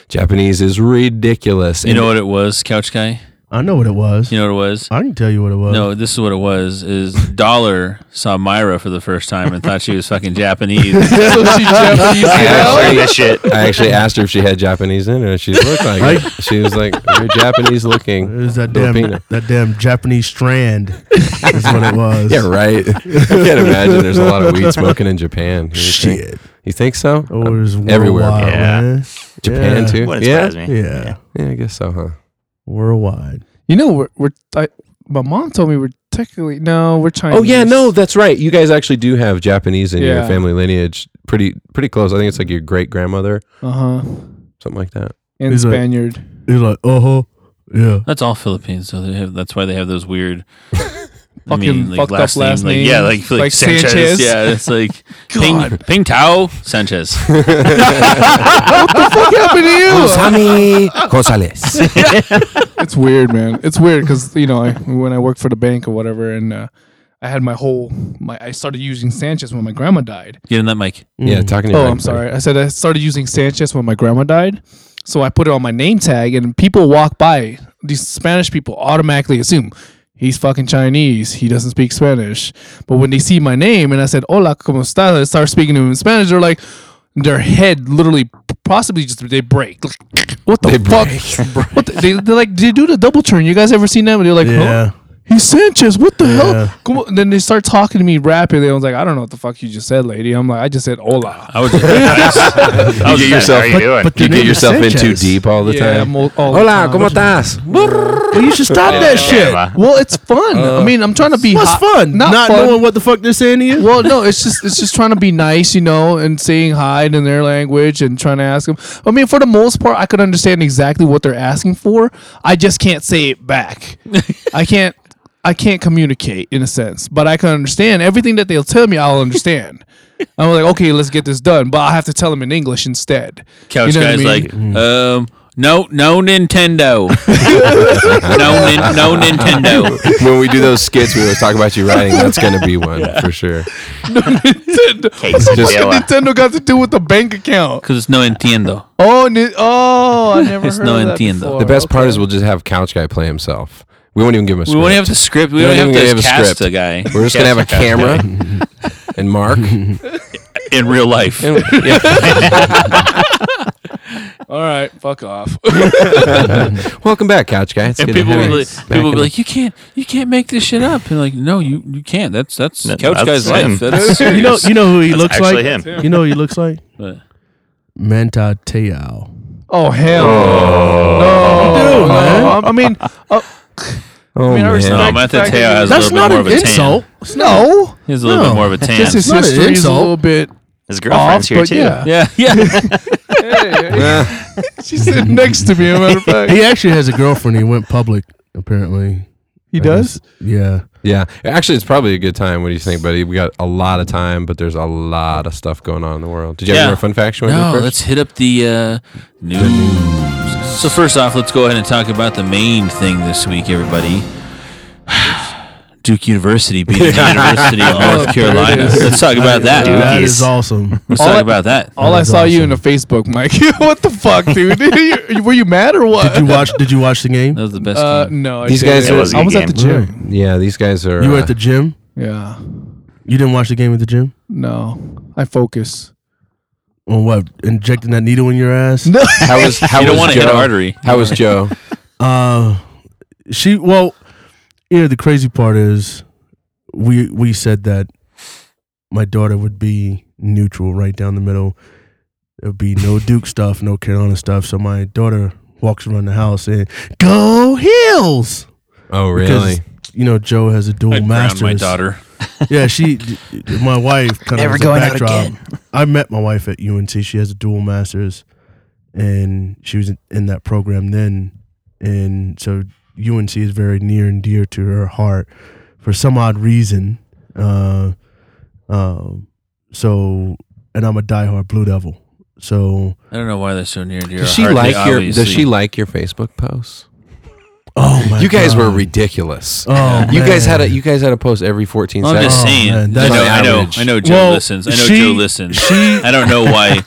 [SPEAKER 1] Japanese is ridiculous.
[SPEAKER 3] you know what it was, Couch Guy?
[SPEAKER 4] I know what it was.
[SPEAKER 3] You know what it was?
[SPEAKER 4] I can tell you what it was.
[SPEAKER 3] No, this is what it was: is Dollar saw Myra for the first time and thought she was fucking Japanese.
[SPEAKER 2] So she Japanese
[SPEAKER 1] I
[SPEAKER 2] it out?
[SPEAKER 1] actually-
[SPEAKER 6] that shit.
[SPEAKER 1] I actually asked her if she had Japanese in her, and she looked like it. She was like, "You're Japanese
[SPEAKER 4] It
[SPEAKER 1] looking."
[SPEAKER 4] was that damn
[SPEAKER 1] Filipino.
[SPEAKER 4] that damn Japanese strand is what it was.
[SPEAKER 1] Yeah, right. I can't imagine. There's a lot of weed smoking in Japan. You think-
[SPEAKER 4] Shit.
[SPEAKER 1] You think so?
[SPEAKER 4] Oh, it was
[SPEAKER 1] Everywhere.
[SPEAKER 4] worldwide,
[SPEAKER 6] Yeah.
[SPEAKER 4] man.
[SPEAKER 1] Japan
[SPEAKER 4] Yeah.
[SPEAKER 1] too.
[SPEAKER 6] Wouldn't
[SPEAKER 1] Yeah.
[SPEAKER 6] surprise
[SPEAKER 4] Yeah.
[SPEAKER 6] me.
[SPEAKER 1] Yeah, I guess so, huh?
[SPEAKER 4] Worldwide.
[SPEAKER 2] You know, we're, we're I, my mom told me we're technically no, we're Chinese.
[SPEAKER 1] Oh yeah, no, that's right. You guys actually do have Japanese in your
[SPEAKER 2] Yeah.
[SPEAKER 1] family lineage. Pretty, pretty close. I think it's like your great grandmother,
[SPEAKER 2] uh huh,
[SPEAKER 1] something like that.
[SPEAKER 2] and
[SPEAKER 4] He's like-
[SPEAKER 2] Spaniard.
[SPEAKER 4] He's like, uh huh. Yeah.
[SPEAKER 3] That's all Philippines, though. They have, that's why they have those weird. I
[SPEAKER 2] Fucking fucked up
[SPEAKER 3] name,
[SPEAKER 2] last
[SPEAKER 3] like-
[SPEAKER 2] names,
[SPEAKER 3] yeah, like, like,
[SPEAKER 2] like
[SPEAKER 3] Sanchez.
[SPEAKER 2] Sanchez.
[SPEAKER 3] Yeah, it's like Ping, Ping Tao Sanchez.
[SPEAKER 2] What happened to you?
[SPEAKER 1] Sammy Gonzalez.
[SPEAKER 2] It's weird, man. It's weird because you know I, when I worked for the bank or whatever, and uh, I had my whole my I started using Sanchez when my grandma died.
[SPEAKER 3] Get in that mic.
[SPEAKER 1] Yeah, talking to
[SPEAKER 2] Oh,
[SPEAKER 1] your
[SPEAKER 2] I'm sorry. I said I started using Sanchez when my grandma died. So I put it on my name tag, and people walk by. These Spanish people automatically assume he's fucking Chinese. He doesn't speak Spanish. But when they see my name and I said, Hola, ¿cómo estás? I start speaking to them in Spanish. They're like, their head literally, possibly just, they break. Like, what the
[SPEAKER 1] They
[SPEAKER 2] fuck? What the, they, they're like, they do the double turn. You guys ever seen that? And they're like,
[SPEAKER 4] Yeah.
[SPEAKER 2] huh? He's Sanchez. What the
[SPEAKER 4] Yeah.
[SPEAKER 2] hell? Come on. Then they start talking to me rapidly. I was like, I don't know what the fuck you just said, lady. I'm like, I just said hola.
[SPEAKER 3] I was. I was- I
[SPEAKER 6] You
[SPEAKER 3] was
[SPEAKER 6] get yourself. How you doing?
[SPEAKER 4] But
[SPEAKER 1] You get
[SPEAKER 4] the name is
[SPEAKER 1] yourself in too
[SPEAKER 4] Sanchez.
[SPEAKER 1] deep all the
[SPEAKER 2] Yeah,
[SPEAKER 1] time.
[SPEAKER 2] I'm all- all the
[SPEAKER 1] Hola,
[SPEAKER 2] time.
[SPEAKER 1] ¿cómo estás?
[SPEAKER 4] Well, you should stop that shit.
[SPEAKER 6] Yeah.
[SPEAKER 2] Well, it's fun. I mean, I'm trying to be
[SPEAKER 4] What's
[SPEAKER 2] hot-
[SPEAKER 4] fun?
[SPEAKER 2] Not,
[SPEAKER 4] Not,
[SPEAKER 2] fun.
[SPEAKER 4] knowing what the fuck they're saying to you.
[SPEAKER 2] well, no, it's just it's just trying to be nice, you know, and saying hi in their language and trying to ask them. I mean, for the most part, I could understand exactly what they're asking for. I just can't say it back. I can't I can't communicate in a sense, but I can understand everything that they'll tell me. I'll understand. I'm like, okay, let's get this done, but I have to tell them in English instead.
[SPEAKER 3] couch
[SPEAKER 2] You know what I
[SPEAKER 3] guys
[SPEAKER 2] mean?
[SPEAKER 3] like um no no Nintendo no nin- no Nintendo
[SPEAKER 1] when we do those skits, we always talk about you writing. That's going to be one for sure.
[SPEAKER 2] Nintendo. What the
[SPEAKER 1] Just-
[SPEAKER 2] fuck did Nintendo got to do with the bank account?
[SPEAKER 3] because it's no Nintendo
[SPEAKER 2] Oh, ni- oh, I never
[SPEAKER 3] It's
[SPEAKER 2] heard
[SPEAKER 3] no
[SPEAKER 2] of that
[SPEAKER 3] entiendo.
[SPEAKER 2] before.
[SPEAKER 1] The best part is we'll just have Couch Guy play himself. We won't even give him a
[SPEAKER 3] we
[SPEAKER 1] script.
[SPEAKER 3] won't have the script we
[SPEAKER 1] We
[SPEAKER 3] don't
[SPEAKER 1] don't
[SPEAKER 3] have
[SPEAKER 1] even
[SPEAKER 3] to
[SPEAKER 1] have a
[SPEAKER 3] cast
[SPEAKER 1] script.
[SPEAKER 3] a guy
[SPEAKER 1] We're just going to have a camera and Mark. And-
[SPEAKER 3] in real life
[SPEAKER 1] yeah.
[SPEAKER 2] All right, fuck off.
[SPEAKER 1] Welcome back, Couch Guy. It's
[SPEAKER 3] and
[SPEAKER 1] good to
[SPEAKER 3] people
[SPEAKER 1] have
[SPEAKER 3] will
[SPEAKER 1] you
[SPEAKER 3] be,
[SPEAKER 1] back
[SPEAKER 3] people will
[SPEAKER 1] in
[SPEAKER 3] be like you can't you can't make this shit up and like no you you can't that's that's
[SPEAKER 6] No,
[SPEAKER 3] couch
[SPEAKER 6] that's
[SPEAKER 3] guy's
[SPEAKER 6] him.
[SPEAKER 3] life that's um,
[SPEAKER 4] You know, Oh, you know who he
[SPEAKER 6] That's
[SPEAKER 4] looks
[SPEAKER 6] actually
[SPEAKER 4] like.
[SPEAKER 6] him.
[SPEAKER 4] You know who he looks like.
[SPEAKER 3] What?
[SPEAKER 4] Manta Te'ao.
[SPEAKER 2] Oh hell no! No, I mean, uh,
[SPEAKER 1] the- Oh,
[SPEAKER 2] I mean, I respect-
[SPEAKER 3] no
[SPEAKER 1] man.
[SPEAKER 3] Matt Teo has
[SPEAKER 4] That's
[SPEAKER 3] a little bit
[SPEAKER 4] not
[SPEAKER 3] more of
[SPEAKER 4] an
[SPEAKER 3] a
[SPEAKER 4] insult.
[SPEAKER 3] tan
[SPEAKER 2] no.
[SPEAKER 3] he has a little bit
[SPEAKER 4] No.
[SPEAKER 3] more of a tan
[SPEAKER 2] This is
[SPEAKER 4] not an
[SPEAKER 2] history is a
[SPEAKER 4] insult.
[SPEAKER 2] little bit
[SPEAKER 6] His
[SPEAKER 2] off,
[SPEAKER 6] girlfriend's here
[SPEAKER 2] but
[SPEAKER 6] too.
[SPEAKER 2] yeah.
[SPEAKER 3] yeah yeah
[SPEAKER 1] Yeah.
[SPEAKER 2] she's sitting next to me. As a matter of fact,
[SPEAKER 4] He actually has a girlfriend. He went public, apparently.
[SPEAKER 2] he
[SPEAKER 4] I
[SPEAKER 2] does.
[SPEAKER 4] guess- Yeah.
[SPEAKER 1] yeah. Actually, it's probably a good time. What do you think, buddy? We got a lot of time, but there's a lot of stuff going on in the world. Did you
[SPEAKER 3] Yeah.
[SPEAKER 1] have any more fun facts you want
[SPEAKER 3] no
[SPEAKER 1] to do
[SPEAKER 3] let's
[SPEAKER 1] first?
[SPEAKER 3] hit up the uh, news so first off let's go ahead and talk about the main thing this week everybody Duke University beating the University of
[SPEAKER 1] Oh,
[SPEAKER 3] North Carolina. Let's talk about that.
[SPEAKER 4] That
[SPEAKER 6] Dukies.
[SPEAKER 4] is awesome.
[SPEAKER 3] Let's
[SPEAKER 2] All
[SPEAKER 3] talk
[SPEAKER 2] I-
[SPEAKER 3] about that.
[SPEAKER 2] All I
[SPEAKER 4] is
[SPEAKER 2] saw you in
[SPEAKER 4] awesome.
[SPEAKER 2] a Facebook, Mike. what the fuck, dude? You- Were you mad or what?
[SPEAKER 4] Did you watch? Did you watch the game?
[SPEAKER 3] That was the best.
[SPEAKER 2] Uh,
[SPEAKER 3] game.
[SPEAKER 2] no, I
[SPEAKER 1] These guys
[SPEAKER 2] didn't.
[SPEAKER 1] are- It was
[SPEAKER 6] a
[SPEAKER 2] I
[SPEAKER 6] good
[SPEAKER 2] was at the
[SPEAKER 4] game.
[SPEAKER 2] gym.
[SPEAKER 1] Yeah, these guys are.
[SPEAKER 4] You were
[SPEAKER 1] uh,
[SPEAKER 4] at the gym.
[SPEAKER 2] Yeah,
[SPEAKER 4] You didn't watch the game at the gym.
[SPEAKER 2] no, I focus.
[SPEAKER 4] On what? Injecting that needle in your ass.
[SPEAKER 2] No,
[SPEAKER 1] uh, how was, how
[SPEAKER 3] You don't
[SPEAKER 1] was
[SPEAKER 3] want to
[SPEAKER 1] Joe?
[SPEAKER 3] hit an artery.
[SPEAKER 1] How was Joe?
[SPEAKER 4] Uh, she. Well, you Yeah, the crazy part is we we said that my daughter would be neutral right down the middle. There would be no Duke stuff, no Carolina stuff. So my daughter walks around the house and go Heels
[SPEAKER 1] Oh,
[SPEAKER 4] because
[SPEAKER 1] really?
[SPEAKER 4] you know Joe has a dual
[SPEAKER 3] I ground
[SPEAKER 4] master's.
[SPEAKER 3] my daughter.
[SPEAKER 4] Yeah, she, d- d- my wife, kind
[SPEAKER 6] Never
[SPEAKER 4] of
[SPEAKER 6] going out
[SPEAKER 4] backdrop.
[SPEAKER 6] again.
[SPEAKER 4] I met my wife at UNC. She has a dual masters, and she was in- in that program then, and so UNC is very near and dear to her heart for some odd reason. Uh, um, so, and I'm a diehard Blue Devil. So,
[SPEAKER 3] I don't know why they're so near and dear.
[SPEAKER 1] Does she
[SPEAKER 3] Hardly
[SPEAKER 1] like your? Does
[SPEAKER 3] obviously-
[SPEAKER 1] she like your Facebook posts?
[SPEAKER 4] oh my,
[SPEAKER 1] You guys were
[SPEAKER 4] God.
[SPEAKER 1] ridiculous.
[SPEAKER 4] Oh,
[SPEAKER 1] you guys had a
[SPEAKER 4] man.
[SPEAKER 1] you guys had a post every 14
[SPEAKER 3] Well, I'm
[SPEAKER 1] seconds.
[SPEAKER 3] just
[SPEAKER 4] Oh,
[SPEAKER 3] saying.
[SPEAKER 4] man,
[SPEAKER 3] I
[SPEAKER 4] that's
[SPEAKER 3] know.
[SPEAKER 1] an
[SPEAKER 3] I know.
[SPEAKER 1] outrage.
[SPEAKER 3] I know. Joe
[SPEAKER 4] Well,
[SPEAKER 3] listens. I know
[SPEAKER 4] she-
[SPEAKER 3] Joe listens.
[SPEAKER 4] she-
[SPEAKER 3] I don't know why.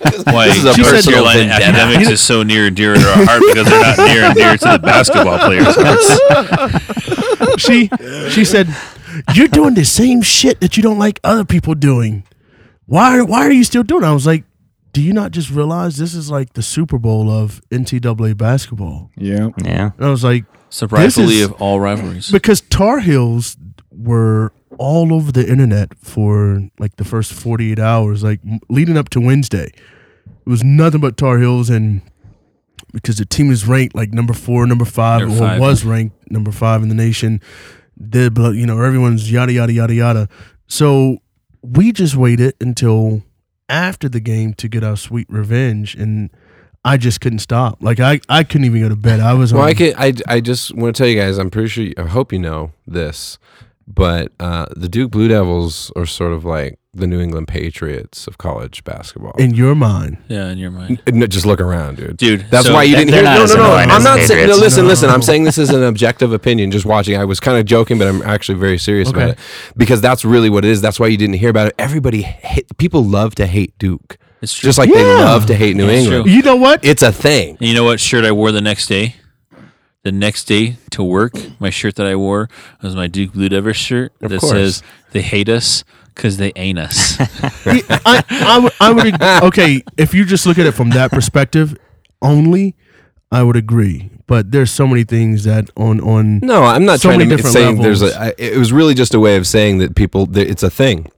[SPEAKER 3] Why
[SPEAKER 1] This is a
[SPEAKER 3] she said
[SPEAKER 1] personal
[SPEAKER 3] Carolina
[SPEAKER 1] vendetta.
[SPEAKER 3] academics is so near and dear to our heart because they're not near and dear to the basketball players' hearts.
[SPEAKER 4] she she said, "You're doing the same shit that you don't like other people doing. Why why are you still doing?" it? I was like, "Do you not just realize this is like the Super Bowl of NCAA basketball?"
[SPEAKER 2] Yeah.
[SPEAKER 6] Yeah.
[SPEAKER 4] And I was like,
[SPEAKER 3] Surprisingly,
[SPEAKER 4] is-
[SPEAKER 3] of all rivalries.
[SPEAKER 4] because Tar Heels were all over the internet for like the first 48 hours, like m- leading up to Wednesday. It was nothing but Tar Heels, and because the team is ranked like number four, number five,
[SPEAKER 3] Number
[SPEAKER 4] or
[SPEAKER 3] five.
[SPEAKER 4] was ranked number five in the nation, they blo- you know everyone's yada yada yada yada. So we just waited until after the game to get our sweet revenge, and I just couldn't stop. Like I, I couldn't even go to bed. I was
[SPEAKER 1] Well,
[SPEAKER 4] on
[SPEAKER 1] I can. I, I just want to tell you guys. I'm pretty sure. You, I hope you know this, but uh, the Duke Blue Devils are sort of like the New England Patriots of college basketball.
[SPEAKER 4] in your mind.
[SPEAKER 3] yeah, in your mind,
[SPEAKER 1] No, just look around, dude.
[SPEAKER 3] dude.
[SPEAKER 1] That's
[SPEAKER 3] so
[SPEAKER 1] why you
[SPEAKER 6] that-
[SPEAKER 1] didn't
[SPEAKER 6] they're
[SPEAKER 1] hear.
[SPEAKER 6] not
[SPEAKER 1] No,
[SPEAKER 6] as
[SPEAKER 1] no, no.
[SPEAKER 6] annoying
[SPEAKER 1] I'm
[SPEAKER 6] as
[SPEAKER 1] not saying. No,
[SPEAKER 6] Patriots.
[SPEAKER 1] listen, listen. I'm
[SPEAKER 4] No.
[SPEAKER 1] saying this is an objective opinion. Just watching. I was kind of joking, but I'm actually very serious about
[SPEAKER 4] Okay.
[SPEAKER 1] it because that's really what it is. That's why you didn't hear about it. Everybody, hate, people love to hate Duke,
[SPEAKER 3] It's true.
[SPEAKER 1] just like they
[SPEAKER 4] Yeah.
[SPEAKER 1] love to hate New
[SPEAKER 3] It's
[SPEAKER 1] England.
[SPEAKER 3] true.
[SPEAKER 4] You know what?
[SPEAKER 1] It's a thing.
[SPEAKER 3] And you know what shirt I wore the next day? The next day to work, my shirt that I wore was my Duke Blue Devil shirt that
[SPEAKER 1] course.
[SPEAKER 3] says "They hate us because they ain't us."
[SPEAKER 4] I, I, would- I would ag- okay if you just look at it from that perspective only i would agree but there's so many things that on on
[SPEAKER 1] No, I'm not
[SPEAKER 4] so
[SPEAKER 1] trying to
[SPEAKER 4] many
[SPEAKER 1] make
[SPEAKER 4] different
[SPEAKER 1] saying there's
[SPEAKER 4] levels.
[SPEAKER 1] a. I, it was really just a way of saying that people. that It's a thing.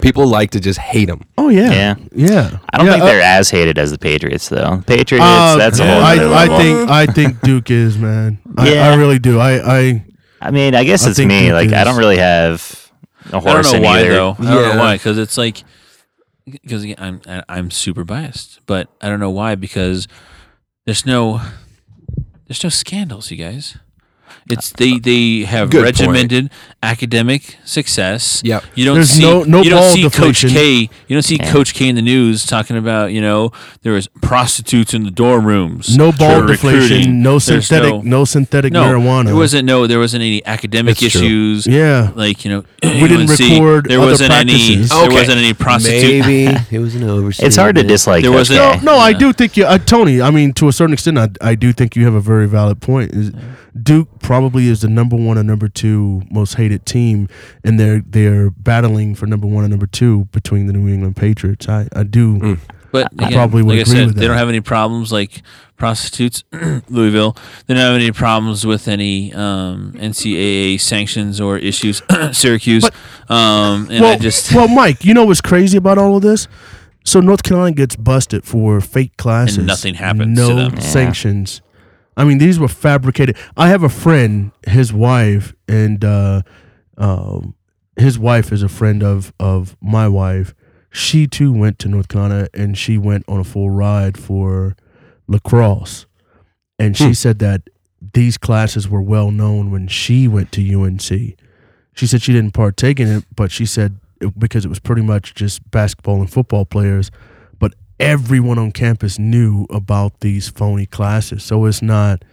[SPEAKER 1] People like to just hate them.
[SPEAKER 4] oh yeah
[SPEAKER 6] Yeah.
[SPEAKER 4] yeah
[SPEAKER 6] I don't
[SPEAKER 4] Yeah,
[SPEAKER 6] think
[SPEAKER 4] uh,
[SPEAKER 6] they're as hated as the Patriots, though. Patriots,
[SPEAKER 4] uh,
[SPEAKER 6] that's a whole
[SPEAKER 4] I,
[SPEAKER 6] other level.
[SPEAKER 4] I think i think duke is man I,
[SPEAKER 6] Yeah.
[SPEAKER 4] I really do i i
[SPEAKER 6] I mean, I guess
[SPEAKER 4] I
[SPEAKER 6] it's
[SPEAKER 4] think
[SPEAKER 6] me.
[SPEAKER 4] it
[SPEAKER 6] Like, I
[SPEAKER 4] is.
[SPEAKER 6] don't really have a
[SPEAKER 3] I
[SPEAKER 6] horse
[SPEAKER 3] don't know
[SPEAKER 6] in
[SPEAKER 3] why
[SPEAKER 6] either.
[SPEAKER 3] though. I don't
[SPEAKER 1] Yeah.
[SPEAKER 3] know why because it's like because again, I'm I- I'm super biased, but I don't know why because there's no there's no scandals, you guys. It's
[SPEAKER 4] Uh,
[SPEAKER 3] they they have
[SPEAKER 1] Good point.
[SPEAKER 3] regimented academic success.
[SPEAKER 1] Yep.
[SPEAKER 3] you don't
[SPEAKER 4] There's
[SPEAKER 3] see
[SPEAKER 4] no- no
[SPEAKER 3] you don't
[SPEAKER 4] ball
[SPEAKER 3] see
[SPEAKER 4] deflection.
[SPEAKER 3] Coach K. You don't see
[SPEAKER 6] Yeah.
[SPEAKER 3] Coach K in the news talking about you know there was prostitutes in the dorm rooms.
[SPEAKER 4] no ball
[SPEAKER 3] for
[SPEAKER 4] deflation
[SPEAKER 3] recruiting.
[SPEAKER 4] no
[SPEAKER 3] There's
[SPEAKER 4] synthetic no,
[SPEAKER 3] no-
[SPEAKER 4] synthetic
[SPEAKER 3] no,
[SPEAKER 4] marijuana
[SPEAKER 3] There wasn't no there wasn't any academic
[SPEAKER 1] That's true.
[SPEAKER 3] issues
[SPEAKER 4] yeah
[SPEAKER 3] like you know
[SPEAKER 4] We didn't
[SPEAKER 3] UNC,
[SPEAKER 4] record
[SPEAKER 3] there
[SPEAKER 4] other
[SPEAKER 3] wasn't
[SPEAKER 4] practices.
[SPEAKER 3] any there wasn't any prostitute
[SPEAKER 1] Maybe it was an oversight.
[SPEAKER 6] It's hard to dislike
[SPEAKER 3] There was
[SPEAKER 6] Coach
[SPEAKER 3] a-
[SPEAKER 6] K.
[SPEAKER 4] No, I
[SPEAKER 3] Yeah.
[SPEAKER 4] do think you, uh, Tony. I mean, to a certain extent, I, I do think you have a very valid point. Is Duke probably is the number one or number two most hated team, and they're they're battling for number one and number two between the New England Patriots. I, I do.
[SPEAKER 3] Mm. But
[SPEAKER 4] I
[SPEAKER 3] again,
[SPEAKER 4] probably would
[SPEAKER 3] like
[SPEAKER 4] agree
[SPEAKER 3] I said,
[SPEAKER 4] with
[SPEAKER 3] they don't
[SPEAKER 4] that.
[SPEAKER 3] have any problems like prostitutes, Louisville. They don't have any problems with any um, NCAA sanctions or issues, Syracuse. um, and
[SPEAKER 4] well,
[SPEAKER 3] I just
[SPEAKER 4] well, Mike, you know what's crazy about all of this? So North Carolina gets busted for fake classes,
[SPEAKER 3] nothing happens
[SPEAKER 4] no
[SPEAKER 3] to them. Yeah.
[SPEAKER 4] sanctions. I mean, these were fabricated. I have a friend, his wife, and uh, um, his wife is a friend of of my wife. She too went to North Carolina, and she went on a full ride for lacrosse, and
[SPEAKER 6] Hmm.
[SPEAKER 4] she said that these classes were well known when she went to UNC. She said she didn't partake in it, but she said it, because it was pretty much just basketball and football players, but everyone on campus knew about these phony classes. So it's not,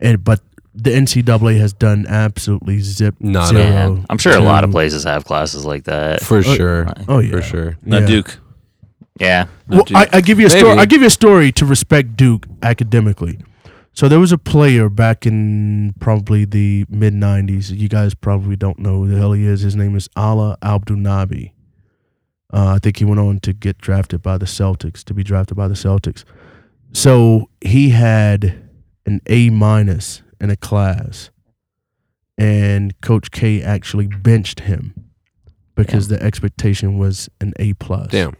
[SPEAKER 4] and but the NCAA has done absolutely zip
[SPEAKER 1] Not
[SPEAKER 4] zero.
[SPEAKER 6] Yeah. I'm sure a lot of
[SPEAKER 4] to-
[SPEAKER 6] places have classes like that.
[SPEAKER 1] for sure.
[SPEAKER 4] Oh yeah,
[SPEAKER 1] For sure.
[SPEAKER 3] not
[SPEAKER 4] yeah.
[SPEAKER 3] uh, Duke.
[SPEAKER 6] Yeah.
[SPEAKER 3] Not
[SPEAKER 4] Well,
[SPEAKER 3] Duke.
[SPEAKER 4] I, I give you a story.
[SPEAKER 1] Maybe.
[SPEAKER 4] I give you a story to respect Duke academically. So there was a player back in probably the mid '90s. You guys probably don't know who the hell he is. His name is Ala Abdunabi. Uh, I think he went on to get drafted by the Celtics. To be drafted by the Celtics. So he had an A minus in a class, and Coach K actually benched him because the expectation was an A plus.
[SPEAKER 1] Damn.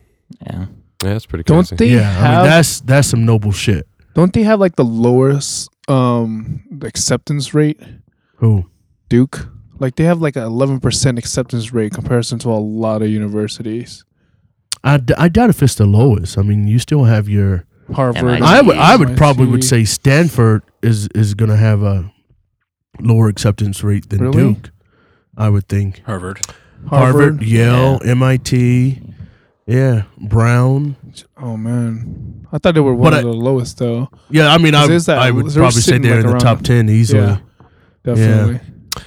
[SPEAKER 6] Yeah.
[SPEAKER 1] Yeah, that's pretty
[SPEAKER 2] Don't
[SPEAKER 1] crazy.
[SPEAKER 2] they
[SPEAKER 4] Yeah, I mean
[SPEAKER 2] have?
[SPEAKER 4] that's that's some noble shit.
[SPEAKER 2] don't they have like the lowest um acceptance rate?
[SPEAKER 4] Who?
[SPEAKER 2] Duke, like they have like an eleven percent acceptance rate in comparison to a lot of universities.
[SPEAKER 4] I, d- I doubt if it's the lowest. I mean, you still have your.
[SPEAKER 2] Harvard.
[SPEAKER 6] MIT.
[SPEAKER 4] I would I would
[SPEAKER 2] MIT.
[SPEAKER 4] probably would say Stanford is is gonna have a lower acceptance rate than
[SPEAKER 2] Really?
[SPEAKER 4] Duke. I would think.
[SPEAKER 3] Harvard.
[SPEAKER 4] Harvard, Yale, MIT, yeah, Brown.
[SPEAKER 2] Oh man, I thought they were one
[SPEAKER 4] But
[SPEAKER 2] of
[SPEAKER 4] I-
[SPEAKER 2] the lowest though.
[SPEAKER 4] Yeah, I mean, I,
[SPEAKER 2] 'Cause there's that-
[SPEAKER 4] I would
[SPEAKER 2] they're
[SPEAKER 4] probably say
[SPEAKER 2] sitting,
[SPEAKER 4] they're
[SPEAKER 2] like,
[SPEAKER 4] in the
[SPEAKER 2] around
[SPEAKER 4] top
[SPEAKER 2] the-
[SPEAKER 4] ten easily.
[SPEAKER 2] Yeah, definitely.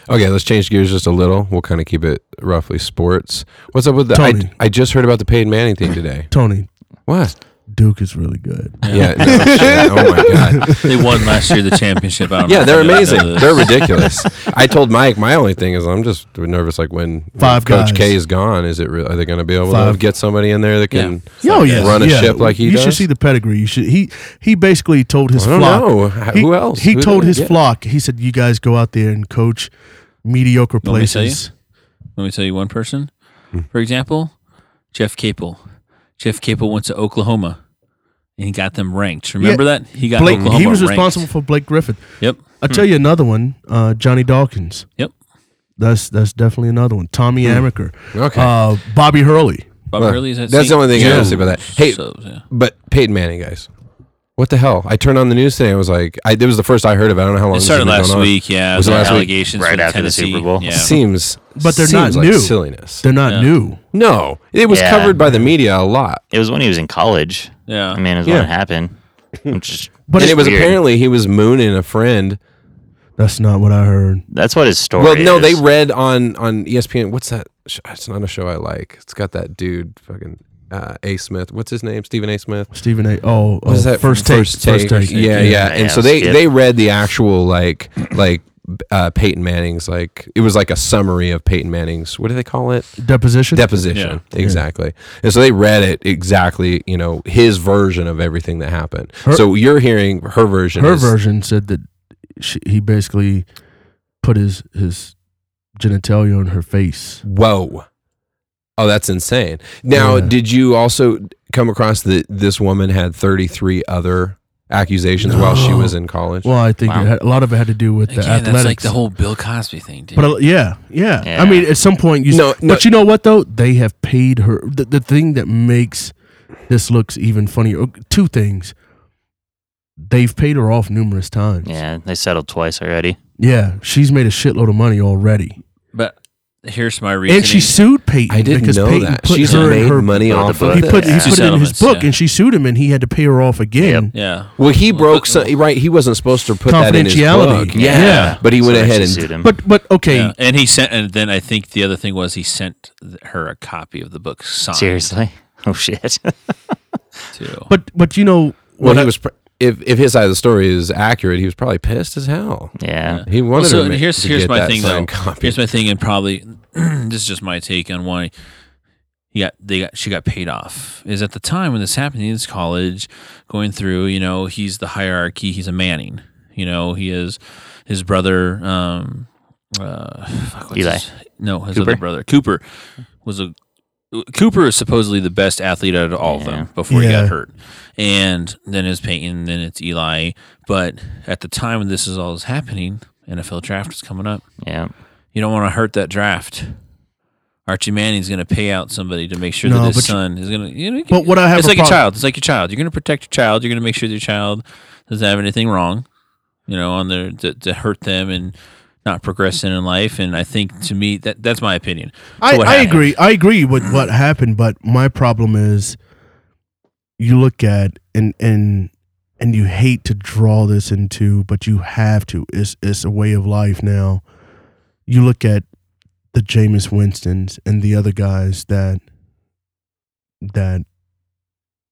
[SPEAKER 1] Okay, let's change gears just a little. We'll kind of keep it roughly sports. What's up with the?
[SPEAKER 4] Tony.
[SPEAKER 1] I, I just heard about the Peyton Manning thing today.
[SPEAKER 4] Tony,
[SPEAKER 1] What?
[SPEAKER 4] Duke is really good.
[SPEAKER 1] Yeah. no, shit. oh my god.
[SPEAKER 3] They won last year the championship. I don't know
[SPEAKER 1] Yeah,
[SPEAKER 3] if
[SPEAKER 1] they're
[SPEAKER 3] you guys know
[SPEAKER 1] amazing.
[SPEAKER 3] this.
[SPEAKER 1] They're ridiculous. I told Mike my only thing is I'm just nervous. Like when, when
[SPEAKER 4] Five
[SPEAKER 1] Coach
[SPEAKER 4] guys.
[SPEAKER 1] K is gone, is it? Re- are they going to be able to
[SPEAKER 4] Five.
[SPEAKER 1] get somebody in there that can?
[SPEAKER 4] Oh yeah,
[SPEAKER 1] Run a
[SPEAKER 4] yeah.
[SPEAKER 1] ship like he
[SPEAKER 4] You should
[SPEAKER 1] does?
[SPEAKER 4] see the pedigree. You should. He he basically told his
[SPEAKER 1] I don't
[SPEAKER 4] flock.
[SPEAKER 1] know. H-
[SPEAKER 4] He,
[SPEAKER 1] Who else?
[SPEAKER 4] He
[SPEAKER 1] Who
[SPEAKER 4] told
[SPEAKER 1] did-
[SPEAKER 4] his
[SPEAKER 1] yeah.
[SPEAKER 4] flock. He said, "You guys go out there and coach mediocre
[SPEAKER 3] Want me to tell you?
[SPEAKER 4] places."
[SPEAKER 3] Let me tell you one person. For example, Jeff Capel. Jeff Capel went to Oklahoma and he got them ranked. Remember that? He got
[SPEAKER 4] Blake,
[SPEAKER 3] Oklahoma
[SPEAKER 4] he was
[SPEAKER 3] ranked.
[SPEAKER 4] responsible for Blake Griffin.
[SPEAKER 3] Yep. Hmm.
[SPEAKER 4] I'll tell you another one. Uh, Johnny Dawkins.
[SPEAKER 3] Yep. Hmm.
[SPEAKER 4] That's that's definitely another one. Tommy Amaker.
[SPEAKER 1] Okay.
[SPEAKER 4] Uh, Bobby Hurley.
[SPEAKER 3] Bob
[SPEAKER 1] Well,
[SPEAKER 3] Hurley is at
[SPEAKER 1] that's
[SPEAKER 3] St.
[SPEAKER 1] the only thing I
[SPEAKER 3] Joe's.
[SPEAKER 1] noticed about that. Hey,
[SPEAKER 3] So, yeah.
[SPEAKER 1] But Peyton Manning, guys. What the hell? I turned on the news today. and was like, I, it was the first I heard of. it. I don't know how long
[SPEAKER 3] It
[SPEAKER 1] this has
[SPEAKER 3] started
[SPEAKER 1] been going
[SPEAKER 3] last
[SPEAKER 1] on.
[SPEAKER 3] week. Yeah,
[SPEAKER 1] Was
[SPEAKER 3] was
[SPEAKER 1] it
[SPEAKER 3] the
[SPEAKER 1] last week?
[SPEAKER 3] allegations
[SPEAKER 6] Right
[SPEAKER 3] with
[SPEAKER 6] after the
[SPEAKER 3] Tennessee.
[SPEAKER 6] Super Bowl?
[SPEAKER 3] Yeah.
[SPEAKER 1] Seems,
[SPEAKER 4] But they're
[SPEAKER 1] seems
[SPEAKER 4] not
[SPEAKER 1] like
[SPEAKER 4] new.
[SPEAKER 1] Silliness.
[SPEAKER 4] They're not
[SPEAKER 3] Yeah.
[SPEAKER 4] new.
[SPEAKER 1] no, it was
[SPEAKER 6] Yeah.
[SPEAKER 1] covered by the media a lot,
[SPEAKER 6] It was when he was in college.
[SPEAKER 3] yeah.
[SPEAKER 6] I mean, is
[SPEAKER 4] Yeah.
[SPEAKER 6] when it happened. Which is-
[SPEAKER 4] But
[SPEAKER 1] and
[SPEAKER 6] it's
[SPEAKER 1] it was
[SPEAKER 6] weird.
[SPEAKER 1] apparently he was mooning a friend.
[SPEAKER 4] That's not what I heard.
[SPEAKER 6] That's what his story.
[SPEAKER 1] Well, no, they
[SPEAKER 6] is.
[SPEAKER 1] read on on E ESPN. What's that? sh- It's not a show I like. It's got that dude, fucking uh, A. Smith. What's his name? Stephen A. Smith.
[SPEAKER 4] Stephen A. Oh,
[SPEAKER 1] What
[SPEAKER 4] oh,
[SPEAKER 1] is that?
[SPEAKER 4] first take.
[SPEAKER 1] First take.
[SPEAKER 4] First take.
[SPEAKER 1] Yeah, yeah. And
[SPEAKER 6] Yeah,
[SPEAKER 1] so they
[SPEAKER 6] skip.
[SPEAKER 1] they read the actual like like uh, Peyton Manning's like it was like a summary of Peyton Manning's. What do they call it?
[SPEAKER 4] Deposition.
[SPEAKER 1] Deposition. Exactly. And so they read it exactly. You know his version of everything that happened.
[SPEAKER 4] Her-
[SPEAKER 1] so you're hearing her version.
[SPEAKER 4] Her
[SPEAKER 1] is-
[SPEAKER 4] version said that she, he basically put his his genitalia on her face.
[SPEAKER 1] Whoa. Oh, that's insane. Now,
[SPEAKER 4] Yeah.
[SPEAKER 1] did you also come across that this woman had 33 other accusations while she
[SPEAKER 4] No.
[SPEAKER 1] was in college?
[SPEAKER 4] Well, I think
[SPEAKER 6] Wow.
[SPEAKER 4] it had, a lot of it had to do with the
[SPEAKER 3] Again,
[SPEAKER 4] athletics.
[SPEAKER 3] that's like the whole Bill Cosby thing, dude.
[SPEAKER 4] but uh, yeah, yeah,
[SPEAKER 6] Yeah.
[SPEAKER 4] I mean, at some point, you.
[SPEAKER 1] No, no.
[SPEAKER 4] But you know what though? They have paid her. The, the thing that makes this looks even funnier. oh, Two things. They've paid her off numerous times.
[SPEAKER 6] Yeah, they settled twice already.
[SPEAKER 4] Yeah, she's made a shitload of money already,
[SPEAKER 3] But here's my reason.
[SPEAKER 4] and she sued Peyton
[SPEAKER 1] I didn't
[SPEAKER 4] because
[SPEAKER 1] know
[SPEAKER 4] Peyton
[SPEAKER 1] that.
[SPEAKER 4] put
[SPEAKER 1] She's
[SPEAKER 4] her in
[SPEAKER 1] made
[SPEAKER 4] her
[SPEAKER 1] money
[SPEAKER 6] Oh, the
[SPEAKER 1] off of
[SPEAKER 6] book.
[SPEAKER 4] he
[SPEAKER 1] it.
[SPEAKER 4] put
[SPEAKER 6] Yeah.
[SPEAKER 4] he put it in his
[SPEAKER 3] Settlements,
[SPEAKER 4] book,
[SPEAKER 3] yeah.
[SPEAKER 4] and she sued him, and he had to pay her off again.
[SPEAKER 3] yeah.
[SPEAKER 1] Well, he
[SPEAKER 3] Well,
[SPEAKER 1] broke
[SPEAKER 3] but-
[SPEAKER 1] some, right. He wasn't supposed to put that in his
[SPEAKER 4] Confidentiality.
[SPEAKER 1] book. Yeah.
[SPEAKER 4] Yeah.
[SPEAKER 1] But he went
[SPEAKER 6] So they
[SPEAKER 1] ahead
[SPEAKER 6] just
[SPEAKER 1] and
[SPEAKER 6] sued him.
[SPEAKER 4] But but okay,
[SPEAKER 3] Yeah. And he sent, and then I think the other thing was he sent th- her a copy of the book signed
[SPEAKER 6] seriously. Oh shit.
[SPEAKER 3] too.
[SPEAKER 4] but but you know
[SPEAKER 1] well,
[SPEAKER 4] what
[SPEAKER 1] he
[SPEAKER 4] I-
[SPEAKER 1] was pr- if if his side of the story is accurate, he was probably pissed as hell.
[SPEAKER 6] yeah.
[SPEAKER 1] He wanted
[SPEAKER 3] Well, so
[SPEAKER 1] to, ma-
[SPEAKER 3] here's
[SPEAKER 1] to
[SPEAKER 3] here's
[SPEAKER 1] get
[SPEAKER 3] my
[SPEAKER 1] that
[SPEAKER 3] thing though.
[SPEAKER 1] signed copy.
[SPEAKER 3] Here's my thing, and probably this is just my take on why he got they got she got paid off. Is at the time when this happened, he's college, going through. You know, he's the hierarchy. He's a Manning. You know, he is his brother. Um, uh, fuck, what's
[SPEAKER 6] Eli.
[SPEAKER 3] his- no, his
[SPEAKER 6] Cooper?
[SPEAKER 3] other brother Cooper was a Cooper is supposedly the best athlete out of all of them before he
[SPEAKER 4] Yeah.
[SPEAKER 3] got hurt. And then it's Peyton, then it's Eli. But at the time when this is all is happening, NFL draft is coming up.
[SPEAKER 6] Yeah.
[SPEAKER 3] You don't want to hurt that draft. Archie Manning's going to pay out somebody to make sure
[SPEAKER 4] No,
[SPEAKER 3] that
[SPEAKER 4] but
[SPEAKER 3] his
[SPEAKER 4] you-
[SPEAKER 3] son is going to. You know,
[SPEAKER 4] But what I have
[SPEAKER 3] it's
[SPEAKER 4] a
[SPEAKER 3] like
[SPEAKER 4] prob-
[SPEAKER 3] a child. It's like your child. You're going to protect your child. You're going to make sure that your child doesn't have anything wrong. You know, on their to, to hurt them and not progressing in life. And I think to me that that's my opinion.
[SPEAKER 4] I,
[SPEAKER 3] So what
[SPEAKER 4] I
[SPEAKER 3] happened?
[SPEAKER 4] agree. I agree with what happened, but my problem is you look at and and and you hate to draw this into, but you have to. It's it's a way of life now. You look at the Jameis Winstons and the other guys that that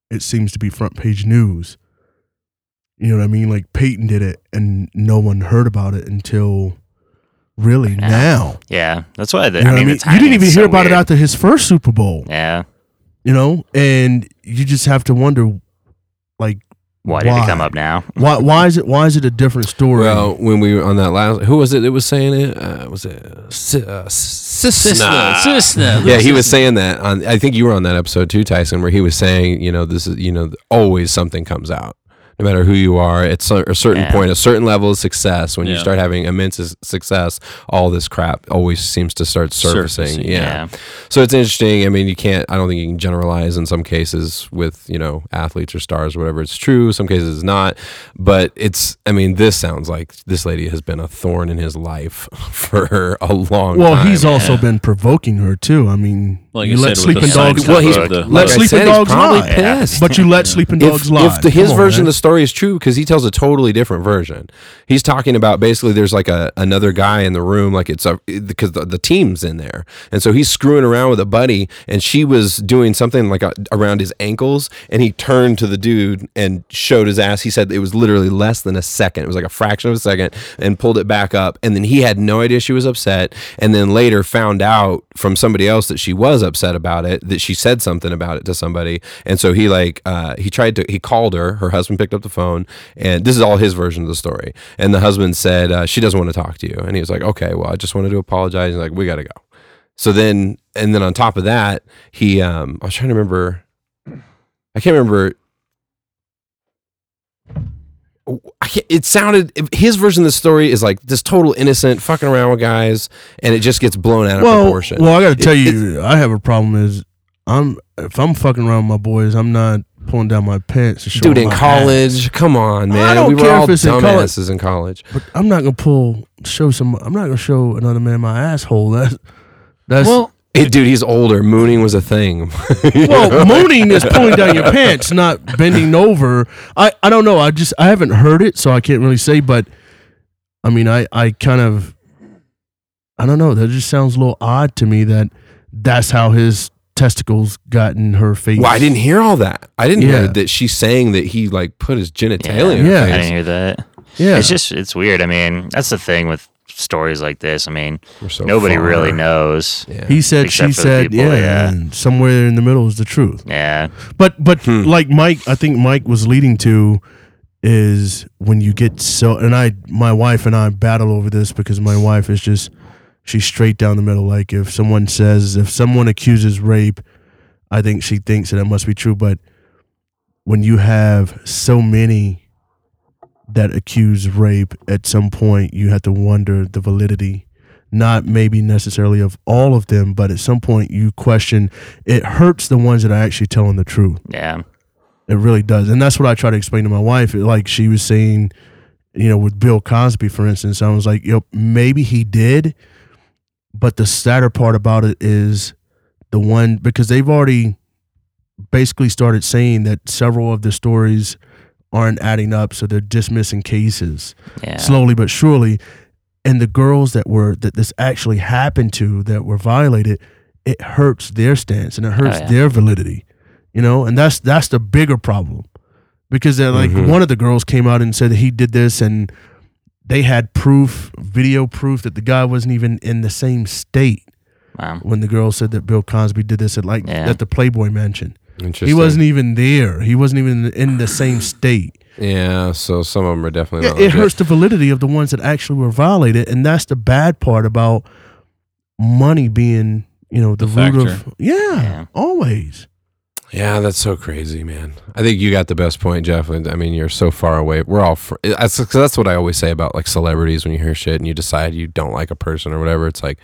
[SPEAKER 4] it seems to be front page news. You know what I mean? Like Peyton did it and no one heard about it until really
[SPEAKER 6] Now.
[SPEAKER 4] now.
[SPEAKER 6] Yeah. That's why the,
[SPEAKER 4] You know
[SPEAKER 6] I
[SPEAKER 4] what
[SPEAKER 6] mean, the
[SPEAKER 4] You didn't
[SPEAKER 6] timing's
[SPEAKER 4] even
[SPEAKER 6] so
[SPEAKER 4] hear about it
[SPEAKER 6] weird.
[SPEAKER 4] after his first Super Bowl,
[SPEAKER 6] Yeah.
[SPEAKER 4] you know, and you just have to wonder, like,
[SPEAKER 6] Why did
[SPEAKER 4] Why?
[SPEAKER 6] it come up now?
[SPEAKER 4] Why, why is it? Why is it a different story?
[SPEAKER 1] Well, when we were on that last, who was it that was saying it? Uh, was it S- uh, Cisna?
[SPEAKER 3] Cisna.
[SPEAKER 1] Yeah, he was saying that. On, I think you were on that episode too, Tyson, where he was saying, you know, this is, you know, always something comes out, no matter who you are. At cer- a certain
[SPEAKER 6] Yeah.
[SPEAKER 1] point, a certain level of success, when you
[SPEAKER 3] Yeah.
[SPEAKER 1] start having immense s- success, all this crap always seems to start surfacing.
[SPEAKER 3] Surfacing,
[SPEAKER 1] Yeah. So it's interesting. I mean, you can't. I don't think you can generalize in some cases with you know athletes or stars or whatever. It's true. Some cases it's not. But it's. I mean, this sounds like this lady has been a thorn in his life for a long.
[SPEAKER 4] Well,
[SPEAKER 1] time.
[SPEAKER 4] he's also been provoking her too. I mean,
[SPEAKER 3] Like
[SPEAKER 4] you
[SPEAKER 3] I
[SPEAKER 4] let
[SPEAKER 3] said, with the
[SPEAKER 4] sleeping dogs.
[SPEAKER 3] signs
[SPEAKER 1] Well,
[SPEAKER 3] up
[SPEAKER 1] he's-
[SPEAKER 3] with the-
[SPEAKER 1] I
[SPEAKER 4] Let sleeping
[SPEAKER 1] said, he's
[SPEAKER 4] dogs
[SPEAKER 1] probably
[SPEAKER 4] lie.
[SPEAKER 1] pissed.
[SPEAKER 4] But you let sleeping dogs
[SPEAKER 1] if,
[SPEAKER 4] lie.
[SPEAKER 1] if the, his
[SPEAKER 4] Come on,
[SPEAKER 1] version of
[SPEAKER 4] man.
[SPEAKER 1] the story is true, because he tells a totally different version. He's talking about basically there's like a another guy in the room, like it's a because the, the team's in there, and so he's screwing around with a buddy, and she was doing something like a, around his ankles, and he turned to the dude and showed his ass. He said it was literally less than a second; it was like a fraction of a second, and pulled it back up, and then he had no idea she was upset, and then later found out from somebody else that she was upset about it, that she said something about it to somebody, and so he like uh, he tried to he called her. Her husband picked up the phone, and this is all his version of the story. And the husband said uh, she doesn't want to talk to you, and he was like, okay, well, I just wanted to apologize, and like we got to go. So then, and then on top of that, he um, I was trying to remember, I can't remember. I can't, it sounded his version of the story is like this total innocent fucking around with guys, and it just gets blown out of
[SPEAKER 4] well,
[SPEAKER 1] proportion.
[SPEAKER 4] well, I got to tell
[SPEAKER 1] It-
[SPEAKER 4] you, I have a problem. Is I'm if I'm fucking around with my boys, I'm not pulling down my pants. And showing
[SPEAKER 1] Dude, in
[SPEAKER 4] my ass.
[SPEAKER 1] college, come on,
[SPEAKER 4] I
[SPEAKER 1] man.
[SPEAKER 4] don't
[SPEAKER 1] we were
[SPEAKER 4] care
[SPEAKER 1] all
[SPEAKER 4] if it's in college.
[SPEAKER 1] dumbasses in college.
[SPEAKER 4] But I'm not gonna pull show some. I'm not gonna show another man my asshole. That's that's
[SPEAKER 2] Well,
[SPEAKER 1] It, dude, he's older. Mooning was a thing.
[SPEAKER 4] well, mooning is pulling down your pants, not bending over. I, I don't know. I just I haven't heard it, so I can't really say. But I mean, I I kind of I don't know. That just sounds a little odd to me. That that's how his testicles got in her face.
[SPEAKER 1] well, I didn't hear all that. I didn't
[SPEAKER 4] Yeah.
[SPEAKER 1] hear that she's saying that he like put his genitalia. Yeah,
[SPEAKER 4] Yeah.
[SPEAKER 6] I
[SPEAKER 1] in her
[SPEAKER 6] didn't
[SPEAKER 1] face.
[SPEAKER 6] hear that.
[SPEAKER 4] Yeah,
[SPEAKER 6] It's just it's weird. I mean, that's the thing with stories like this. I mean,
[SPEAKER 1] We're so
[SPEAKER 6] nobody
[SPEAKER 1] far.
[SPEAKER 6] really knows.
[SPEAKER 1] Yeah.
[SPEAKER 4] he said, she
[SPEAKER 6] Except for the
[SPEAKER 4] said,
[SPEAKER 6] people,
[SPEAKER 4] yeah,
[SPEAKER 6] yeah.
[SPEAKER 4] and somewhere in the middle is the truth.
[SPEAKER 6] Yeah.
[SPEAKER 4] But but
[SPEAKER 1] Hmm.
[SPEAKER 4] like Mike, I think Mike was leading to is when you get so and I my wife and I battle over this because my wife is just she's straight down the middle. Like if someone says if someone accuses rape, I think she thinks that it must be true. But when you have so many that accuse rape at some point, you have to wonder the validity. Not maybe necessarily of all of them, but at some point you question. It hurts the ones that are actually telling the truth.
[SPEAKER 6] Yeah.
[SPEAKER 4] It really does, and that's what I try to explain to my wife. Like she was saying, you know, with Bill Cosby, for instance, I was like, "Yo, maybe he did," but the sadder part about it is the one because they've already basically started saying that several of the stories aren't adding up, so they're dismissing cases
[SPEAKER 6] Yeah.
[SPEAKER 4] slowly but surely. And the girls that were that this actually happened to that were violated, it hurts their stance and it hurts
[SPEAKER 6] Oh, yeah.
[SPEAKER 4] their validity, you know. And that's that's the bigger problem because they're like
[SPEAKER 3] Mm-hmm.
[SPEAKER 1] Mhm.
[SPEAKER 4] one of the girls came out and said that he did this and they had proof, video proof that the guy wasn't even in the same state
[SPEAKER 6] Wow.
[SPEAKER 4] when the girl said that Bill Cosby did this at like
[SPEAKER 6] Yeah.
[SPEAKER 4] at the Playboy Mansion.
[SPEAKER 1] Interesting.
[SPEAKER 4] He wasn't even there. He wasn't even in the same state.
[SPEAKER 1] Yeah, so some of them are definitely.
[SPEAKER 4] Yeah,
[SPEAKER 1] not
[SPEAKER 4] it
[SPEAKER 1] legit.
[SPEAKER 4] hurts the validity of the ones that actually were violated, and that's the bad part about money being, you know, the,
[SPEAKER 3] The
[SPEAKER 4] root
[SPEAKER 3] factor.
[SPEAKER 4] of yeah,
[SPEAKER 6] Yeah.
[SPEAKER 4] always.
[SPEAKER 1] Yeah, that's so crazy, man. I think you got the best point, Jeff. And, I mean, you're so far away. We're all fr- that's that's what I always say about like celebrities when you hear shit and you decide you don't like a person or whatever. It's like,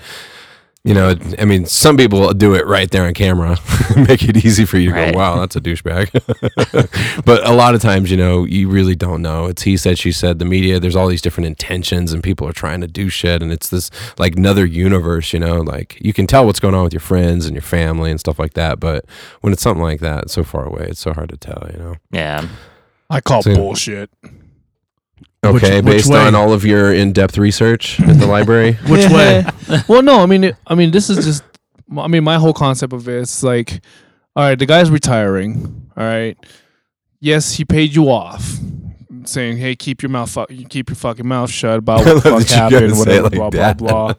[SPEAKER 1] you know, it, I mean, some people do it right there on camera, make it easy for you to
[SPEAKER 6] Right.
[SPEAKER 1] go, "Wow, that's a douchebag." but a lot of times, you know, you really don't know. It's he said, she said. The media, there's all these different intentions, and people are trying to do shit, and it's this like another universe, you know. Like you can tell what's going on with your friends and your family and stuff like that, but when it's something like that, it's so far away, it's so hard to tell, you know.
[SPEAKER 6] Yeah.
[SPEAKER 2] I call
[SPEAKER 1] So-
[SPEAKER 2] bullshit.
[SPEAKER 4] Which-
[SPEAKER 1] Okay,
[SPEAKER 4] which
[SPEAKER 1] based
[SPEAKER 4] way?
[SPEAKER 1] on all of your in-depth research at the library.
[SPEAKER 4] Which way?
[SPEAKER 2] well, no, I mean, it, I mean, this is just. I mean, my whole concept of it is like, all right, the guy's retiring. All right, yes, he paid you off, saying, hey, keep your mouth, fu- keep your fucking mouth shut about
[SPEAKER 1] I
[SPEAKER 2] what the
[SPEAKER 1] love
[SPEAKER 2] fuck
[SPEAKER 1] that you gotta
[SPEAKER 2] happened,
[SPEAKER 1] say it
[SPEAKER 2] whatever,
[SPEAKER 1] like
[SPEAKER 2] blah,
[SPEAKER 1] that.
[SPEAKER 2] blah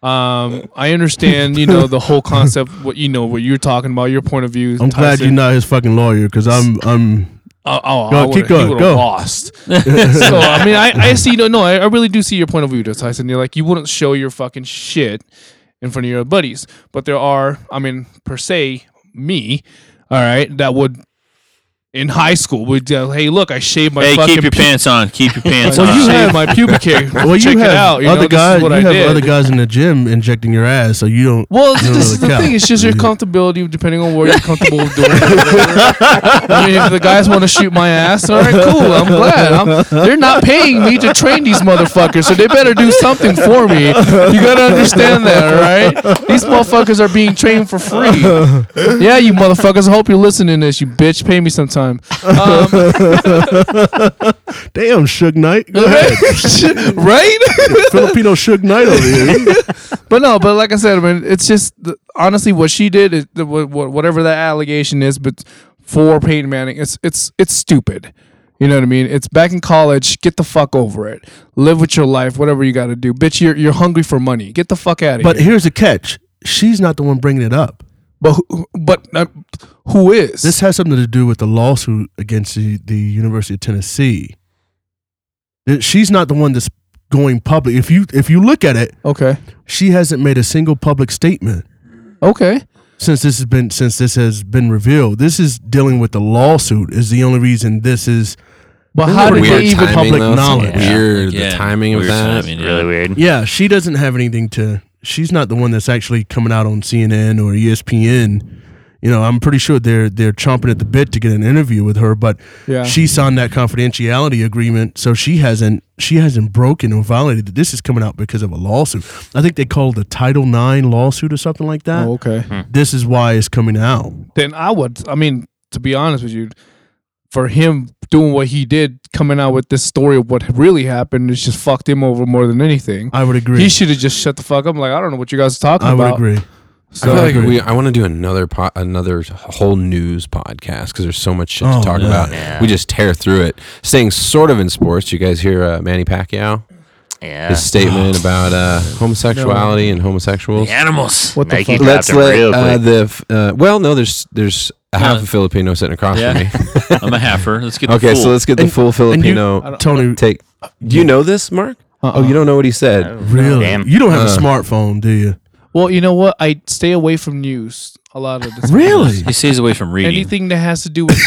[SPEAKER 2] blah Um, I understand, you know, the whole concept. What you know, what you're talking about, your point of view.
[SPEAKER 4] I'm glad
[SPEAKER 2] Tyson.
[SPEAKER 4] you're not his fucking lawyer because I'm I'm
[SPEAKER 2] Oh, oh,
[SPEAKER 4] Go,
[SPEAKER 2] I
[SPEAKER 4] keep
[SPEAKER 2] would've-
[SPEAKER 4] going,
[SPEAKER 2] He would've
[SPEAKER 4] go.
[SPEAKER 2] lost. so I mean, I, I see. No, no, I, I really do see your point of view, though, Tyson. You're like you wouldn't show your fucking shit in front of your buddies, but there are. I mean, per se, me. All right, that would in high school would uh, hey look, I shaved my
[SPEAKER 3] hey,
[SPEAKER 2] fucking
[SPEAKER 3] keep your pants on. Keep your pants
[SPEAKER 2] Well,
[SPEAKER 3] on.
[SPEAKER 2] you have my pubic hair.
[SPEAKER 4] Well, you
[SPEAKER 2] Check
[SPEAKER 4] have
[SPEAKER 2] it out. You
[SPEAKER 4] other
[SPEAKER 2] know,
[SPEAKER 4] guys.
[SPEAKER 2] This is what
[SPEAKER 4] you
[SPEAKER 2] I
[SPEAKER 4] have
[SPEAKER 2] did.
[SPEAKER 4] other guys in the gym injecting your ass, so you don't.
[SPEAKER 2] Well,
[SPEAKER 4] You don't
[SPEAKER 2] this is the
[SPEAKER 4] really count. Mm-hmm.
[SPEAKER 2] thing. It's just your comfortability, depending on where you're comfortable with doing. it. I mean, if the guys want to shoot my ass, all right, cool. I'm glad. I'm, they're not paying me to train these motherfuckers, so they better do something for me. You gotta understand that, all right? These motherfuckers are being trained for free. Yeah, you motherfuckers. I hope you're listening to this. You bitch, pay me sometime. Um,
[SPEAKER 4] Damn, Suge Knight. Go ahead.
[SPEAKER 2] right?
[SPEAKER 4] Filipino Suge Knight over here.
[SPEAKER 2] But no, but like I said, I mean, it's just the, honestly what she did is the, wha- wha- whatever that allegation is, but for Peyton Manning, it's it's it's stupid. You know what I mean? It's back in college. Get the fuck over it. Live with your life. Whatever you got to do, bitch. You're you're hungry for money. Get the fuck out of
[SPEAKER 4] But
[SPEAKER 2] here.
[SPEAKER 4] here's the catch: she's not the one bringing it up.
[SPEAKER 2] But who, but uh, who is
[SPEAKER 4] This has something to do with the lawsuit against the, the University of Tennessee. That She's not the one that's going public. If you if you look at it,
[SPEAKER 2] Okay.
[SPEAKER 4] she hasn't made a single public statement
[SPEAKER 2] Okay.
[SPEAKER 4] since this has been since this has been revealed. This is dealing with the lawsuit. Is the only reason this is
[SPEAKER 2] But
[SPEAKER 4] Isn't
[SPEAKER 2] how
[SPEAKER 4] that
[SPEAKER 2] did
[SPEAKER 4] weird
[SPEAKER 2] they even
[SPEAKER 4] timing? public
[SPEAKER 1] though? It's
[SPEAKER 4] knowledge?
[SPEAKER 1] Weird
[SPEAKER 3] Yeah,
[SPEAKER 1] the timing of
[SPEAKER 3] weird
[SPEAKER 1] that.
[SPEAKER 3] timing, yeah.
[SPEAKER 6] Really weird.
[SPEAKER 4] Yeah, she doesn't have anything to. She's not the one that's actually coming out on CNN or E ESPN. You know, I'm pretty sure they're they're chomping at the bit to get an interview with her, but
[SPEAKER 2] Yeah.
[SPEAKER 4] she signed that confidentiality agreement, so she hasn't she hasn't broken or violated. it. This is coming out because of a lawsuit. I think they call it the Title IX lawsuit or something like that.
[SPEAKER 2] Oh, okay.
[SPEAKER 4] This is why it's coming out.
[SPEAKER 2] Then I would. I mean, to be honest with you, for him doing what he did, coming out with this story of what really happened, it's just fucked him over more than anything.
[SPEAKER 4] I would agree.
[SPEAKER 2] He should have just shut the fuck up. Like I don't know what you guys are talking
[SPEAKER 4] I would
[SPEAKER 2] about.
[SPEAKER 4] agree.
[SPEAKER 1] I feel
[SPEAKER 2] So
[SPEAKER 1] like we, I want to do another po- another whole news podcast because there's so much shit
[SPEAKER 4] Oh,
[SPEAKER 1] to talk
[SPEAKER 4] yeah.
[SPEAKER 1] about. We just tear through it. Staying sort of in sports, you guys hear uh, Manny Pacquiao
[SPEAKER 6] Yeah.
[SPEAKER 1] his statement about uh, homosexuality and homosexuals.
[SPEAKER 3] Animals.
[SPEAKER 2] what the
[SPEAKER 6] Nike
[SPEAKER 2] fuck?
[SPEAKER 6] dropped
[SPEAKER 1] Let's
[SPEAKER 6] him
[SPEAKER 1] let
[SPEAKER 6] real
[SPEAKER 1] uh,
[SPEAKER 6] quick.
[SPEAKER 1] the f- uh, well, no, there's there's a half
[SPEAKER 3] Uh,
[SPEAKER 1] a Filipino sitting across
[SPEAKER 3] yeah.
[SPEAKER 1] from me.
[SPEAKER 3] I'm a halfer. Let's get the
[SPEAKER 1] Okay,
[SPEAKER 3] full.
[SPEAKER 1] so let's get the
[SPEAKER 4] And-
[SPEAKER 1] full
[SPEAKER 4] and you-
[SPEAKER 1] Filipino
[SPEAKER 4] Tony,
[SPEAKER 1] take. Do you know this, Mark? Oh, you don't know what he said.
[SPEAKER 4] really,
[SPEAKER 6] Damn.
[SPEAKER 4] you Uh-uh. don't have
[SPEAKER 1] Uh.
[SPEAKER 4] a smartphone, do you?
[SPEAKER 2] Well, you know what? I stay away from news a lot of the time.
[SPEAKER 4] Really?
[SPEAKER 3] he stays away from reading.
[SPEAKER 2] Anything that has to do with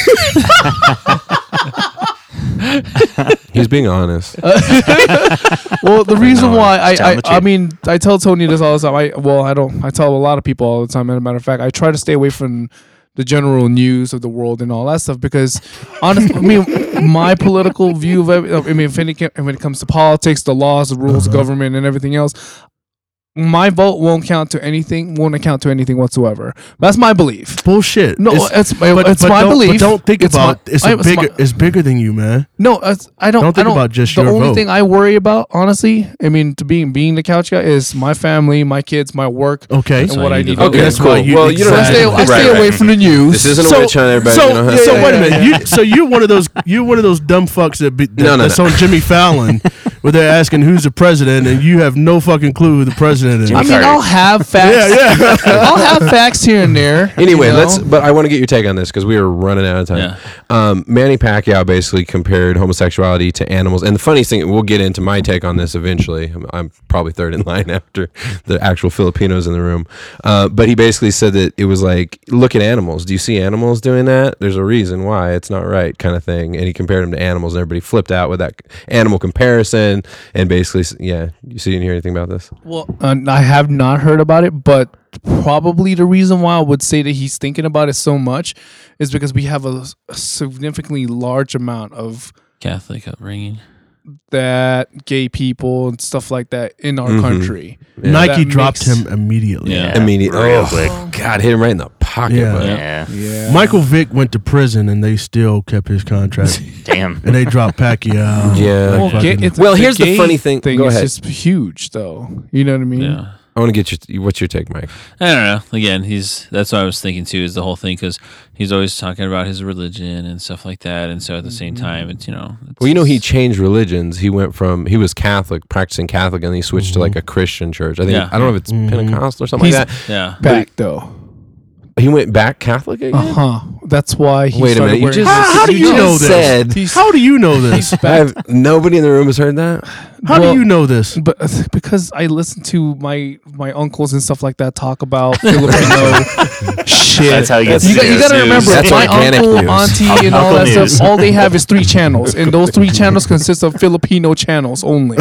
[SPEAKER 1] He's being honest.
[SPEAKER 2] well, the reason
[SPEAKER 6] no,
[SPEAKER 2] why I
[SPEAKER 6] tell
[SPEAKER 2] I,
[SPEAKER 6] the
[SPEAKER 2] I
[SPEAKER 6] truth.
[SPEAKER 2] mean I tell Tony this all the time. I well I don't I tell a lot of people all the time. As a matter of fact, I try to stay away from the general news of the world and all that stuff because honestly, I mean my political view of every, I mean if any, when it comes to politics, the laws, the rules,
[SPEAKER 4] Uh-huh.
[SPEAKER 2] of government, and everything else. My vote won't count to anything. Won't account to anything whatsoever. That's my belief.
[SPEAKER 4] Bullshit.
[SPEAKER 2] No, it's, it's my
[SPEAKER 4] don't, But
[SPEAKER 2] belief.
[SPEAKER 4] don't think
[SPEAKER 2] It's
[SPEAKER 4] about
[SPEAKER 2] my-
[SPEAKER 4] it's a
[SPEAKER 2] I- it's my-
[SPEAKER 4] bigger it's bigger than you, man.
[SPEAKER 2] No, it's- I don't.
[SPEAKER 4] Don't think
[SPEAKER 2] I don't,
[SPEAKER 4] about just
[SPEAKER 2] the
[SPEAKER 4] your
[SPEAKER 2] only
[SPEAKER 4] vote.
[SPEAKER 2] thing I worry about, honestly. I mean, to being being the couch guy is my family, my kids, my work,
[SPEAKER 1] Oh,
[SPEAKER 4] Okay.
[SPEAKER 2] and what I do.
[SPEAKER 1] Okay,
[SPEAKER 4] that's why you-
[SPEAKER 1] well, you don't
[SPEAKER 2] So I
[SPEAKER 1] have
[SPEAKER 2] stay,
[SPEAKER 1] to.
[SPEAKER 2] I stay
[SPEAKER 1] right, right.
[SPEAKER 2] away from the news.
[SPEAKER 1] This isn't a witch hunt, everybody.
[SPEAKER 4] so,
[SPEAKER 1] You don't have
[SPEAKER 4] so
[SPEAKER 1] to-
[SPEAKER 4] wait a minute. You, so you're one of those you're one of those dumb fucks that, be, that
[SPEAKER 1] No, no,
[SPEAKER 4] that's
[SPEAKER 1] no.
[SPEAKER 4] on Jimmy Fallon, where they're asking who's the president, and you have no fucking clue who the president is.
[SPEAKER 2] I mean,
[SPEAKER 6] Sorry.
[SPEAKER 2] I'll have facts. I'll have facts here and there.
[SPEAKER 1] Anyway,
[SPEAKER 2] you know?
[SPEAKER 1] let's. But I want to get your take on this because we are running out of time.
[SPEAKER 3] Yeah.
[SPEAKER 1] Um, Manny Pacquiao basically compared homosexuality to animals, and the funniest thing, we'll get into my take on this eventually. I'm, I'm probably third in line after the actual Filipinos in the room. Uh, but he basically said that it was like, look at animals. Do you see animals doing that? There's a reason why it's not right, kind of thing. And he compared him to animals, and everybody flipped out with that animal comparison. And basically, s- yeah, you see, you didn't hear anything about this.
[SPEAKER 2] Well, uh, I have not heard about it, but probably the reason why I would say that he's thinking about it so much is because we have a, a significantly large amount of
[SPEAKER 3] Catholic upbringing.
[SPEAKER 2] that gay people and stuff like that in our country.
[SPEAKER 1] Yeah.
[SPEAKER 4] Nike
[SPEAKER 2] That
[SPEAKER 4] dropped
[SPEAKER 2] makes-
[SPEAKER 4] him immediately.
[SPEAKER 3] Yeah.
[SPEAKER 1] I mean, he- oh,
[SPEAKER 6] Real quick.
[SPEAKER 1] God, hit him right in the pocket.
[SPEAKER 4] Yeah.
[SPEAKER 1] bud.
[SPEAKER 6] Yeah.
[SPEAKER 2] Yeah.
[SPEAKER 4] Michael Vick went to prison, and they still kept his contract,
[SPEAKER 6] Damn.
[SPEAKER 4] and they dropped Pacquiao.
[SPEAKER 1] Yeah.
[SPEAKER 4] Like
[SPEAKER 2] Well,
[SPEAKER 4] fucking-
[SPEAKER 2] ga- it's-
[SPEAKER 1] Well, here's the
[SPEAKER 2] gay
[SPEAKER 1] funny thing-
[SPEAKER 2] Thing
[SPEAKER 1] go
[SPEAKER 2] is
[SPEAKER 1] ahead.
[SPEAKER 2] just huge, though. You know what I mean?
[SPEAKER 3] Yeah.
[SPEAKER 1] I want to get your what's your take, Mike?
[SPEAKER 3] I don't know. Again, he's that's what I was thinking too. Is the whole thing because he's always talking about his religion and stuff like that. And so at the same
[SPEAKER 4] Mm-hmm.
[SPEAKER 3] time, it's you know. It's,
[SPEAKER 1] Well, you know, he changed religions. He went from he was Catholic, practicing Catholic, and then he switched to like a Christian church. I think
[SPEAKER 3] Mm-hmm. Yeah.
[SPEAKER 1] I don't know if it's Pentecostal or something
[SPEAKER 2] He's-
[SPEAKER 1] like that.
[SPEAKER 3] yeah.
[SPEAKER 2] Back though.
[SPEAKER 1] He went back Catholic again.
[SPEAKER 2] Uh huh. That's why he
[SPEAKER 1] Wait a minute.
[SPEAKER 2] started
[SPEAKER 1] You
[SPEAKER 2] wearing
[SPEAKER 1] just,
[SPEAKER 4] How- how do you
[SPEAKER 1] just
[SPEAKER 4] know this?
[SPEAKER 1] Said,
[SPEAKER 2] He's-
[SPEAKER 4] How do you know this?
[SPEAKER 1] I have, nobody in the room has heard that.
[SPEAKER 4] How
[SPEAKER 2] Well-
[SPEAKER 4] do you know this?
[SPEAKER 2] But uh, because I listen to my my uncles and stuff like that talk about Filipino shit.
[SPEAKER 6] That's how you get
[SPEAKER 2] You, got, you
[SPEAKER 6] serious
[SPEAKER 2] gotta
[SPEAKER 6] news.
[SPEAKER 2] remember,
[SPEAKER 1] That's
[SPEAKER 2] my
[SPEAKER 1] organic
[SPEAKER 2] uncle,
[SPEAKER 1] news.
[SPEAKER 2] auntie, and all
[SPEAKER 6] Uncle
[SPEAKER 2] that
[SPEAKER 6] news.
[SPEAKER 2] stuff. All they have is three channels, and those three channels consist of Filipino channels only.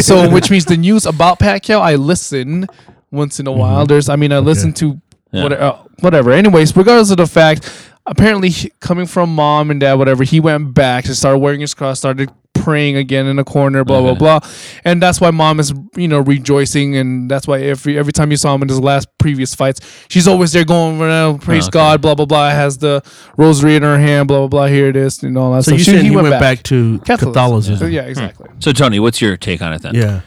[SPEAKER 2] so, which means the news about Pacquiao, I listen once in
[SPEAKER 6] Mm-hmm.
[SPEAKER 2] a while. There's, I mean, I listen to what, uh, whatever. Anyways, regardless of the fact, apparently he- coming from mom and dad, whatever, he went back and started wearing his cross, started praying again in the corner, blah
[SPEAKER 6] Mm-hmm.
[SPEAKER 2] blah blah, and that's why mom is you know rejoicing, and that's why every every time you saw him in his last previous fights, she's always there going "Oh, praise God, blah blah blah, has the rosary in her hand, blah blah blah, here it is, and all that.
[SPEAKER 4] So
[SPEAKER 2] stuff.
[SPEAKER 4] you
[SPEAKER 2] She-
[SPEAKER 4] said he went back Hmm. to Catholicism.
[SPEAKER 2] Yeah, exactly.
[SPEAKER 3] So Tony, what's your take on it then?
[SPEAKER 4] Yeah.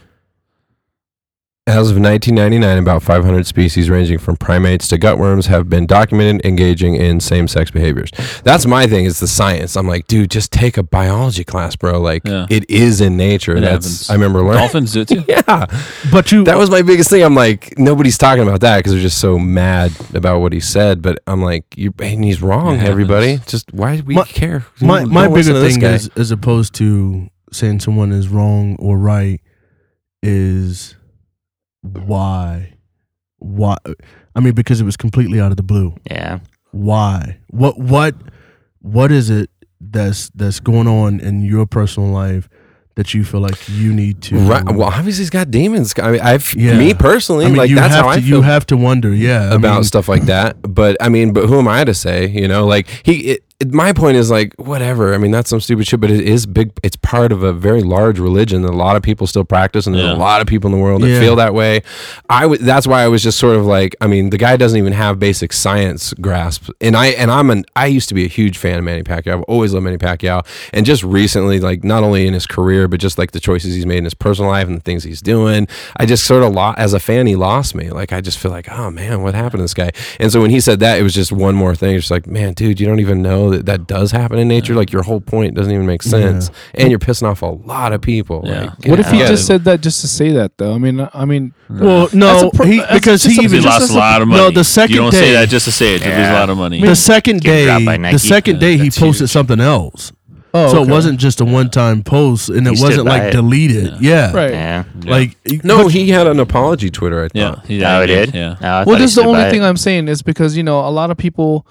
[SPEAKER 1] As of 1999, about 500 species ranging from primates to gutworms have been documented engaging in same-sex behaviors. That's my thing. Is the science? I'm like, dude, just take a biology class, bro. Like,
[SPEAKER 3] Yeah.
[SPEAKER 1] it is in nature.
[SPEAKER 3] It
[SPEAKER 1] That's
[SPEAKER 3] happens.
[SPEAKER 1] I remember learning.
[SPEAKER 3] Dolphins do it too.
[SPEAKER 1] Yeah,
[SPEAKER 4] But you
[SPEAKER 1] that was my biggest thing. I'm like, nobody's talking about that because they're just so mad about what he said. But I'm like, you and he's
[SPEAKER 3] It
[SPEAKER 1] wrong.
[SPEAKER 3] happens.
[SPEAKER 1] Everybody, just why do we
[SPEAKER 4] My-
[SPEAKER 1] care?
[SPEAKER 4] my
[SPEAKER 1] Don't
[SPEAKER 4] my
[SPEAKER 1] listen
[SPEAKER 4] bigger
[SPEAKER 1] to this
[SPEAKER 4] thing
[SPEAKER 1] guy.
[SPEAKER 4] is as opposed to saying someone is wrong or right is why why I mean because it was completely out of the blue.
[SPEAKER 6] Yeah.
[SPEAKER 4] Why? What what what is it that's that's going on in your personal life that you feel like you need to
[SPEAKER 1] Right. Well, obviously he's got demons. I mean, I've
[SPEAKER 4] Yeah.
[SPEAKER 1] me personally,
[SPEAKER 4] I mean,
[SPEAKER 1] like
[SPEAKER 4] you
[SPEAKER 1] that's
[SPEAKER 4] have
[SPEAKER 1] how I
[SPEAKER 4] to, you
[SPEAKER 1] feel
[SPEAKER 4] have to wonder, yeah, I
[SPEAKER 1] about
[SPEAKER 4] mean,
[SPEAKER 1] stuff like that. But I mean, but who am I to say? You know, like he. It, it- my point is like whatever. I mean, that's some stupid shit, but it is big. It's part of a very large religion that a lot of people still practice, and there's a
[SPEAKER 3] Yeah.
[SPEAKER 1] lot of people in the world that
[SPEAKER 4] Yeah.
[SPEAKER 1] feel that way. I w- that's why I was just sort of like, I mean, the guy doesn't even have basic science grasp, and I and I'm an I used to be a huge fan of Manny Pacquiao. I've always loved Manny Pacquiao, and just recently, like not only in his career, but just like the choices he's made in his personal life and the things he's doing, I just sort of lost as a fan. He lost me. Like I just feel like, oh man, what happened to this guy? And so when he said that, it was just one more thing. It's just like, man, dude, you don't even know that that does happen in nature. Like your whole point doesn't even make sense, and you're pissing off a lot of people.
[SPEAKER 3] Yeah.
[SPEAKER 1] Like,
[SPEAKER 2] What if he
[SPEAKER 1] yeah.
[SPEAKER 2] just said that just to say that though? I mean, I mean,
[SPEAKER 4] Well,
[SPEAKER 2] That's
[SPEAKER 4] no,
[SPEAKER 2] a pro-
[SPEAKER 4] he,
[SPEAKER 2] that's
[SPEAKER 4] because
[SPEAKER 2] just
[SPEAKER 4] he
[SPEAKER 2] a-
[SPEAKER 3] He
[SPEAKER 4] even
[SPEAKER 2] just
[SPEAKER 3] lost a lot of money.
[SPEAKER 4] No, the second
[SPEAKER 3] you don't say
[SPEAKER 4] day-
[SPEAKER 3] that just to say it. You lose a
[SPEAKER 6] Yeah.
[SPEAKER 3] lot of money.
[SPEAKER 4] the second
[SPEAKER 6] Getting
[SPEAKER 4] day,
[SPEAKER 6] dropped by Nike.
[SPEAKER 4] the second day he
[SPEAKER 1] That's
[SPEAKER 4] posted
[SPEAKER 1] huge.
[SPEAKER 4] something else.
[SPEAKER 2] oh,
[SPEAKER 4] so it
[SPEAKER 2] okay.
[SPEAKER 4] wasn't just a one-time post, and it
[SPEAKER 6] He stood
[SPEAKER 4] wasn't
[SPEAKER 6] by
[SPEAKER 4] like
[SPEAKER 6] it.
[SPEAKER 4] deleted. Yeah,
[SPEAKER 2] right.
[SPEAKER 6] Yeah.
[SPEAKER 4] Like
[SPEAKER 1] No, he had an apology Twitter. I thought.
[SPEAKER 3] yeah, he
[SPEAKER 6] Oh, it did.
[SPEAKER 3] Yeah,
[SPEAKER 6] Oh, I thought
[SPEAKER 2] well,
[SPEAKER 6] he
[SPEAKER 2] this is the
[SPEAKER 6] stood
[SPEAKER 2] only
[SPEAKER 6] by
[SPEAKER 2] thing
[SPEAKER 6] it.
[SPEAKER 2] I'm saying is because you know a lot of people,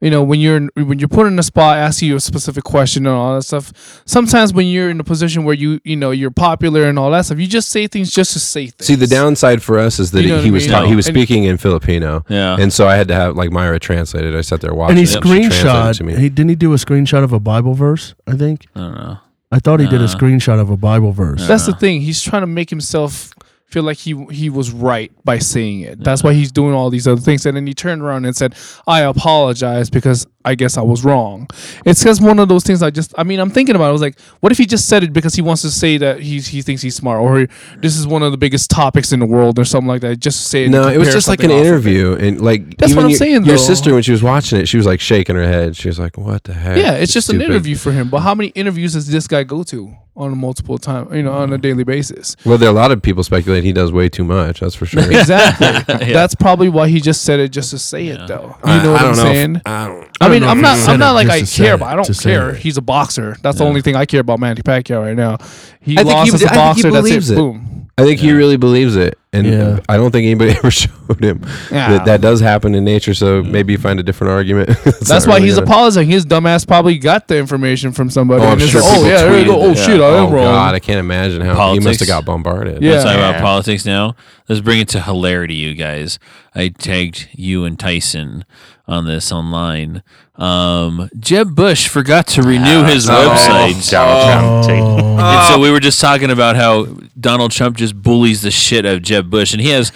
[SPEAKER 2] you know, when you're in, when you're put in a spot, ask you a specific question and all that stuff. Sometimes when you're in a position where you you know you're popular and all that stuff, you just say things just to say things.
[SPEAKER 1] See, the downside for us is that
[SPEAKER 2] You know
[SPEAKER 1] he
[SPEAKER 2] what I
[SPEAKER 1] was
[SPEAKER 2] mean?
[SPEAKER 1] ta-
[SPEAKER 3] No.
[SPEAKER 1] he was
[SPEAKER 2] And-
[SPEAKER 1] speaking in Filipino,
[SPEAKER 3] Yeah.
[SPEAKER 1] and so I had to have like Myra translate it. I sat there watching,
[SPEAKER 4] and he
[SPEAKER 1] it. She translated it
[SPEAKER 4] screenshot.
[SPEAKER 1] to me.
[SPEAKER 4] He didn't he do a screenshot of a Bible verse? I think
[SPEAKER 3] I don't know.
[SPEAKER 4] I thought he did a
[SPEAKER 3] Uh,
[SPEAKER 4] screenshot of a Bible verse.
[SPEAKER 2] That's
[SPEAKER 1] Uh-huh.
[SPEAKER 2] the thing. He's trying to make himself feel like he he was right by saying it. That's why he's doing all these other things. And then he turned around and said, "I apologize because I guess I was wrong." It's just one of those things. I just, I mean, I'm thinking about. it. I was like, what if he just said it because he wants to say that he he thinks he's smart, or he- this is one of the biggest topics in the world, or something like that. Just to say. and
[SPEAKER 1] no, it was
[SPEAKER 2] compare
[SPEAKER 1] just like an
[SPEAKER 2] something off of it.
[SPEAKER 1] interview, and like
[SPEAKER 2] That's what I'm
[SPEAKER 1] your,
[SPEAKER 2] saying,
[SPEAKER 1] Your
[SPEAKER 2] though.
[SPEAKER 1] sister, when she was watching it, she was like shaking her head. She was like, "What the heck?"
[SPEAKER 2] Yeah, it's just an
[SPEAKER 1] Stupid.
[SPEAKER 2] interview for him. But how many interviews does this guy go to on a multiple time, you know, on a daily basis?
[SPEAKER 1] Well, there are a lot of people speculate he does way too much. That's for sure.
[SPEAKER 2] Exactly. That's probably why he just said it just to say it, though. You
[SPEAKER 1] I-
[SPEAKER 2] know
[SPEAKER 1] I
[SPEAKER 2] what
[SPEAKER 1] don't
[SPEAKER 2] I'm
[SPEAKER 1] know if-
[SPEAKER 2] saying?
[SPEAKER 1] I don't.
[SPEAKER 2] I,
[SPEAKER 4] I
[SPEAKER 2] mean,
[SPEAKER 4] don't know
[SPEAKER 2] I'm
[SPEAKER 4] if
[SPEAKER 2] not.
[SPEAKER 4] he
[SPEAKER 2] I'm
[SPEAKER 4] said
[SPEAKER 2] not
[SPEAKER 4] it
[SPEAKER 2] like
[SPEAKER 4] just
[SPEAKER 2] I
[SPEAKER 4] to say
[SPEAKER 2] care,
[SPEAKER 4] it,
[SPEAKER 2] but I don't
[SPEAKER 4] to say
[SPEAKER 2] care.
[SPEAKER 4] it.
[SPEAKER 2] He's a boxer. That's the only thing I care about, Manny Pacquiao, right now. He
[SPEAKER 1] I think
[SPEAKER 2] lost
[SPEAKER 1] he-
[SPEAKER 2] as a
[SPEAKER 1] I think he
[SPEAKER 2] boxer. That's
[SPEAKER 1] believes
[SPEAKER 2] it.
[SPEAKER 1] it.
[SPEAKER 2] Boom.
[SPEAKER 1] I think he really believes it, and
[SPEAKER 4] Yeah.
[SPEAKER 1] I don't think anybody ever showed him
[SPEAKER 2] Yeah.
[SPEAKER 1] that that does happen in nature. So maybe you find a different argument.
[SPEAKER 2] That's why he's apologizing. His dumbass probably got the information from somebody.
[SPEAKER 1] Oh, I'm
[SPEAKER 2] and it's
[SPEAKER 1] sure
[SPEAKER 2] like, oh
[SPEAKER 1] people
[SPEAKER 2] yeah, there you
[SPEAKER 1] tweeted
[SPEAKER 2] go. Oh
[SPEAKER 1] it.
[SPEAKER 2] shit, I am
[SPEAKER 1] oh
[SPEAKER 2] wrong.
[SPEAKER 1] God, I can't imagine how he must
[SPEAKER 3] Politics.
[SPEAKER 1] have got bombarded.
[SPEAKER 2] Yeah.
[SPEAKER 3] Let's talk about
[SPEAKER 6] Yeah.
[SPEAKER 3] politics now. Let's bring it to hilarity, you guys. I tagged you and Tyson on this online. Um, Jeb Bush forgot to renew his website.
[SPEAKER 6] Oh, Donald Trump. too.
[SPEAKER 4] Oh,
[SPEAKER 3] And so we were just talking about how Donald Trump just bullies the shit out of Jeb Bush, and he has,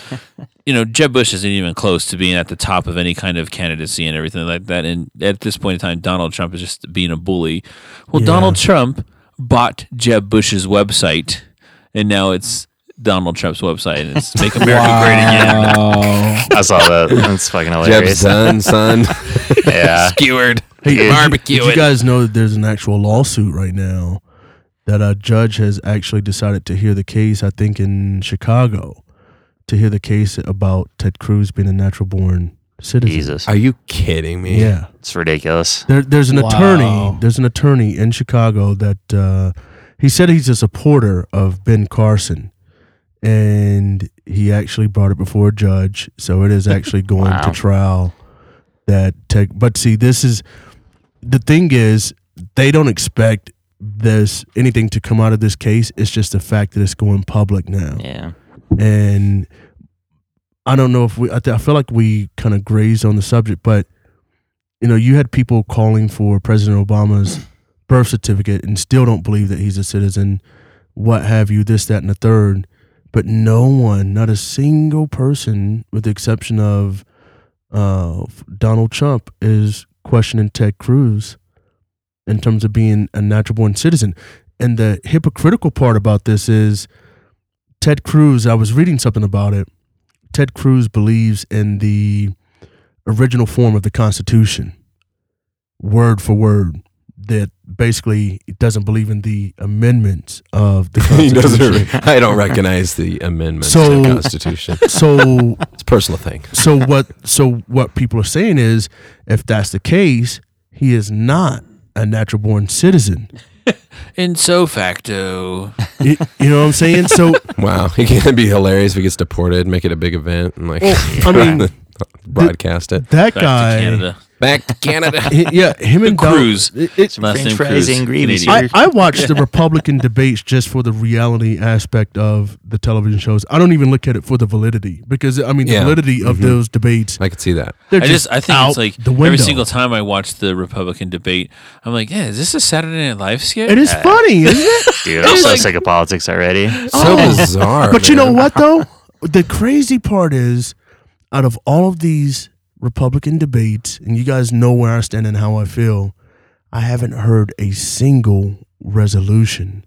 [SPEAKER 3] you know, Jeb Bush isn't even close to being at the top of any kind of candidacy and everything like that. And at this point in time, Donald Trump is just being a bully. Well, Donald Trump bought Jeb Bush's website, and now it's Donald Trump's website. And it's Make America Great Again.
[SPEAKER 6] I saw that. That's fucking
[SPEAKER 1] Jeb's
[SPEAKER 6] hilarious.
[SPEAKER 1] son, son.
[SPEAKER 6] Yeah.
[SPEAKER 3] Skewered,
[SPEAKER 4] Hey,
[SPEAKER 3] barbecue.
[SPEAKER 4] Did you guys know that there's an actual lawsuit right now that a judge has actually decided to hear the case? I think in Chicago to hear the case about Ted Cruz being a natural born citizens.
[SPEAKER 6] Jesus,
[SPEAKER 1] Are you kidding me?
[SPEAKER 4] Yeah.
[SPEAKER 6] it's ridiculous.
[SPEAKER 4] There, there's an
[SPEAKER 2] Wow.
[SPEAKER 4] attorney. There's an attorney in Chicago that uh, he said he's a supporter of Ben Carson, and he actually brought it before a judge. So it is actually going
[SPEAKER 6] Wow.
[SPEAKER 4] to trial. That tech, but see, this is the thing is they don't expect this anything to come out of this case. It's just the fact that it's going public now
[SPEAKER 6] Yeah,
[SPEAKER 4] and I don't know if we. I, th- I feel like we kind of grazed on the subject, but you know, you had people calling for President Obama's birth certificate and still don't believe that he's a citizen. What have you? This, that, and the third. But no one, not a single person, with the exception of uh, Donald Trump, is questioning Ted Cruz in terms of being a natural born citizen. And the hypocritical part about this is Ted Cruz, I was reading something about it. Ted Cruz believes in the original form of the Constitution, word for word, that basically it doesn't believe in the amendments of the
[SPEAKER 1] He
[SPEAKER 4] Constitution.
[SPEAKER 1] doesn't, I don't recognize the amendments to
[SPEAKER 4] So-
[SPEAKER 1] the Constitution.
[SPEAKER 4] so
[SPEAKER 1] It's a personal thing.
[SPEAKER 4] so what so what people are saying is if that's the case, he is not a natural born citizen.
[SPEAKER 3] In so facto,
[SPEAKER 4] You, you know what I'm saying? So
[SPEAKER 1] Wow, it can be hilarious if he gets deported. Make it a big event and like
[SPEAKER 4] I mean
[SPEAKER 1] broadcast it
[SPEAKER 3] back
[SPEAKER 4] that
[SPEAKER 3] to
[SPEAKER 4] guy
[SPEAKER 3] Canada.
[SPEAKER 1] back to Canada.
[SPEAKER 4] he- yeah, him and Don-
[SPEAKER 3] Cruz.
[SPEAKER 4] it-
[SPEAKER 3] Last
[SPEAKER 4] it-
[SPEAKER 6] French
[SPEAKER 3] name
[SPEAKER 6] fries
[SPEAKER 3] Cruz,
[SPEAKER 6] and gravy,
[SPEAKER 3] Canadian.
[SPEAKER 6] sir.
[SPEAKER 4] I, I watch the Republican debates just for the reality aspect of the television shows. I don't even look at it for the validity because I mean the
[SPEAKER 1] Yeah.
[SPEAKER 4] validity of those debates.
[SPEAKER 1] I could see that.
[SPEAKER 4] They're
[SPEAKER 3] I
[SPEAKER 4] just,
[SPEAKER 3] just I think
[SPEAKER 4] out
[SPEAKER 3] it's like
[SPEAKER 4] the
[SPEAKER 3] every
[SPEAKER 4] window.
[SPEAKER 3] single time I watch the Republican debate, I'm like, yeah, is this a Saturday Night Live skit?
[SPEAKER 4] It is funny, isn't it?
[SPEAKER 6] dude, I'm so sick of politics already.
[SPEAKER 1] So bizarre.
[SPEAKER 4] Oh. But you know
[SPEAKER 1] man.
[SPEAKER 4] what though? The crazy part is out of all of these Republican debates, and you guys know where I stand and how I feel, I haven't heard a single resolution.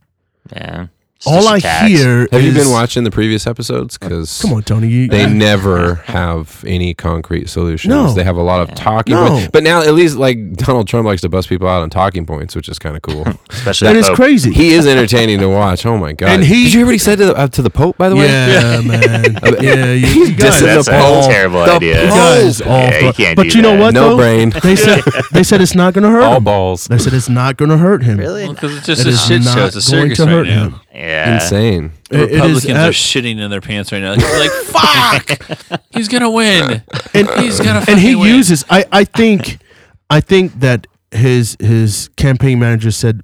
[SPEAKER 6] Yeah, It's
[SPEAKER 4] all
[SPEAKER 6] just
[SPEAKER 4] I
[SPEAKER 6] attacks.
[SPEAKER 4] hear
[SPEAKER 1] Have you
[SPEAKER 4] is-
[SPEAKER 1] been watching the previous episodes? Because
[SPEAKER 4] Come on, Tony. You,
[SPEAKER 1] they never have any concrete solutions.
[SPEAKER 4] No.
[SPEAKER 1] They have a lot of talking
[SPEAKER 4] No.
[SPEAKER 1] points. But now, at least, like, Donald Trump likes to bust people out on talking points, which is kind of cool.
[SPEAKER 6] especially
[SPEAKER 4] that
[SPEAKER 6] that
[SPEAKER 4] is
[SPEAKER 1] Oh.
[SPEAKER 6] Pope.
[SPEAKER 4] crazy.
[SPEAKER 1] he is entertaining to watch. Oh, my God.
[SPEAKER 4] And he-
[SPEAKER 1] Did you hear what he said to the, uh, to the Pope, by the way?
[SPEAKER 4] yeah, man. Yeah, you,
[SPEAKER 1] He's
[SPEAKER 4] you guys,
[SPEAKER 1] dissing
[SPEAKER 6] That's
[SPEAKER 1] the
[SPEAKER 6] a
[SPEAKER 1] Pope.
[SPEAKER 6] terrible
[SPEAKER 1] The
[SPEAKER 6] idea.
[SPEAKER 1] Pope.
[SPEAKER 4] guys
[SPEAKER 1] Oh,
[SPEAKER 4] all
[SPEAKER 6] yeah, you
[SPEAKER 4] fuck-
[SPEAKER 6] can't
[SPEAKER 4] But
[SPEAKER 6] do
[SPEAKER 4] you know
[SPEAKER 6] that.
[SPEAKER 4] what?
[SPEAKER 1] No
[SPEAKER 4] though?
[SPEAKER 1] brain.
[SPEAKER 4] They said they said it's not going to hurt
[SPEAKER 1] All
[SPEAKER 4] him.
[SPEAKER 1] balls.
[SPEAKER 4] They said it's not going to hurt him.
[SPEAKER 6] Really?
[SPEAKER 3] Well, 'cause it's just
[SPEAKER 4] It
[SPEAKER 3] a
[SPEAKER 4] is
[SPEAKER 3] shit
[SPEAKER 4] not
[SPEAKER 3] show. It's a circus
[SPEAKER 4] going to
[SPEAKER 3] right
[SPEAKER 4] hurt
[SPEAKER 3] now.
[SPEAKER 4] him.
[SPEAKER 6] Yeah,
[SPEAKER 1] Insane.
[SPEAKER 4] It- it is
[SPEAKER 3] Republicans are
[SPEAKER 4] ab-
[SPEAKER 3] shitting in their pants right now. They're like, fuck, he's gonna win.
[SPEAKER 4] and
[SPEAKER 3] He's gonna
[SPEAKER 4] and he
[SPEAKER 3] fucking win.
[SPEAKER 4] uses I, I think I think that his his campaign manager said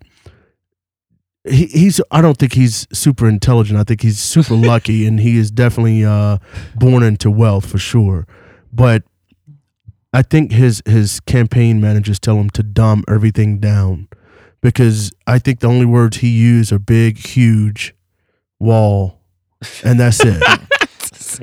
[SPEAKER 4] he, he's I don't think he's super intelligent. I think he's super lucky and he is definitely uh, born into wealth for sure. But I think his his campaign managers tell him to dumb everything down because I think the only words he used are big, huge, wall, and that's it.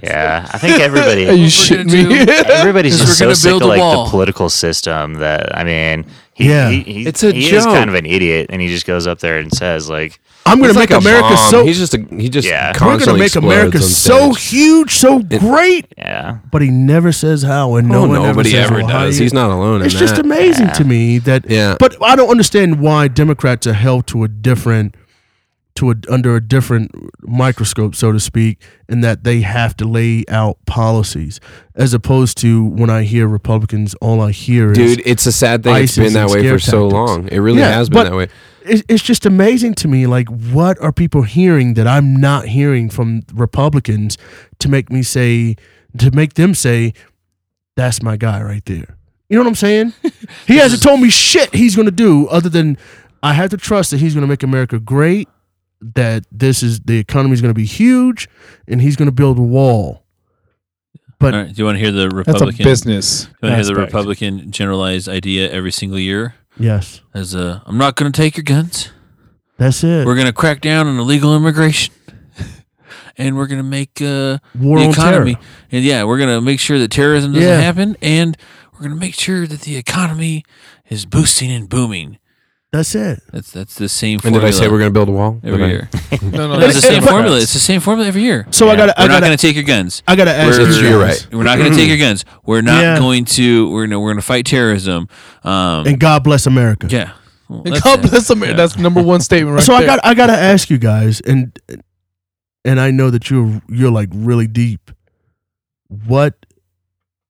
[SPEAKER 6] yeah. I think
[SPEAKER 2] Are
[SPEAKER 6] everybody,
[SPEAKER 2] you
[SPEAKER 3] What we're
[SPEAKER 2] shitting
[SPEAKER 3] gonna
[SPEAKER 2] me?
[SPEAKER 6] everybody's
[SPEAKER 3] Is
[SPEAKER 6] just
[SPEAKER 3] we're
[SPEAKER 6] so
[SPEAKER 3] gonna
[SPEAKER 6] sick
[SPEAKER 3] build
[SPEAKER 6] of
[SPEAKER 3] a
[SPEAKER 6] like
[SPEAKER 3] wall.
[SPEAKER 6] the political system. That I mean, he,
[SPEAKER 4] Yeah.
[SPEAKER 6] he, he,
[SPEAKER 1] It's a
[SPEAKER 6] he is
[SPEAKER 1] joke.
[SPEAKER 6] kind of an idiot, and he just goes up there and says like,
[SPEAKER 4] I'm going
[SPEAKER 1] He's
[SPEAKER 4] to make
[SPEAKER 1] like a
[SPEAKER 4] America
[SPEAKER 1] bomb.
[SPEAKER 4] so
[SPEAKER 1] He's just a, he just
[SPEAKER 6] Yeah. We're
[SPEAKER 4] We're gonna
[SPEAKER 1] constantly
[SPEAKER 4] make America
[SPEAKER 1] explodes on
[SPEAKER 4] so
[SPEAKER 1] stage.
[SPEAKER 4] huge, so great.
[SPEAKER 6] yeah,
[SPEAKER 4] But he never says how, and no
[SPEAKER 1] Oh,
[SPEAKER 4] one
[SPEAKER 1] nobody
[SPEAKER 4] ever, says
[SPEAKER 1] ever
[SPEAKER 4] well, how
[SPEAKER 1] does.
[SPEAKER 4] do you-
[SPEAKER 1] He's not alone in
[SPEAKER 4] It's just
[SPEAKER 1] that.
[SPEAKER 4] amazing to me that.
[SPEAKER 1] Yeah.
[SPEAKER 4] But I don't understand why Democrats are held to a different, to a under a different microscope, so to speak, and that they have to lay out policies, as opposed to when I hear Republicans, all I hear is
[SPEAKER 1] Dude, it's a sad thing. It's
[SPEAKER 4] ISIS
[SPEAKER 1] been that
[SPEAKER 4] and
[SPEAKER 1] way for
[SPEAKER 4] scare
[SPEAKER 1] so
[SPEAKER 4] tactics.
[SPEAKER 1] long. It really
[SPEAKER 4] Yeah,
[SPEAKER 1] has been
[SPEAKER 4] but-
[SPEAKER 1] that way.
[SPEAKER 4] it's, it's just amazing to me like what are people hearing that i'm not hearing from republicans to make me say to make them say that's my guy right there you know what i'm saying he hasn't told me shit he's going to do other than i have to trust that he's going to make america great that this is the economy is going to be huge and he's going to build a wall
[SPEAKER 3] All right, do you want to hear the
[SPEAKER 2] That's a
[SPEAKER 3] Republican?
[SPEAKER 2] business.
[SPEAKER 3] do you want to hear the
[SPEAKER 2] aspect.
[SPEAKER 3] Republican generalized idea every single year?
[SPEAKER 4] yes
[SPEAKER 3] As a, I'm not gonna take your guns.
[SPEAKER 4] that's it
[SPEAKER 3] We're gonna crack down on illegal immigration, and we're gonna make uh,
[SPEAKER 4] war
[SPEAKER 3] the
[SPEAKER 4] on
[SPEAKER 3] economy.
[SPEAKER 4] terror
[SPEAKER 3] And yeah, we're gonna make sure that terrorism doesn't
[SPEAKER 4] Yeah.
[SPEAKER 3] happen, and we're gonna make sure that the economy is boosting and booming.
[SPEAKER 4] that's it
[SPEAKER 3] That's that's the same.
[SPEAKER 1] And
[SPEAKER 3] Formula
[SPEAKER 1] did I say we're going to build a wall?
[SPEAKER 3] every
[SPEAKER 1] Did I-
[SPEAKER 3] year?
[SPEAKER 2] No, no,
[SPEAKER 3] That's the same
[SPEAKER 2] Democrats.
[SPEAKER 3] formula. It's the same formula every year.
[SPEAKER 4] so i
[SPEAKER 6] Yeah.
[SPEAKER 4] gotta
[SPEAKER 3] We're
[SPEAKER 4] i
[SPEAKER 3] not
[SPEAKER 4] gotta
[SPEAKER 3] gonna take your guns.
[SPEAKER 4] i gotta ask
[SPEAKER 1] We're-
[SPEAKER 4] you
[SPEAKER 1] you're
[SPEAKER 4] guys.
[SPEAKER 1] right.
[SPEAKER 3] We're not gonna take your guns. We're not
[SPEAKER 4] Yeah.
[SPEAKER 3] going to. We're gonna. We're gonna fight terrorism. Um.
[SPEAKER 4] and god bless america
[SPEAKER 3] yeah. Well, that's
[SPEAKER 2] God
[SPEAKER 3] it.
[SPEAKER 2] bless America.
[SPEAKER 3] Yeah.
[SPEAKER 2] That's number one statement right
[SPEAKER 4] so I
[SPEAKER 2] there.
[SPEAKER 4] got I gotta ask you guys, and and I know that you're you're like really deep. What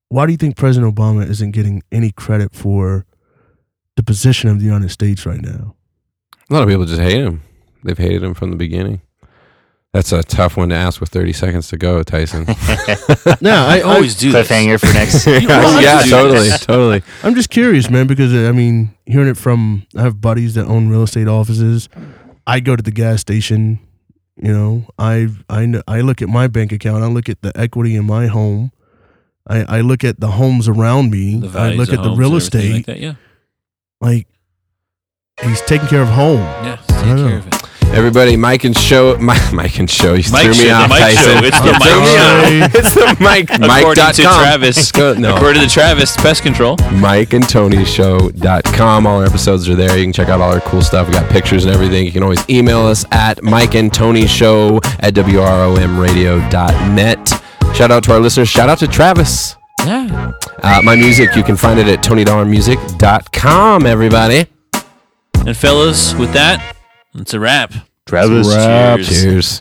[SPEAKER 4] why do you think President Obama isn't getting any credit for the position of the United States right now?
[SPEAKER 1] A lot of people just hate him. They've hated him from the beginning. That's a tough one to ask with 30 seconds to go, Tyson.
[SPEAKER 4] No, I always.
[SPEAKER 3] always do this.
[SPEAKER 6] Cliffhanger for next.
[SPEAKER 3] always
[SPEAKER 1] yeah,
[SPEAKER 3] do
[SPEAKER 1] totally,
[SPEAKER 3] this.
[SPEAKER 1] totally.
[SPEAKER 4] I'm just curious, man, because I mean, hearing it from I have buddies that own real estate offices. I go to the gas station, you know. I I kn- I look at my bank account. I look at the equity in my home. I, I look at the homes around me.
[SPEAKER 3] The
[SPEAKER 4] I
[SPEAKER 3] values
[SPEAKER 4] look
[SPEAKER 3] of
[SPEAKER 4] at the
[SPEAKER 3] homes
[SPEAKER 4] real
[SPEAKER 3] and everything
[SPEAKER 4] estate.
[SPEAKER 3] Like that. Yeah,
[SPEAKER 4] Like, he's taking care of home.
[SPEAKER 3] yeah. Take
[SPEAKER 4] don't know.
[SPEAKER 3] care of it.
[SPEAKER 1] Everybody, Mike and show, Mike, Mike and show. You
[SPEAKER 3] Mike
[SPEAKER 1] threw me
[SPEAKER 3] show, the
[SPEAKER 1] off,
[SPEAKER 3] Mike
[SPEAKER 1] Tyson.
[SPEAKER 3] show. It's
[SPEAKER 1] You
[SPEAKER 3] the
[SPEAKER 1] threw
[SPEAKER 3] Mike
[SPEAKER 1] me off.
[SPEAKER 4] show.
[SPEAKER 1] It's the Mike. Mike
[SPEAKER 3] According
[SPEAKER 1] dot
[SPEAKER 3] to
[SPEAKER 1] com.
[SPEAKER 3] Travis,
[SPEAKER 1] Go- no,
[SPEAKER 3] according to Travis Pest Control,
[SPEAKER 1] Mike and Tony show.com. All our episodes are there. You can check out all our cool stuff. We got pictures and everything. You can always email us at Mike and Tony show at WROMradio.net. Shout out to our listeners. Shout out to Travis.
[SPEAKER 3] yeah,
[SPEAKER 1] Uh, my music, you can find it at TonyDollarMusic.com, everybody.
[SPEAKER 3] and fellas, with that, it's a wrap.
[SPEAKER 6] Travis,
[SPEAKER 1] Cheers.